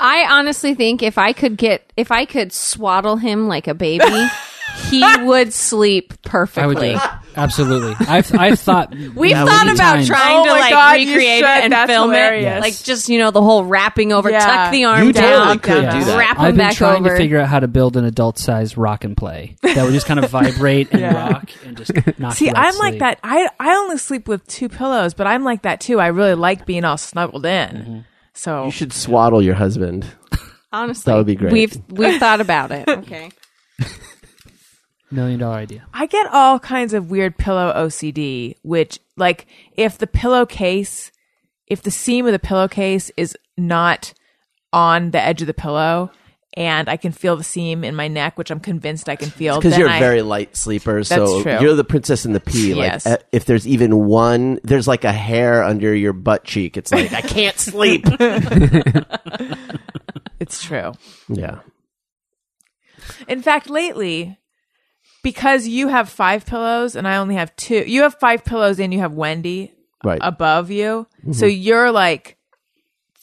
Speaker 5: I honestly think if I could get if I could swaddle him like a baby, he would sleep perfectly.
Speaker 7: I would do it. Absolutely. I've, I've thought.
Speaker 5: We've
Speaker 7: many
Speaker 5: thought about
Speaker 7: times.
Speaker 5: trying
Speaker 3: Oh
Speaker 5: to
Speaker 3: my
Speaker 5: like
Speaker 3: God, you
Speaker 5: recreate it
Speaker 3: should.
Speaker 5: and
Speaker 3: That's
Speaker 5: film it,
Speaker 3: hilarious.
Speaker 5: like just you know the whole wrapping over,
Speaker 3: Yeah.
Speaker 5: tuck the arm
Speaker 1: You totally
Speaker 5: down,
Speaker 1: could do that.
Speaker 5: wrap
Speaker 7: I've
Speaker 5: him
Speaker 7: been
Speaker 5: back
Speaker 7: trying
Speaker 5: over.
Speaker 7: to figure out how to build an adult size rock and play that would just kind of vibrate and rock and just knock
Speaker 3: See,
Speaker 7: you out of
Speaker 3: I'm like
Speaker 7: sleep.
Speaker 3: that. I I only sleep with two pillows, but I'm like that too. I really like being all snuggled in. So
Speaker 1: You should swaddle your husband.
Speaker 5: Honestly,
Speaker 1: That would be great.
Speaker 5: We've we've thought about it. Okay,
Speaker 7: million dollar idea.
Speaker 3: I get all kinds of weird pillow OCD, which like if the pillowcase, if the seam of the pillowcase is not on the edge of the pillow, and I can feel the seam in my neck, which I'm convinced I can feel,
Speaker 1: Because
Speaker 3: then
Speaker 1: you're a
Speaker 3: I-
Speaker 1: very light sleeper, so
Speaker 3: true.
Speaker 1: you're the princess in the pea. Like
Speaker 3: Yes.
Speaker 1: eh, if there's even one, there's like a hair under your butt cheek. It's like I can't sleep.
Speaker 3: it's true.
Speaker 1: yeah,
Speaker 3: In fact, lately, because you have five pillows and I only have two, you have five pillows and you have Wendy
Speaker 1: right.
Speaker 3: above you. So you're like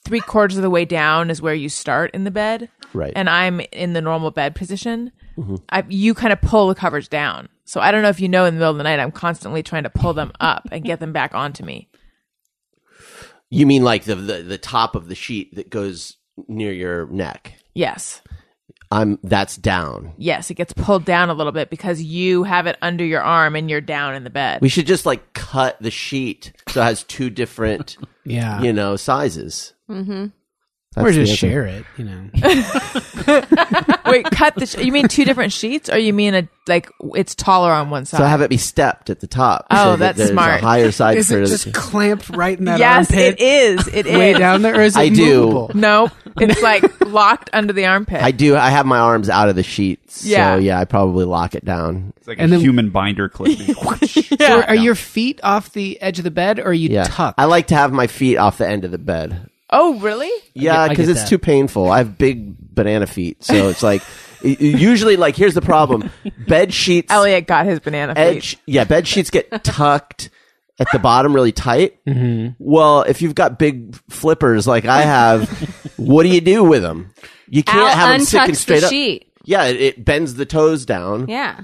Speaker 3: three quarters of the way down is where you start in the bed.
Speaker 1: Right.
Speaker 3: And I'm in the normal bed position. I, you kind of pull the covers down. So I don't know if you know in the middle of the night, I'm constantly trying to pull them up and get them back onto me.
Speaker 1: you mean like the, the the top of the sheet that goes near your neck?
Speaker 3: Yes.
Speaker 1: I'm that's down.
Speaker 3: Yes. It gets pulled down a little bit because you have it under your arm and you're down in the bed.
Speaker 1: We should just like cut the sheet so it has two different,
Speaker 4: Yeah.
Speaker 3: Mm-hmm.
Speaker 1: you know, sizes. That's
Speaker 4: or
Speaker 1: the
Speaker 4: just
Speaker 1: answer.
Speaker 4: share it, you know.
Speaker 3: Wait, cut the. Sh- you mean two different sheets, or you mean a like it's taller on one side?
Speaker 1: So have it be stepped at the top.
Speaker 3: Oh,
Speaker 1: so that
Speaker 3: that's
Speaker 1: there's
Speaker 3: smart.
Speaker 1: A higher side
Speaker 4: Is
Speaker 1: for
Speaker 4: it
Speaker 1: the-
Speaker 4: just clamped right in that
Speaker 3: yes,
Speaker 4: armpit
Speaker 3: it is. It is.
Speaker 4: way down there, or is it
Speaker 1: I do.
Speaker 4: movable?
Speaker 3: No, it's like locked under the armpit.
Speaker 1: I do. I have my arms out of the sheets.
Speaker 3: Yeah.
Speaker 1: So yeah, I probably lock it down.
Speaker 6: It's like
Speaker 4: And
Speaker 6: a
Speaker 4: then-
Speaker 6: human binder clip.
Speaker 4: Or are your feet off the edge of the bed, or are you
Speaker 1: Yeah.
Speaker 4: tucked?
Speaker 1: I like to have my feet off the end of the bed.
Speaker 3: oh, really?
Speaker 1: Yeah,
Speaker 7: I
Speaker 1: because
Speaker 7: get
Speaker 1: it's
Speaker 7: that.
Speaker 1: too painful. I have big banana feet, so it's like u- usually like here's the problem: bed sheets,
Speaker 3: Elliot got his banana feet.
Speaker 1: edge, yeah, bed sheets get tucked at the bottom really tight. Mm-hmm. Well, if you've got big flippers like I have, what do you do with them? You can't
Speaker 5: Al
Speaker 1: have them
Speaker 5: untucks
Speaker 1: sticking straight
Speaker 5: the
Speaker 1: up.
Speaker 5: sheet.
Speaker 1: Yeah, it, it bends the toes down,
Speaker 5: Yeah.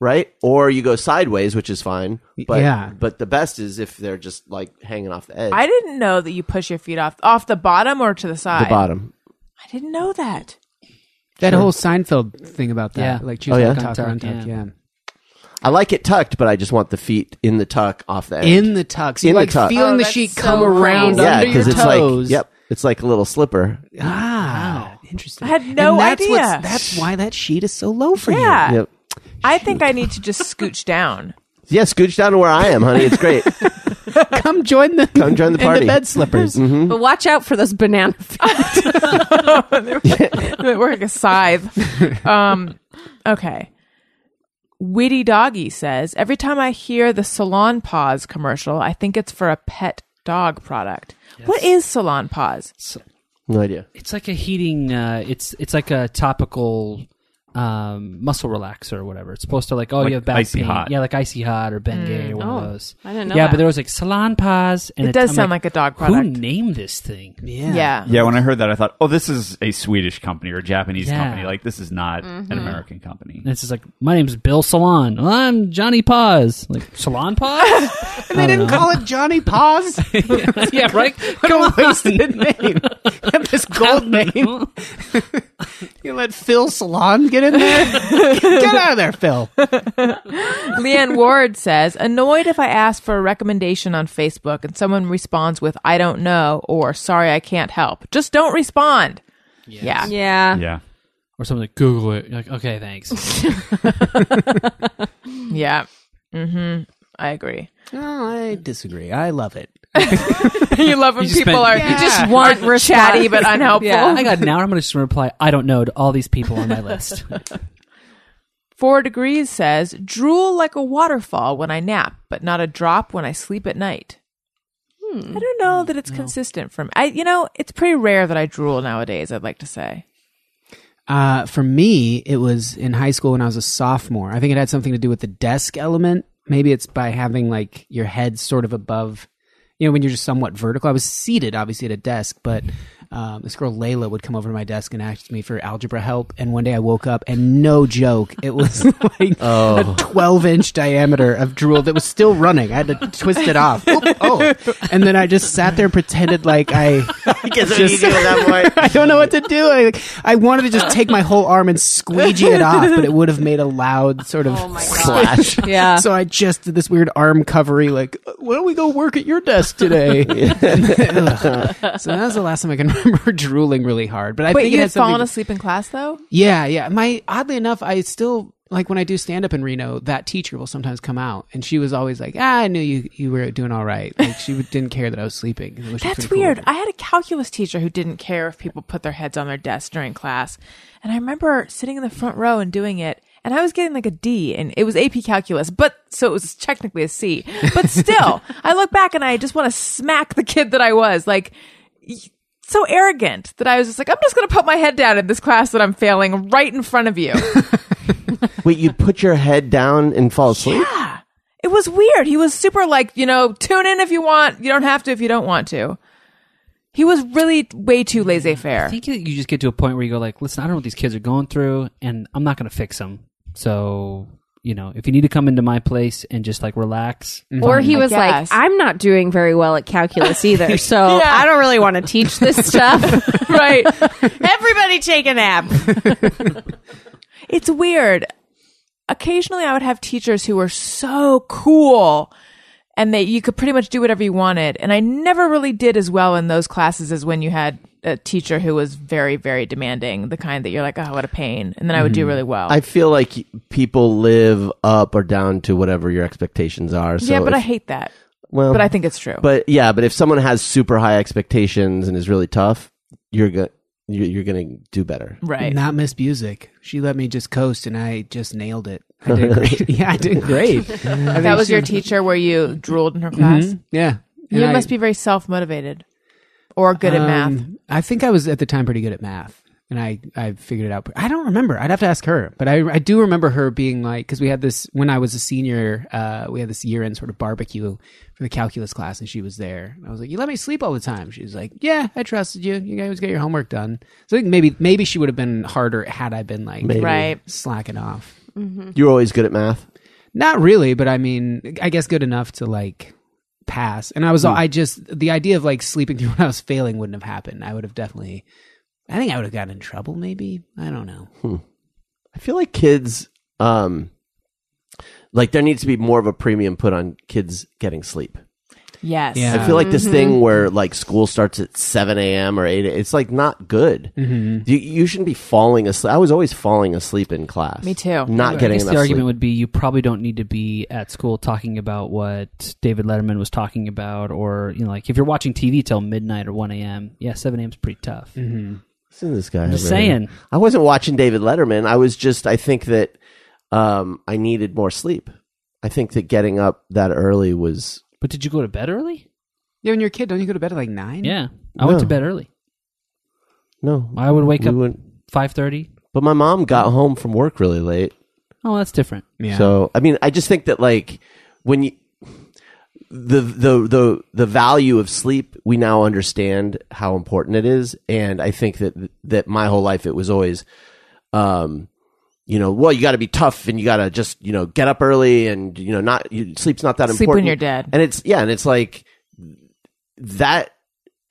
Speaker 1: right? Or you go sideways, which is fine. But
Speaker 4: Yeah.
Speaker 1: but the best is if they're just like hanging off the edge,
Speaker 3: I didn't know that you push your feet off off the bottom or to the side.
Speaker 1: the bottom.
Speaker 3: I didn't know that.
Speaker 4: That whole Seinfeld thing about that,
Speaker 7: Yeah.
Speaker 4: like choose
Speaker 1: Oh, yeah?
Speaker 4: tuck or
Speaker 7: Untuck,
Speaker 4: untuck, yeah.
Speaker 7: yeah.
Speaker 1: I like it tucked, but I just want the feet in the tuck off the edge.
Speaker 4: In the tucks,
Speaker 1: In
Speaker 4: you
Speaker 1: the
Speaker 4: like
Speaker 1: tuck.
Speaker 4: feeling
Speaker 3: Oh,
Speaker 4: the
Speaker 3: that's
Speaker 4: sheet
Speaker 3: so
Speaker 4: come around
Speaker 3: crazy.
Speaker 1: yeah,
Speaker 4: under your
Speaker 1: because it's
Speaker 4: toes.
Speaker 1: like yep, it's like a little slipper.
Speaker 4: Ah, interesting.
Speaker 3: I had no
Speaker 4: And that's what's-
Speaker 3: idea.
Speaker 4: That's why that sheet is so low for you.
Speaker 3: Yeah.
Speaker 1: Yep.
Speaker 3: I think I need to just scooch down.
Speaker 1: Yeah, scooch down to where I am, honey. It's great.
Speaker 4: Come join the
Speaker 1: Come join the
Speaker 4: In
Speaker 1: party. Mm-hmm.
Speaker 4: the bed slippers.
Speaker 1: Hmm?
Speaker 5: But watch out for those banana feet.
Speaker 3: We're like a scythe. Um, okay. Witty Doggy says Every time I hear the Salon Paws commercial, I think it's for a pet dog product. What is Salon Paws?
Speaker 1: no idea.
Speaker 7: It's like a heating. Uh, it's it's like a topical um, muscle relaxer or whatever. It's supposed to like oh
Speaker 6: Like
Speaker 7: you have back
Speaker 6: Icy
Speaker 7: pain.
Speaker 6: Hot.
Speaker 7: yeah like icy hot or
Speaker 3: Mm.
Speaker 7: Bengay or one
Speaker 3: Oh,
Speaker 7: of those.
Speaker 5: I didn't know
Speaker 7: Yeah,
Speaker 5: that.
Speaker 7: but there was like salon paws. And
Speaker 3: It does
Speaker 7: I'm
Speaker 3: sound like a dog
Speaker 7: Who
Speaker 3: product.
Speaker 7: named this thing?
Speaker 4: Yeah.
Speaker 3: Yeah.
Speaker 6: Yeah, when I heard that, I thought, oh, this is a Swedish company or a Japanese
Speaker 7: Yeah.
Speaker 6: company. Like, this is not
Speaker 1: Mm-hmm.
Speaker 6: an American company.
Speaker 7: And it's just like my name's Bill Salon. Well, I'm Johnny Paws. Like salon paws.
Speaker 4: And they didn't call it Johnny Paws.
Speaker 7: yeah, right.
Speaker 4: What a wasted name. You have this gold name. You let Phil Salon get in there? get out of there, Phil.
Speaker 3: Leanne Ward says, annoyed if I ask for a recommendation on Facebook and someone responds with, I don't know, or sorry, I can't help. Just don't respond. Yeah.
Speaker 5: Yeah.
Speaker 6: yeah.
Speaker 7: or something like Google it. You're like okay, thanks.
Speaker 3: Yeah. hmm I agree.
Speaker 4: No, I disagree. I love it.
Speaker 3: you love when
Speaker 7: You just
Speaker 3: people
Speaker 7: spent-
Speaker 3: are
Speaker 7: You
Speaker 5: just
Speaker 3: are
Speaker 5: want response.
Speaker 3: chatty but unhelpful.
Speaker 5: Yeah.
Speaker 7: I got an hour. I'm going to just reply. I don't know to all these people on my list.
Speaker 3: Four Degrees says, drool like a waterfall when I nap, but not a drop when I sleep at night. I don't know that it's consistent from I you know, it's pretty rare that I drool nowadays, I'd like to say.
Speaker 4: Uh, for me, it was in high school when I was a sophomore. I think it had something to do with the desk element. Maybe it's by having like your head sort of above, you know, when you're just somewhat vertical. I was seated, obviously, at a desk, but um, this girl Layla would come over to my desk and ask me for algebra help. And one day I woke up, and no joke, it was like a 12 inch diameter of drool that was still running. I had to twist it off. Oop, oh, and then I just sat there and pretended like I.
Speaker 1: Because
Speaker 4: Just- I don't know what to do. I, like, I wanted to just take my whole arm and squeegee it off, but it would have made a loud sort of slash.
Speaker 5: Yeah.
Speaker 4: So I just did this weird arm covery, like, why don't we go work at your desk today? And then- ugh. so that was the last time I can remember drooling really hard. But I
Speaker 3: Wait,
Speaker 4: think
Speaker 3: you
Speaker 4: it
Speaker 3: had
Speaker 4: had something
Speaker 3: fallen
Speaker 4: to-
Speaker 3: asleep in class though?
Speaker 4: Yeah, yeah. My oddly enough, I still like when I do stand up in Reno. That teacher will sometimes come out, and she was always like, "Ah, I knew you you were doing all right." Like she would- didn't care that I was sleeping. which was
Speaker 3: That's
Speaker 4: pretty cool.
Speaker 3: weird. I had a calculus teacher who didn't care if people put their heads on their desk during class. And I remember sitting in the front row and doing it. And I was getting like a D and it was AP calculus, but so it was technically a C. But still, I look back and I just want to smack the kid that I was like y- so arrogant that I was just like, I'm just going to put my head down in this class that I'm failing right in front of you.
Speaker 1: Wait, you put your head down and fall asleep?
Speaker 3: it was weird. He was super like, you know, tune in if you want. You don't have to if you don't want to. He was really way too laissez faire.
Speaker 7: I think you you just get to a point where you go like, listen, I don't know what these kids are going through, and I'm not going to fix them. So you know, if you need to come into my place and just like relax,
Speaker 5: Mm-hmm. Or he
Speaker 3: I
Speaker 5: was like,
Speaker 3: guess.
Speaker 5: I'm not doing very well at calculus either, so
Speaker 3: Yeah.
Speaker 5: I don't really want to teach this stuff.
Speaker 3: right.
Speaker 5: Everybody take a nap.
Speaker 3: It's weird. Occasionally I would have teachers who were so cool and that you could pretty much do whatever you wanted. And I never really did as well in those classes as when you had a teacher who was very, very demanding, the kind that you're like, oh, what a pain. And then I would do really well.
Speaker 1: Mm-hmm. I feel like people live up or down to whatever your expectations are. So
Speaker 3: yeah, but
Speaker 1: if-
Speaker 3: I hate that.
Speaker 1: well,
Speaker 3: But I think it's true.
Speaker 1: But yeah, but if someone has super high expectations and is really tough, you're gonna you're, you're gonna do better.
Speaker 3: right.
Speaker 4: Not miss music. She let me just coast, and I just nailed it. I did great. yeah, I did great.
Speaker 3: that was your teacher where you drooled in her class.
Speaker 1: Mm-hmm.
Speaker 4: Mm-hmm. yeah,
Speaker 3: You must be very self motivated or good at
Speaker 1: Um,
Speaker 3: math.
Speaker 4: um, I think I was at the time pretty good at math, and I I figured it out. I don't remember. I'd have to ask her, but I I do remember her being like because we had this when I was a senior. Uh, we had this year end sort of barbecue for the calculus class, and she was there. And I was like, "You let me sleep all the time." She was like, "Yeah, I trusted you. You guys get your homework done." So I think maybe maybe she would have been harder had I been like
Speaker 1: Maybe.
Speaker 3: Right.
Speaker 4: slacking off.
Speaker 3: Mm-hmm.
Speaker 1: You're always good at math.
Speaker 4: Not really, but I mean, I guess good enough to like pass. And I was, I just, the idea of like sleeping through when I was failing wouldn't have happened. I would have definitely, I think I would have gotten in trouble maybe. I don't know.
Speaker 1: I feel like kids, um, like there needs to be more of a premium put on kids getting sleep.
Speaker 3: Yes.
Speaker 4: Yeah.
Speaker 1: I feel like this
Speaker 7: Mm-hmm.
Speaker 1: thing where like school starts at seven a.m. or eight, a- it's like not good. You, you shouldn't be falling asleep. I was always falling asleep in class.
Speaker 3: Me too.
Speaker 1: Not
Speaker 7: I
Speaker 1: getting
Speaker 7: guess
Speaker 1: enough
Speaker 7: the argument
Speaker 1: sleep.
Speaker 7: would be you probably don't need to be at school talking about what David Letterman was talking about, or you know, like if you're watching TV till midnight or one a.m. Yeah, seven a.m. is pretty tough.
Speaker 5: Mm-hmm.
Speaker 1: Listen to this guy.
Speaker 7: Just
Speaker 1: over there.
Speaker 7: saying.
Speaker 1: I wasn't watching David Letterman. I was just. I think that um, I needed more sleep. I think that getting up that early was.
Speaker 7: But did you go to bed early?
Speaker 4: Yeah, when you're a kid, don't you go to bed at like
Speaker 5: Mm-hmm.
Speaker 4: nine?
Speaker 7: Yeah, I went to
Speaker 1: No.
Speaker 7: bed early.
Speaker 1: No,
Speaker 7: I would wake
Speaker 1: we
Speaker 7: up
Speaker 1: wouldn't-
Speaker 7: five thirty.
Speaker 1: But my mom got home from work really late.
Speaker 7: Oh, that's different.
Speaker 4: Yeah.
Speaker 1: So I mean, I just think that like when you the the the the value of sleep, we now understand how important it is, and I think that that my whole life it was always, um, you know, well, you got to be tough and you got to just you know get up early and you know not you, sleep's not that
Speaker 3: Sleep when
Speaker 1: important.
Speaker 3: you're dead.
Speaker 1: and it's yeah, and it's like that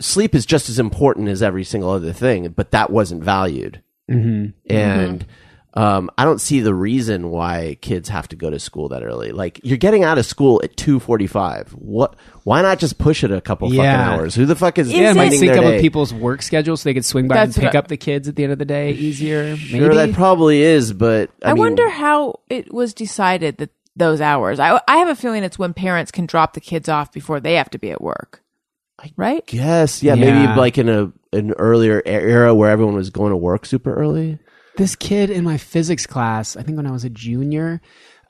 Speaker 1: sleep is just as important as every single other thing, but that wasn't valued
Speaker 4: Mm-hmm.
Speaker 1: and
Speaker 3: Mm-hmm.
Speaker 1: um, I don't see the reason why kids have to go to school that early. Like you're getting out of school at two forty five. What? Why not just push it a couple
Speaker 4: Yeah.
Speaker 1: fucking hours? Who the fuck is
Speaker 4: Yeah, it might
Speaker 1: spending
Speaker 4: sync
Speaker 1: their
Speaker 4: up with
Speaker 1: day?
Speaker 4: people's work schedules so they could swing by
Speaker 3: That's
Speaker 4: and pick
Speaker 3: what I-
Speaker 4: up the kids at the end of the day easier. Maybe.
Speaker 1: Sure, that probably is, but I,
Speaker 3: I,
Speaker 1: mean,
Speaker 3: wonder how it was decided that those hours. I I have a feeling it's when parents can drop the kids off before they have to be at work. Right?
Speaker 1: Yes, yeah,
Speaker 4: Yeah.
Speaker 1: maybe like in a an earlier e-, era where everyone was going to work super early.
Speaker 4: this kid in my physics class, I think when I was a junior,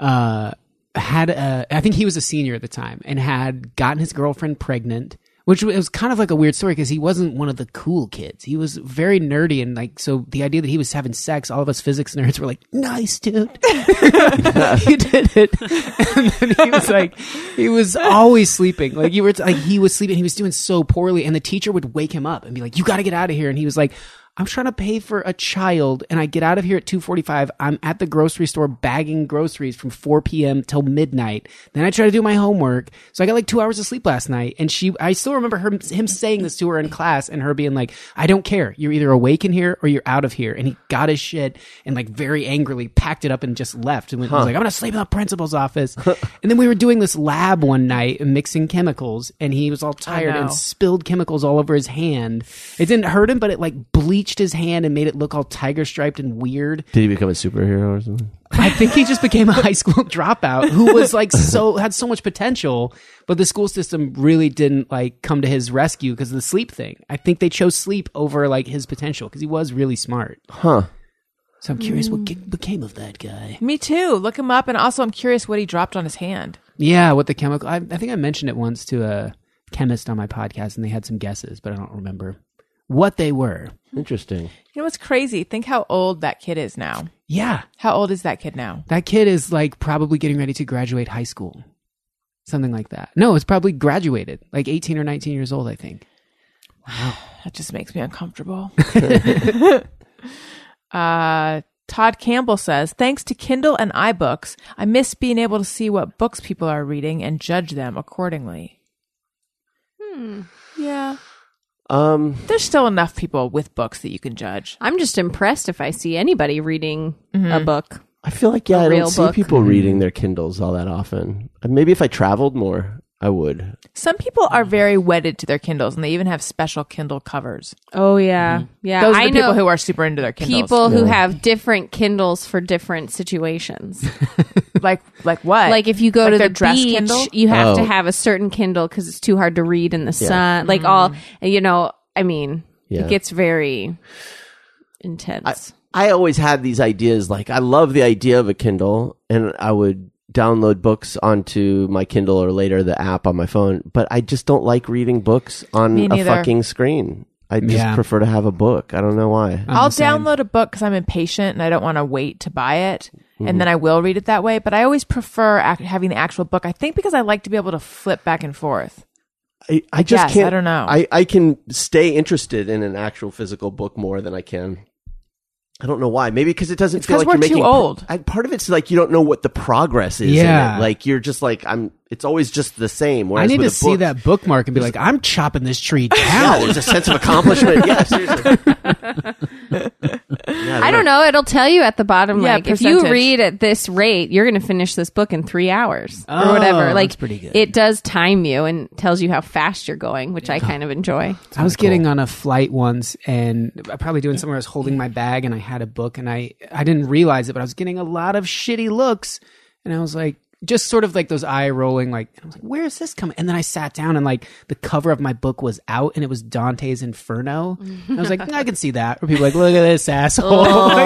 Speaker 4: uh, had a, I think he was a senior at the time and had gotten his girlfriend pregnant, which was, it was kind of like a weird story because he wasn't one of the cool kids. He was very nerdy and like, so the idea that he was having sex, all of us physics nerds were like, nice dude. you did it. And then he was like, he was always sleeping. Like you were like, he was sleeping. He was doing so poorly. And the teacher would wake him up and be like, you got to get out of here. And he was like, I'm trying to pay for a child and I get out of here at 2:45. I'm at the grocery store bagging groceries from 4 p.m. till midnight. Then I try to do my homework. So I got like 2 hours of sleep last night and she I still remember her him saying this to her in class and her being like, "I don't care. You're either awake in here or you're out of here." And he got his shit and like very angrily packed it up and just left and went, was like, "I'm going to sleep in the principal's office." and then we were doing this lab one night and mixing chemicals and he was all tired
Speaker 3: know.
Speaker 4: and spilled chemicals all over his hand. It didn't hurt him, but it like bleached his hand and made it look all tiger striped and weird.
Speaker 1: Did he become a superhero or something?
Speaker 4: I think he just became a high school dropout who was like so had so much potential, but the school system really didn't like come to his rescue because of the sleep thing. I think they chose sleep over like his potential because he was really smart.
Speaker 1: Huh?
Speaker 4: So I'm curious what ge- became of that guy.
Speaker 3: Me too. Look him up and also I'm curious what he dropped on his hand.
Speaker 4: Yeah, what the chemical? I, I think I mentioned it once to a chemist on my podcast, and they had some guesses, but I don't remember what they were.
Speaker 1: Interesting.
Speaker 3: You know what's crazy? Think how old that kid is now.
Speaker 4: Yeah,
Speaker 3: How old is that kid now?
Speaker 4: That kid is like probably getting ready to graduate high school. Something like that. No, it's probably graduated, like 18 or 19 years old, I think.
Speaker 3: That just makes me uncomfortable. uh, Todd Campbell says, thanks to Kindle and iBooks, I miss being able to see what books people are reading and judge them accordingly. Hmm. Yeah.
Speaker 1: Um,
Speaker 3: There's still enough people with books that you can judge.
Speaker 5: I'm just impressed if I see anybody reading a book.
Speaker 1: I feel like yeah, I
Speaker 5: real
Speaker 1: don't see
Speaker 5: book.
Speaker 1: people reading their Kindles all that often. Uh, Maybe if I traveled more, I would.
Speaker 3: Some people are
Speaker 5: Mm.
Speaker 3: very wedded to their Kindles, and they even have special Kindle covers.
Speaker 5: Oh yeah, yeah.
Speaker 3: Those are
Speaker 5: I
Speaker 3: the people
Speaker 5: know
Speaker 3: who are super into their Kindles.
Speaker 5: people who have different Kindles for different situations.
Speaker 3: like like what?
Speaker 5: like if you go
Speaker 3: Like
Speaker 5: to
Speaker 3: their
Speaker 5: the
Speaker 3: dress
Speaker 5: beach,
Speaker 3: Kindle?
Speaker 5: you have
Speaker 1: Oh.
Speaker 5: to have a certain Kindle because it's too hard to read in the sun. Like all, you know. I mean,
Speaker 1: Yeah.
Speaker 5: it gets very intense.
Speaker 1: I always had these ideas. Like, I love the idea of a Kindle, and I would download books onto my Kindle or later the app on my phone. But I just don't like reading books on
Speaker 3: Me
Speaker 1: a
Speaker 3: neither.
Speaker 1: fucking screen. I just
Speaker 4: Yeah.
Speaker 1: prefer to have a book. I don't know why.
Speaker 4: I'm
Speaker 3: I'll
Speaker 4: the same.
Speaker 3: download a book because I'm impatient and I don't want to wait to buy it, and then I will read it that way. But I always prefer ac- having the actual book. I think because I like to be able to flip back and forth.
Speaker 1: I, I just
Speaker 3: guess. I
Speaker 1: can't.
Speaker 3: don't know.
Speaker 1: I, I can stay interested in an actual physical book more than I can. I don't know why. Maybe because it doesn't
Speaker 3: It's
Speaker 1: feel
Speaker 3: 'cause
Speaker 1: like you're
Speaker 3: we're too
Speaker 1: making.
Speaker 3: old.
Speaker 1: I, part of it's like you don't know what the progress is. in it.
Speaker 4: Yeah.
Speaker 1: Like you're just like I'm. It's always just the same.
Speaker 4: I
Speaker 1: Whereas
Speaker 4: need
Speaker 1: with
Speaker 4: to
Speaker 1: a
Speaker 4: see
Speaker 1: book,
Speaker 4: that bookmark and be like, I'm chopping this tree
Speaker 1: Yeah,
Speaker 4: down.
Speaker 1: there's a sense of accomplishment. yeah, seriously.
Speaker 5: I don't know. It'll tell you at the bottom.
Speaker 3: Yeah,
Speaker 5: like if you
Speaker 3: percentage.
Speaker 5: read at this rate, you're going to finish this book in three hours
Speaker 4: Oh,
Speaker 5: or whatever.
Speaker 4: that's
Speaker 5: Like
Speaker 4: pretty good.
Speaker 5: it does time you and tells you how fast you're going, which I kind of enjoy.
Speaker 4: I was getting on a flight once and I probably doing somewhere I was holding my bag and I had a book and I I didn't realize it but I was getting a lot of shitty looks and I was like just sort of like those eye rolling like and I was like where is this coming and then I sat down and like the cover of my book was out and it was Dante's Inferno and I was like I can see that or people were like look at this asshole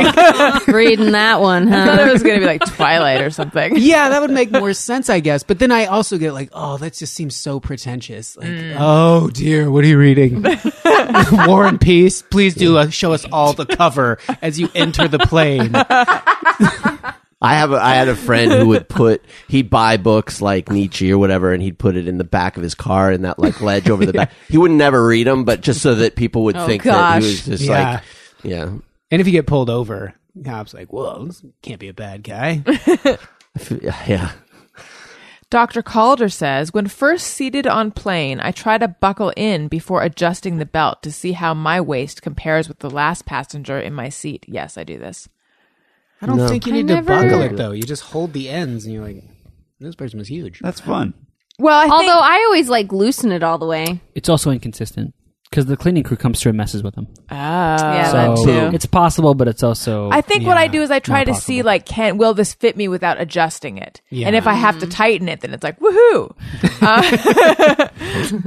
Speaker 5: Reading that one,
Speaker 3: I thought
Speaker 5: huh?
Speaker 3: it was going to be like Twilight or something.
Speaker 4: yeah that would make more sense I guess but then I also get like oh that just seems so pretentious like oh dear what are you reading War and Peace, please do uh, show us all the cover as you enter the plane.
Speaker 1: I have. A, I had a friend who would put. He'd buy books like Nietzsche or whatever, and he'd put it in the back of his car in that like ledge over the back. He would never read them, but just so that people would think that
Speaker 5: Oh, gosh.
Speaker 1: he was just
Speaker 4: Yeah.
Speaker 1: like, yeah.
Speaker 4: And if you get pulled over, the cop's like, "Whoa, this can't be a bad guy."
Speaker 1: Yeah.
Speaker 3: Dr. Calder says, when first seated on plane, I try to buckle in before adjusting the belt to see how my waist compares with the last passenger in my seat. Yes, I do this.
Speaker 4: I don't think you
Speaker 5: I
Speaker 4: need to
Speaker 5: never-
Speaker 4: buckle it though. You just hold the ends, and you're like, "This person was huge."
Speaker 6: That's fun.
Speaker 3: Well, I
Speaker 5: Although I always like loosen it all the way.
Speaker 7: It's also inconsistent because the cleaning crew comes through and messes with them.
Speaker 5: Yeah,
Speaker 7: Uh, So
Speaker 5: that too.
Speaker 7: it's possible, but it's also
Speaker 3: Oh, I think what I do is I try to
Speaker 7: not
Speaker 3: see
Speaker 7: possible.
Speaker 3: like can will this fit me without adjusting it,
Speaker 4: Yeah.
Speaker 3: and if I
Speaker 5: Mm-hmm.
Speaker 3: have to tighten it, then it's like woohoo. Uh,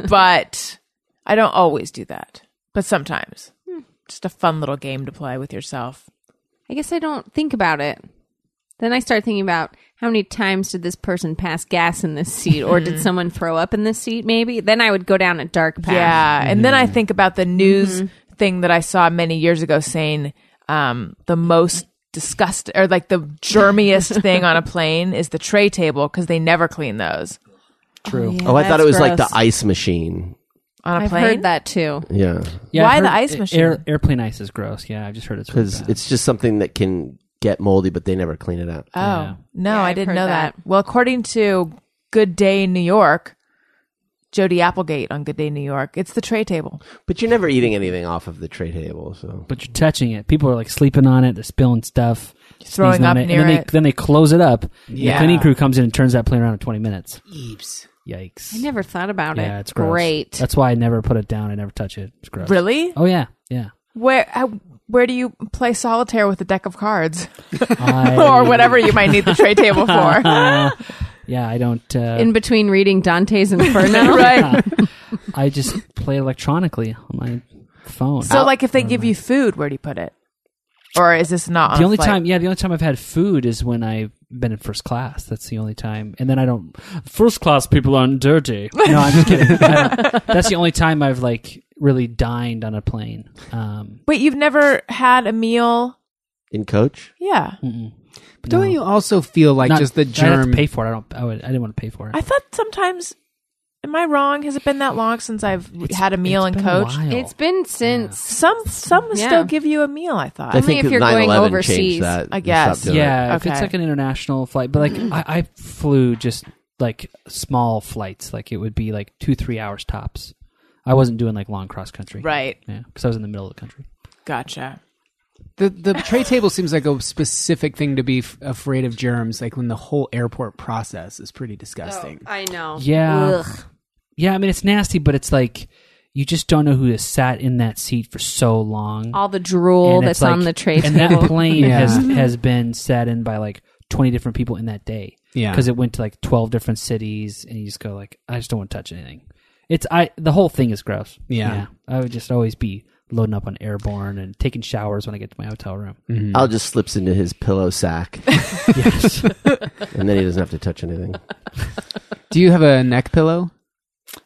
Speaker 3: but I don't always do that, but sometimes
Speaker 5: Hmm.
Speaker 3: just a fun little game to play with yourself.
Speaker 5: I guess I don't think about it. Then I start thinking about how many times did this person pass gas in this seat, or did someone throw up in this seat? Maybe then I would go down a dark path. Mm-hmm.
Speaker 3: Yeah, and then
Speaker 7: Mm-hmm.
Speaker 3: I think about the news thing that I saw many years ago saying um, the most disgust or like the germiest thing on a plane is the tray table because they never clean those
Speaker 5: true.
Speaker 1: Oh, I thought it was like the ice machine.
Speaker 3: on a
Speaker 5: I've
Speaker 3: plane.
Speaker 5: heard that too.
Speaker 1: Yeah,
Speaker 7: Yeah,
Speaker 3: Why
Speaker 7: I've
Speaker 3: the
Speaker 7: heard
Speaker 3: ice
Speaker 7: a-
Speaker 3: machine?
Speaker 7: air- airplane ice is gross. Yeah, I've just heard it's really
Speaker 1: because
Speaker 7: bad.
Speaker 1: it's just something that can get moldy, but they never clean it up.
Speaker 3: Oh, no,
Speaker 5: Yeah,
Speaker 3: I
Speaker 5: I've
Speaker 3: didn't
Speaker 5: heard
Speaker 3: know that.
Speaker 5: that.
Speaker 3: Well, according to Good Day New York, Jody Applegate on Good Day New York, it's the tray table.
Speaker 1: But you're never eating anything off of the tray table, so
Speaker 7: but you're touching it. People are like sleeping on it. They're spilling stuff,
Speaker 3: Throwing
Speaker 7: sneezing on
Speaker 3: up
Speaker 7: it,
Speaker 3: near
Speaker 7: and then
Speaker 3: it.
Speaker 7: They, then they close it up. And
Speaker 4: Yeah.
Speaker 7: the cleaning crew comes in and turns that plane around in 20 minutes.
Speaker 4: Eeps.
Speaker 7: Yikes!
Speaker 5: I never thought about it.
Speaker 7: yeah, it's gross.
Speaker 5: Great.
Speaker 7: That's why I never put it down. I never touch it. It's gross.
Speaker 3: Really?
Speaker 7: Oh yeah, yeah.
Speaker 3: Where uh, where do you play solitaire with a deck of cards
Speaker 7: I,
Speaker 3: or whatever you might need the tray table for?
Speaker 7: Yeah, I don't. Uh,
Speaker 5: in between reading Dante's Inferno,
Speaker 3: right.
Speaker 7: I just play electronically on my phone.
Speaker 3: So like if they give you food, where do you put it? Or is this not on
Speaker 7: the
Speaker 3: a
Speaker 7: only
Speaker 3: flight?
Speaker 7: time, yeah, the only time I've had food is when I've been in first class. That's the only time, and then I don't. First class people aren't dirty. No, I'm just kidding. I don't- that's the only time I've like really dined on a plane. Um,
Speaker 3: Wait, you've never had a meal?
Speaker 1: in coach,
Speaker 3: Yeah.
Speaker 4: But don't you also feel like
Speaker 7: not-
Speaker 4: just the
Speaker 7: I don't have
Speaker 4: germ?
Speaker 7: to pay for it. I don't. I, would, I didn't want to pay for it.
Speaker 3: I thought sometimes am I wrong? Has it been that long since I've had a meal
Speaker 7: It's
Speaker 3: in
Speaker 7: been a
Speaker 3: coach?
Speaker 7: while.
Speaker 5: It's been since.
Speaker 3: Some some
Speaker 5: Yeah.
Speaker 3: still give you a meal, I thought.
Speaker 1: I think
Speaker 5: if you're
Speaker 1: 9/11
Speaker 5: going
Speaker 1: changed
Speaker 5: overseas,
Speaker 1: that.
Speaker 3: I
Speaker 1: They stopped
Speaker 3: guess.
Speaker 1: doing it.
Speaker 7: yeah, if
Speaker 3: Okay.
Speaker 7: it's like an international flight, but like I, I flew just like small flights, like it would be like two three hours tops. I wasn't doing like long cross country,
Speaker 3: Right.
Speaker 7: Yeah, because I was in the middle of the country.
Speaker 3: Gotcha.
Speaker 4: The the tray table seems like a specific thing to be f- afraid of germs. Like when the whole airport process is pretty disgusting.
Speaker 5: I know.
Speaker 7: Yeah.
Speaker 5: Ugh.
Speaker 7: Yeah, I mean it's nasty, but it's like you just don't know who has sat in that seat for so long.
Speaker 5: All the drool
Speaker 7: And it's
Speaker 5: that's on
Speaker 7: like-
Speaker 5: the tray
Speaker 7: And that
Speaker 5: table.
Speaker 7: plane
Speaker 4: Yeah.
Speaker 7: has has been sat in by like twenty different people in that day.
Speaker 4: Yeah.
Speaker 7: because it went to like twelve different cities, and you just go like, I just don't want to touch anything. It's I the whole thing is gross.
Speaker 4: Yeah.
Speaker 7: I would just always be loading up on airborne and taking showers when I get to my hotel room.
Speaker 1: Al just slips into his pillow sack,
Speaker 7: Yes,
Speaker 1: and then he doesn't have to touch anything.
Speaker 4: Do you have a neck pillow?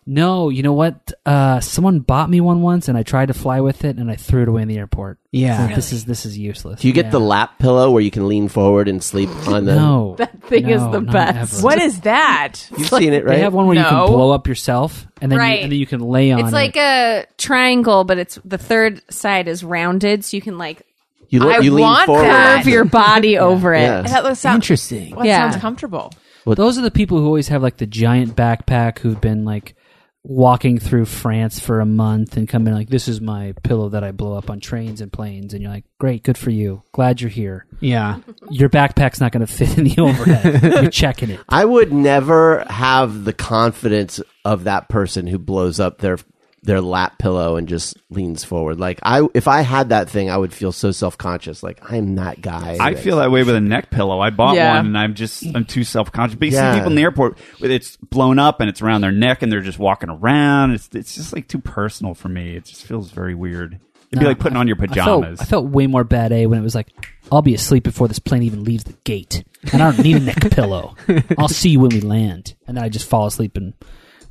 Speaker 7: no, you know what? Uh, someone bought me one once, and I tried to fly with it, and I threw it away in the airport.
Speaker 4: Yeah.
Speaker 7: It's like, this is this is useless.
Speaker 1: Do you get the lap pillow where you can lean forward and sleep on the?
Speaker 7: no?
Speaker 5: That thing is
Speaker 7: No,
Speaker 5: the
Speaker 7: not
Speaker 5: best.
Speaker 7: ever.
Speaker 3: What is that?
Speaker 1: You've seen it, right?
Speaker 7: They have one where you
Speaker 3: No.
Speaker 7: can blow up yourself, and then
Speaker 5: Right.
Speaker 7: you, and then you can lay on.
Speaker 5: It's
Speaker 7: it.
Speaker 5: like a triangle, but it's the third side is rounded, so you can like
Speaker 1: You, le-
Speaker 3: I
Speaker 1: you lean
Speaker 3: want
Speaker 1: forward.
Speaker 3: that.
Speaker 5: curve your body over it.
Speaker 1: Yeah.
Speaker 3: That looks sound-
Speaker 4: Interesting.
Speaker 3: Well, that
Speaker 5: Yeah.
Speaker 3: sounds comfortable.
Speaker 7: Those are the people who always have like the giant backpack who've been like walking through France for a month and come in like, this is my pillow that I blow up on trains and planes. And you're like, great, good for you. Glad you're here.
Speaker 4: Yeah.
Speaker 7: Your backpack's not going to fit in the overhead. you're checking it.
Speaker 1: I would never have the confidence of that person who blows up their their lap pillow and just leans forward. Like I, if I had that thing, I would feel so self conscious. Like I'm that guy.
Speaker 6: I feel that way with a neck pillow. I bought
Speaker 3: Yeah.
Speaker 6: one and I'm just I'm too self conscious. But you
Speaker 1: Yeah.
Speaker 6: see people in the airport with it's blown up and it's around their neck and they're just walking around. It's it's just like too personal for me. It just feels very weird. It'd be
Speaker 7: No,
Speaker 6: like putting on your
Speaker 7: I felt,
Speaker 6: pajamas.
Speaker 7: I felt way more bad A when it was like, I'll be asleep before this plane even leaves the gate. And I don't need a neck pillow. I'll see you when we land. And then I just fall asleep and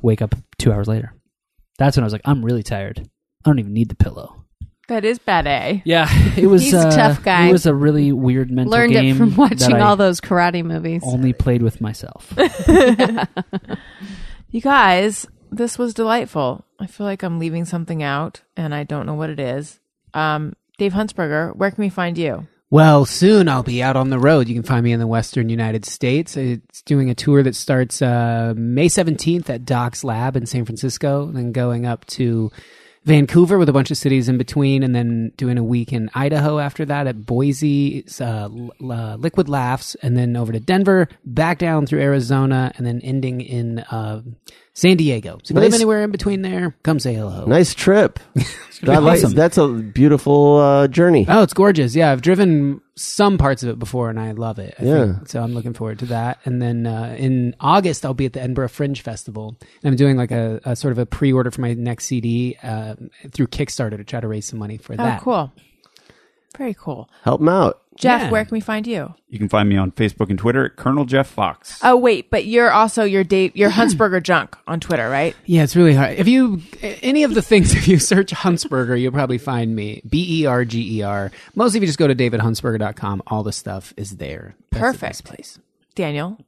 Speaker 7: wake up two hours later. That's when I was like, I'm really tired. I don't even need the pillow.
Speaker 3: That is bad eh? A.
Speaker 7: Yeah, it was
Speaker 5: He's a
Speaker 7: uh,
Speaker 5: tough guy.
Speaker 7: It was a really weird mental
Speaker 5: Learned
Speaker 7: game.
Speaker 5: it from watching
Speaker 7: that I
Speaker 5: all those karate movies.
Speaker 7: Only played with myself. Uh,
Speaker 3: You guys, this was delightful. I feel like I'm leaving something out and I don't know what it is. Um, Dave Huntsberger, where can we find you?
Speaker 4: Well, soon I'll be out on the road. You can find me in the Western United States. It's doing a tour that starts uh, May 17th at Doc's Lab in San Francisco, then going up to Vancouver with a bunch of cities in between, and then doing a week in Idaho after that at Boise, it's, uh, L- L- Liquid Laughs, and then over to Denver, back down through Arizona, and then ending in uh, San Diego. So if you live
Speaker 1: Nice.
Speaker 4: anywhere in between there, come say hello.
Speaker 1: nice trip. I like-
Speaker 7: awesome.
Speaker 1: That's a beautiful uh, journey.
Speaker 4: Oh, it's gorgeous. Yeah, I've driven some parts of it before and I love it. I
Speaker 1: Yeah.
Speaker 4: think. So I'm looking forward to that. And then uh, in August, I'll be at the Edinburgh Fringe Festival. And I'm doing like a, a sort of a pre order for my next CD uh, through Kickstarter to try to raise some money for
Speaker 3: Oh,
Speaker 4: that.
Speaker 3: cool. Very cool.
Speaker 1: Help him out.
Speaker 3: Jeff,
Speaker 4: Yeah.
Speaker 3: where can we find you?
Speaker 6: you can find me on Facebook and Twitter at Colonel Jeff Fox.
Speaker 3: Oh, wait, but you're also your date, your Huntsberger junk on Twitter, right?
Speaker 4: Yeah, it's really hard. If you, any of the things, if you search Huntsberger, you'll probably find me. B E R G E R. Mostly if you just go to davidhuntsberger.com, all the stuff is there. That's the
Speaker 3: Perfect. Please. Daniel.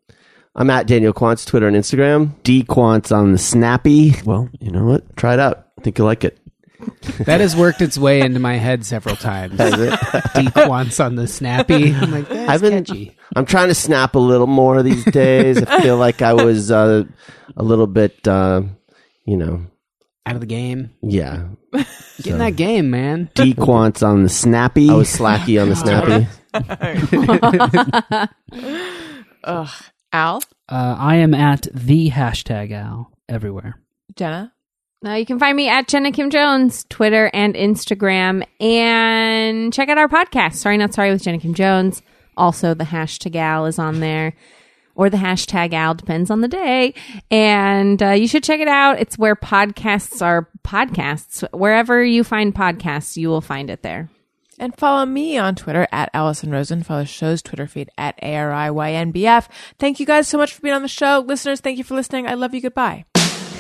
Speaker 1: I'm at Daniel Quantz, Twitter and Instagram. D Quantz on the Snappy. Well, you know what? Try it out. I think you'll like it.
Speaker 4: That has worked its way into my head several times. Dequants on the snappy. I'm like, that's
Speaker 1: I've been.
Speaker 4: catchy.
Speaker 1: I'm trying to snap a little more these days. I feel like I was uh, a little bit, uh, you know,
Speaker 4: Out of the game.
Speaker 1: yeah,
Speaker 4: Get in that game, man.
Speaker 1: Dequants on the snappy. I was slacky on the snappy.
Speaker 3: Ugh. Al.
Speaker 7: Uh, I am at the hashtag Al everywhere.
Speaker 3: Jenna.
Speaker 5: Now you can find me at Jenna Kim Jones, Twitter and Instagram, and check out our podcast. Sorry, not sorry with Jenna Kim Jones. Also, the hashtag Al is on there, or the hashtag Al depends on the day. And uh, you should check it out. It's where podcasts are podcasts. Wherever you find podcasts, you will find it there.
Speaker 3: And follow me on Twitter at Allison Rosen. Follow the show's Twitter feed at ARIYNBF. Thank you guys so much for being on the show. Listeners, thank you for listening. I love you. Goodbye.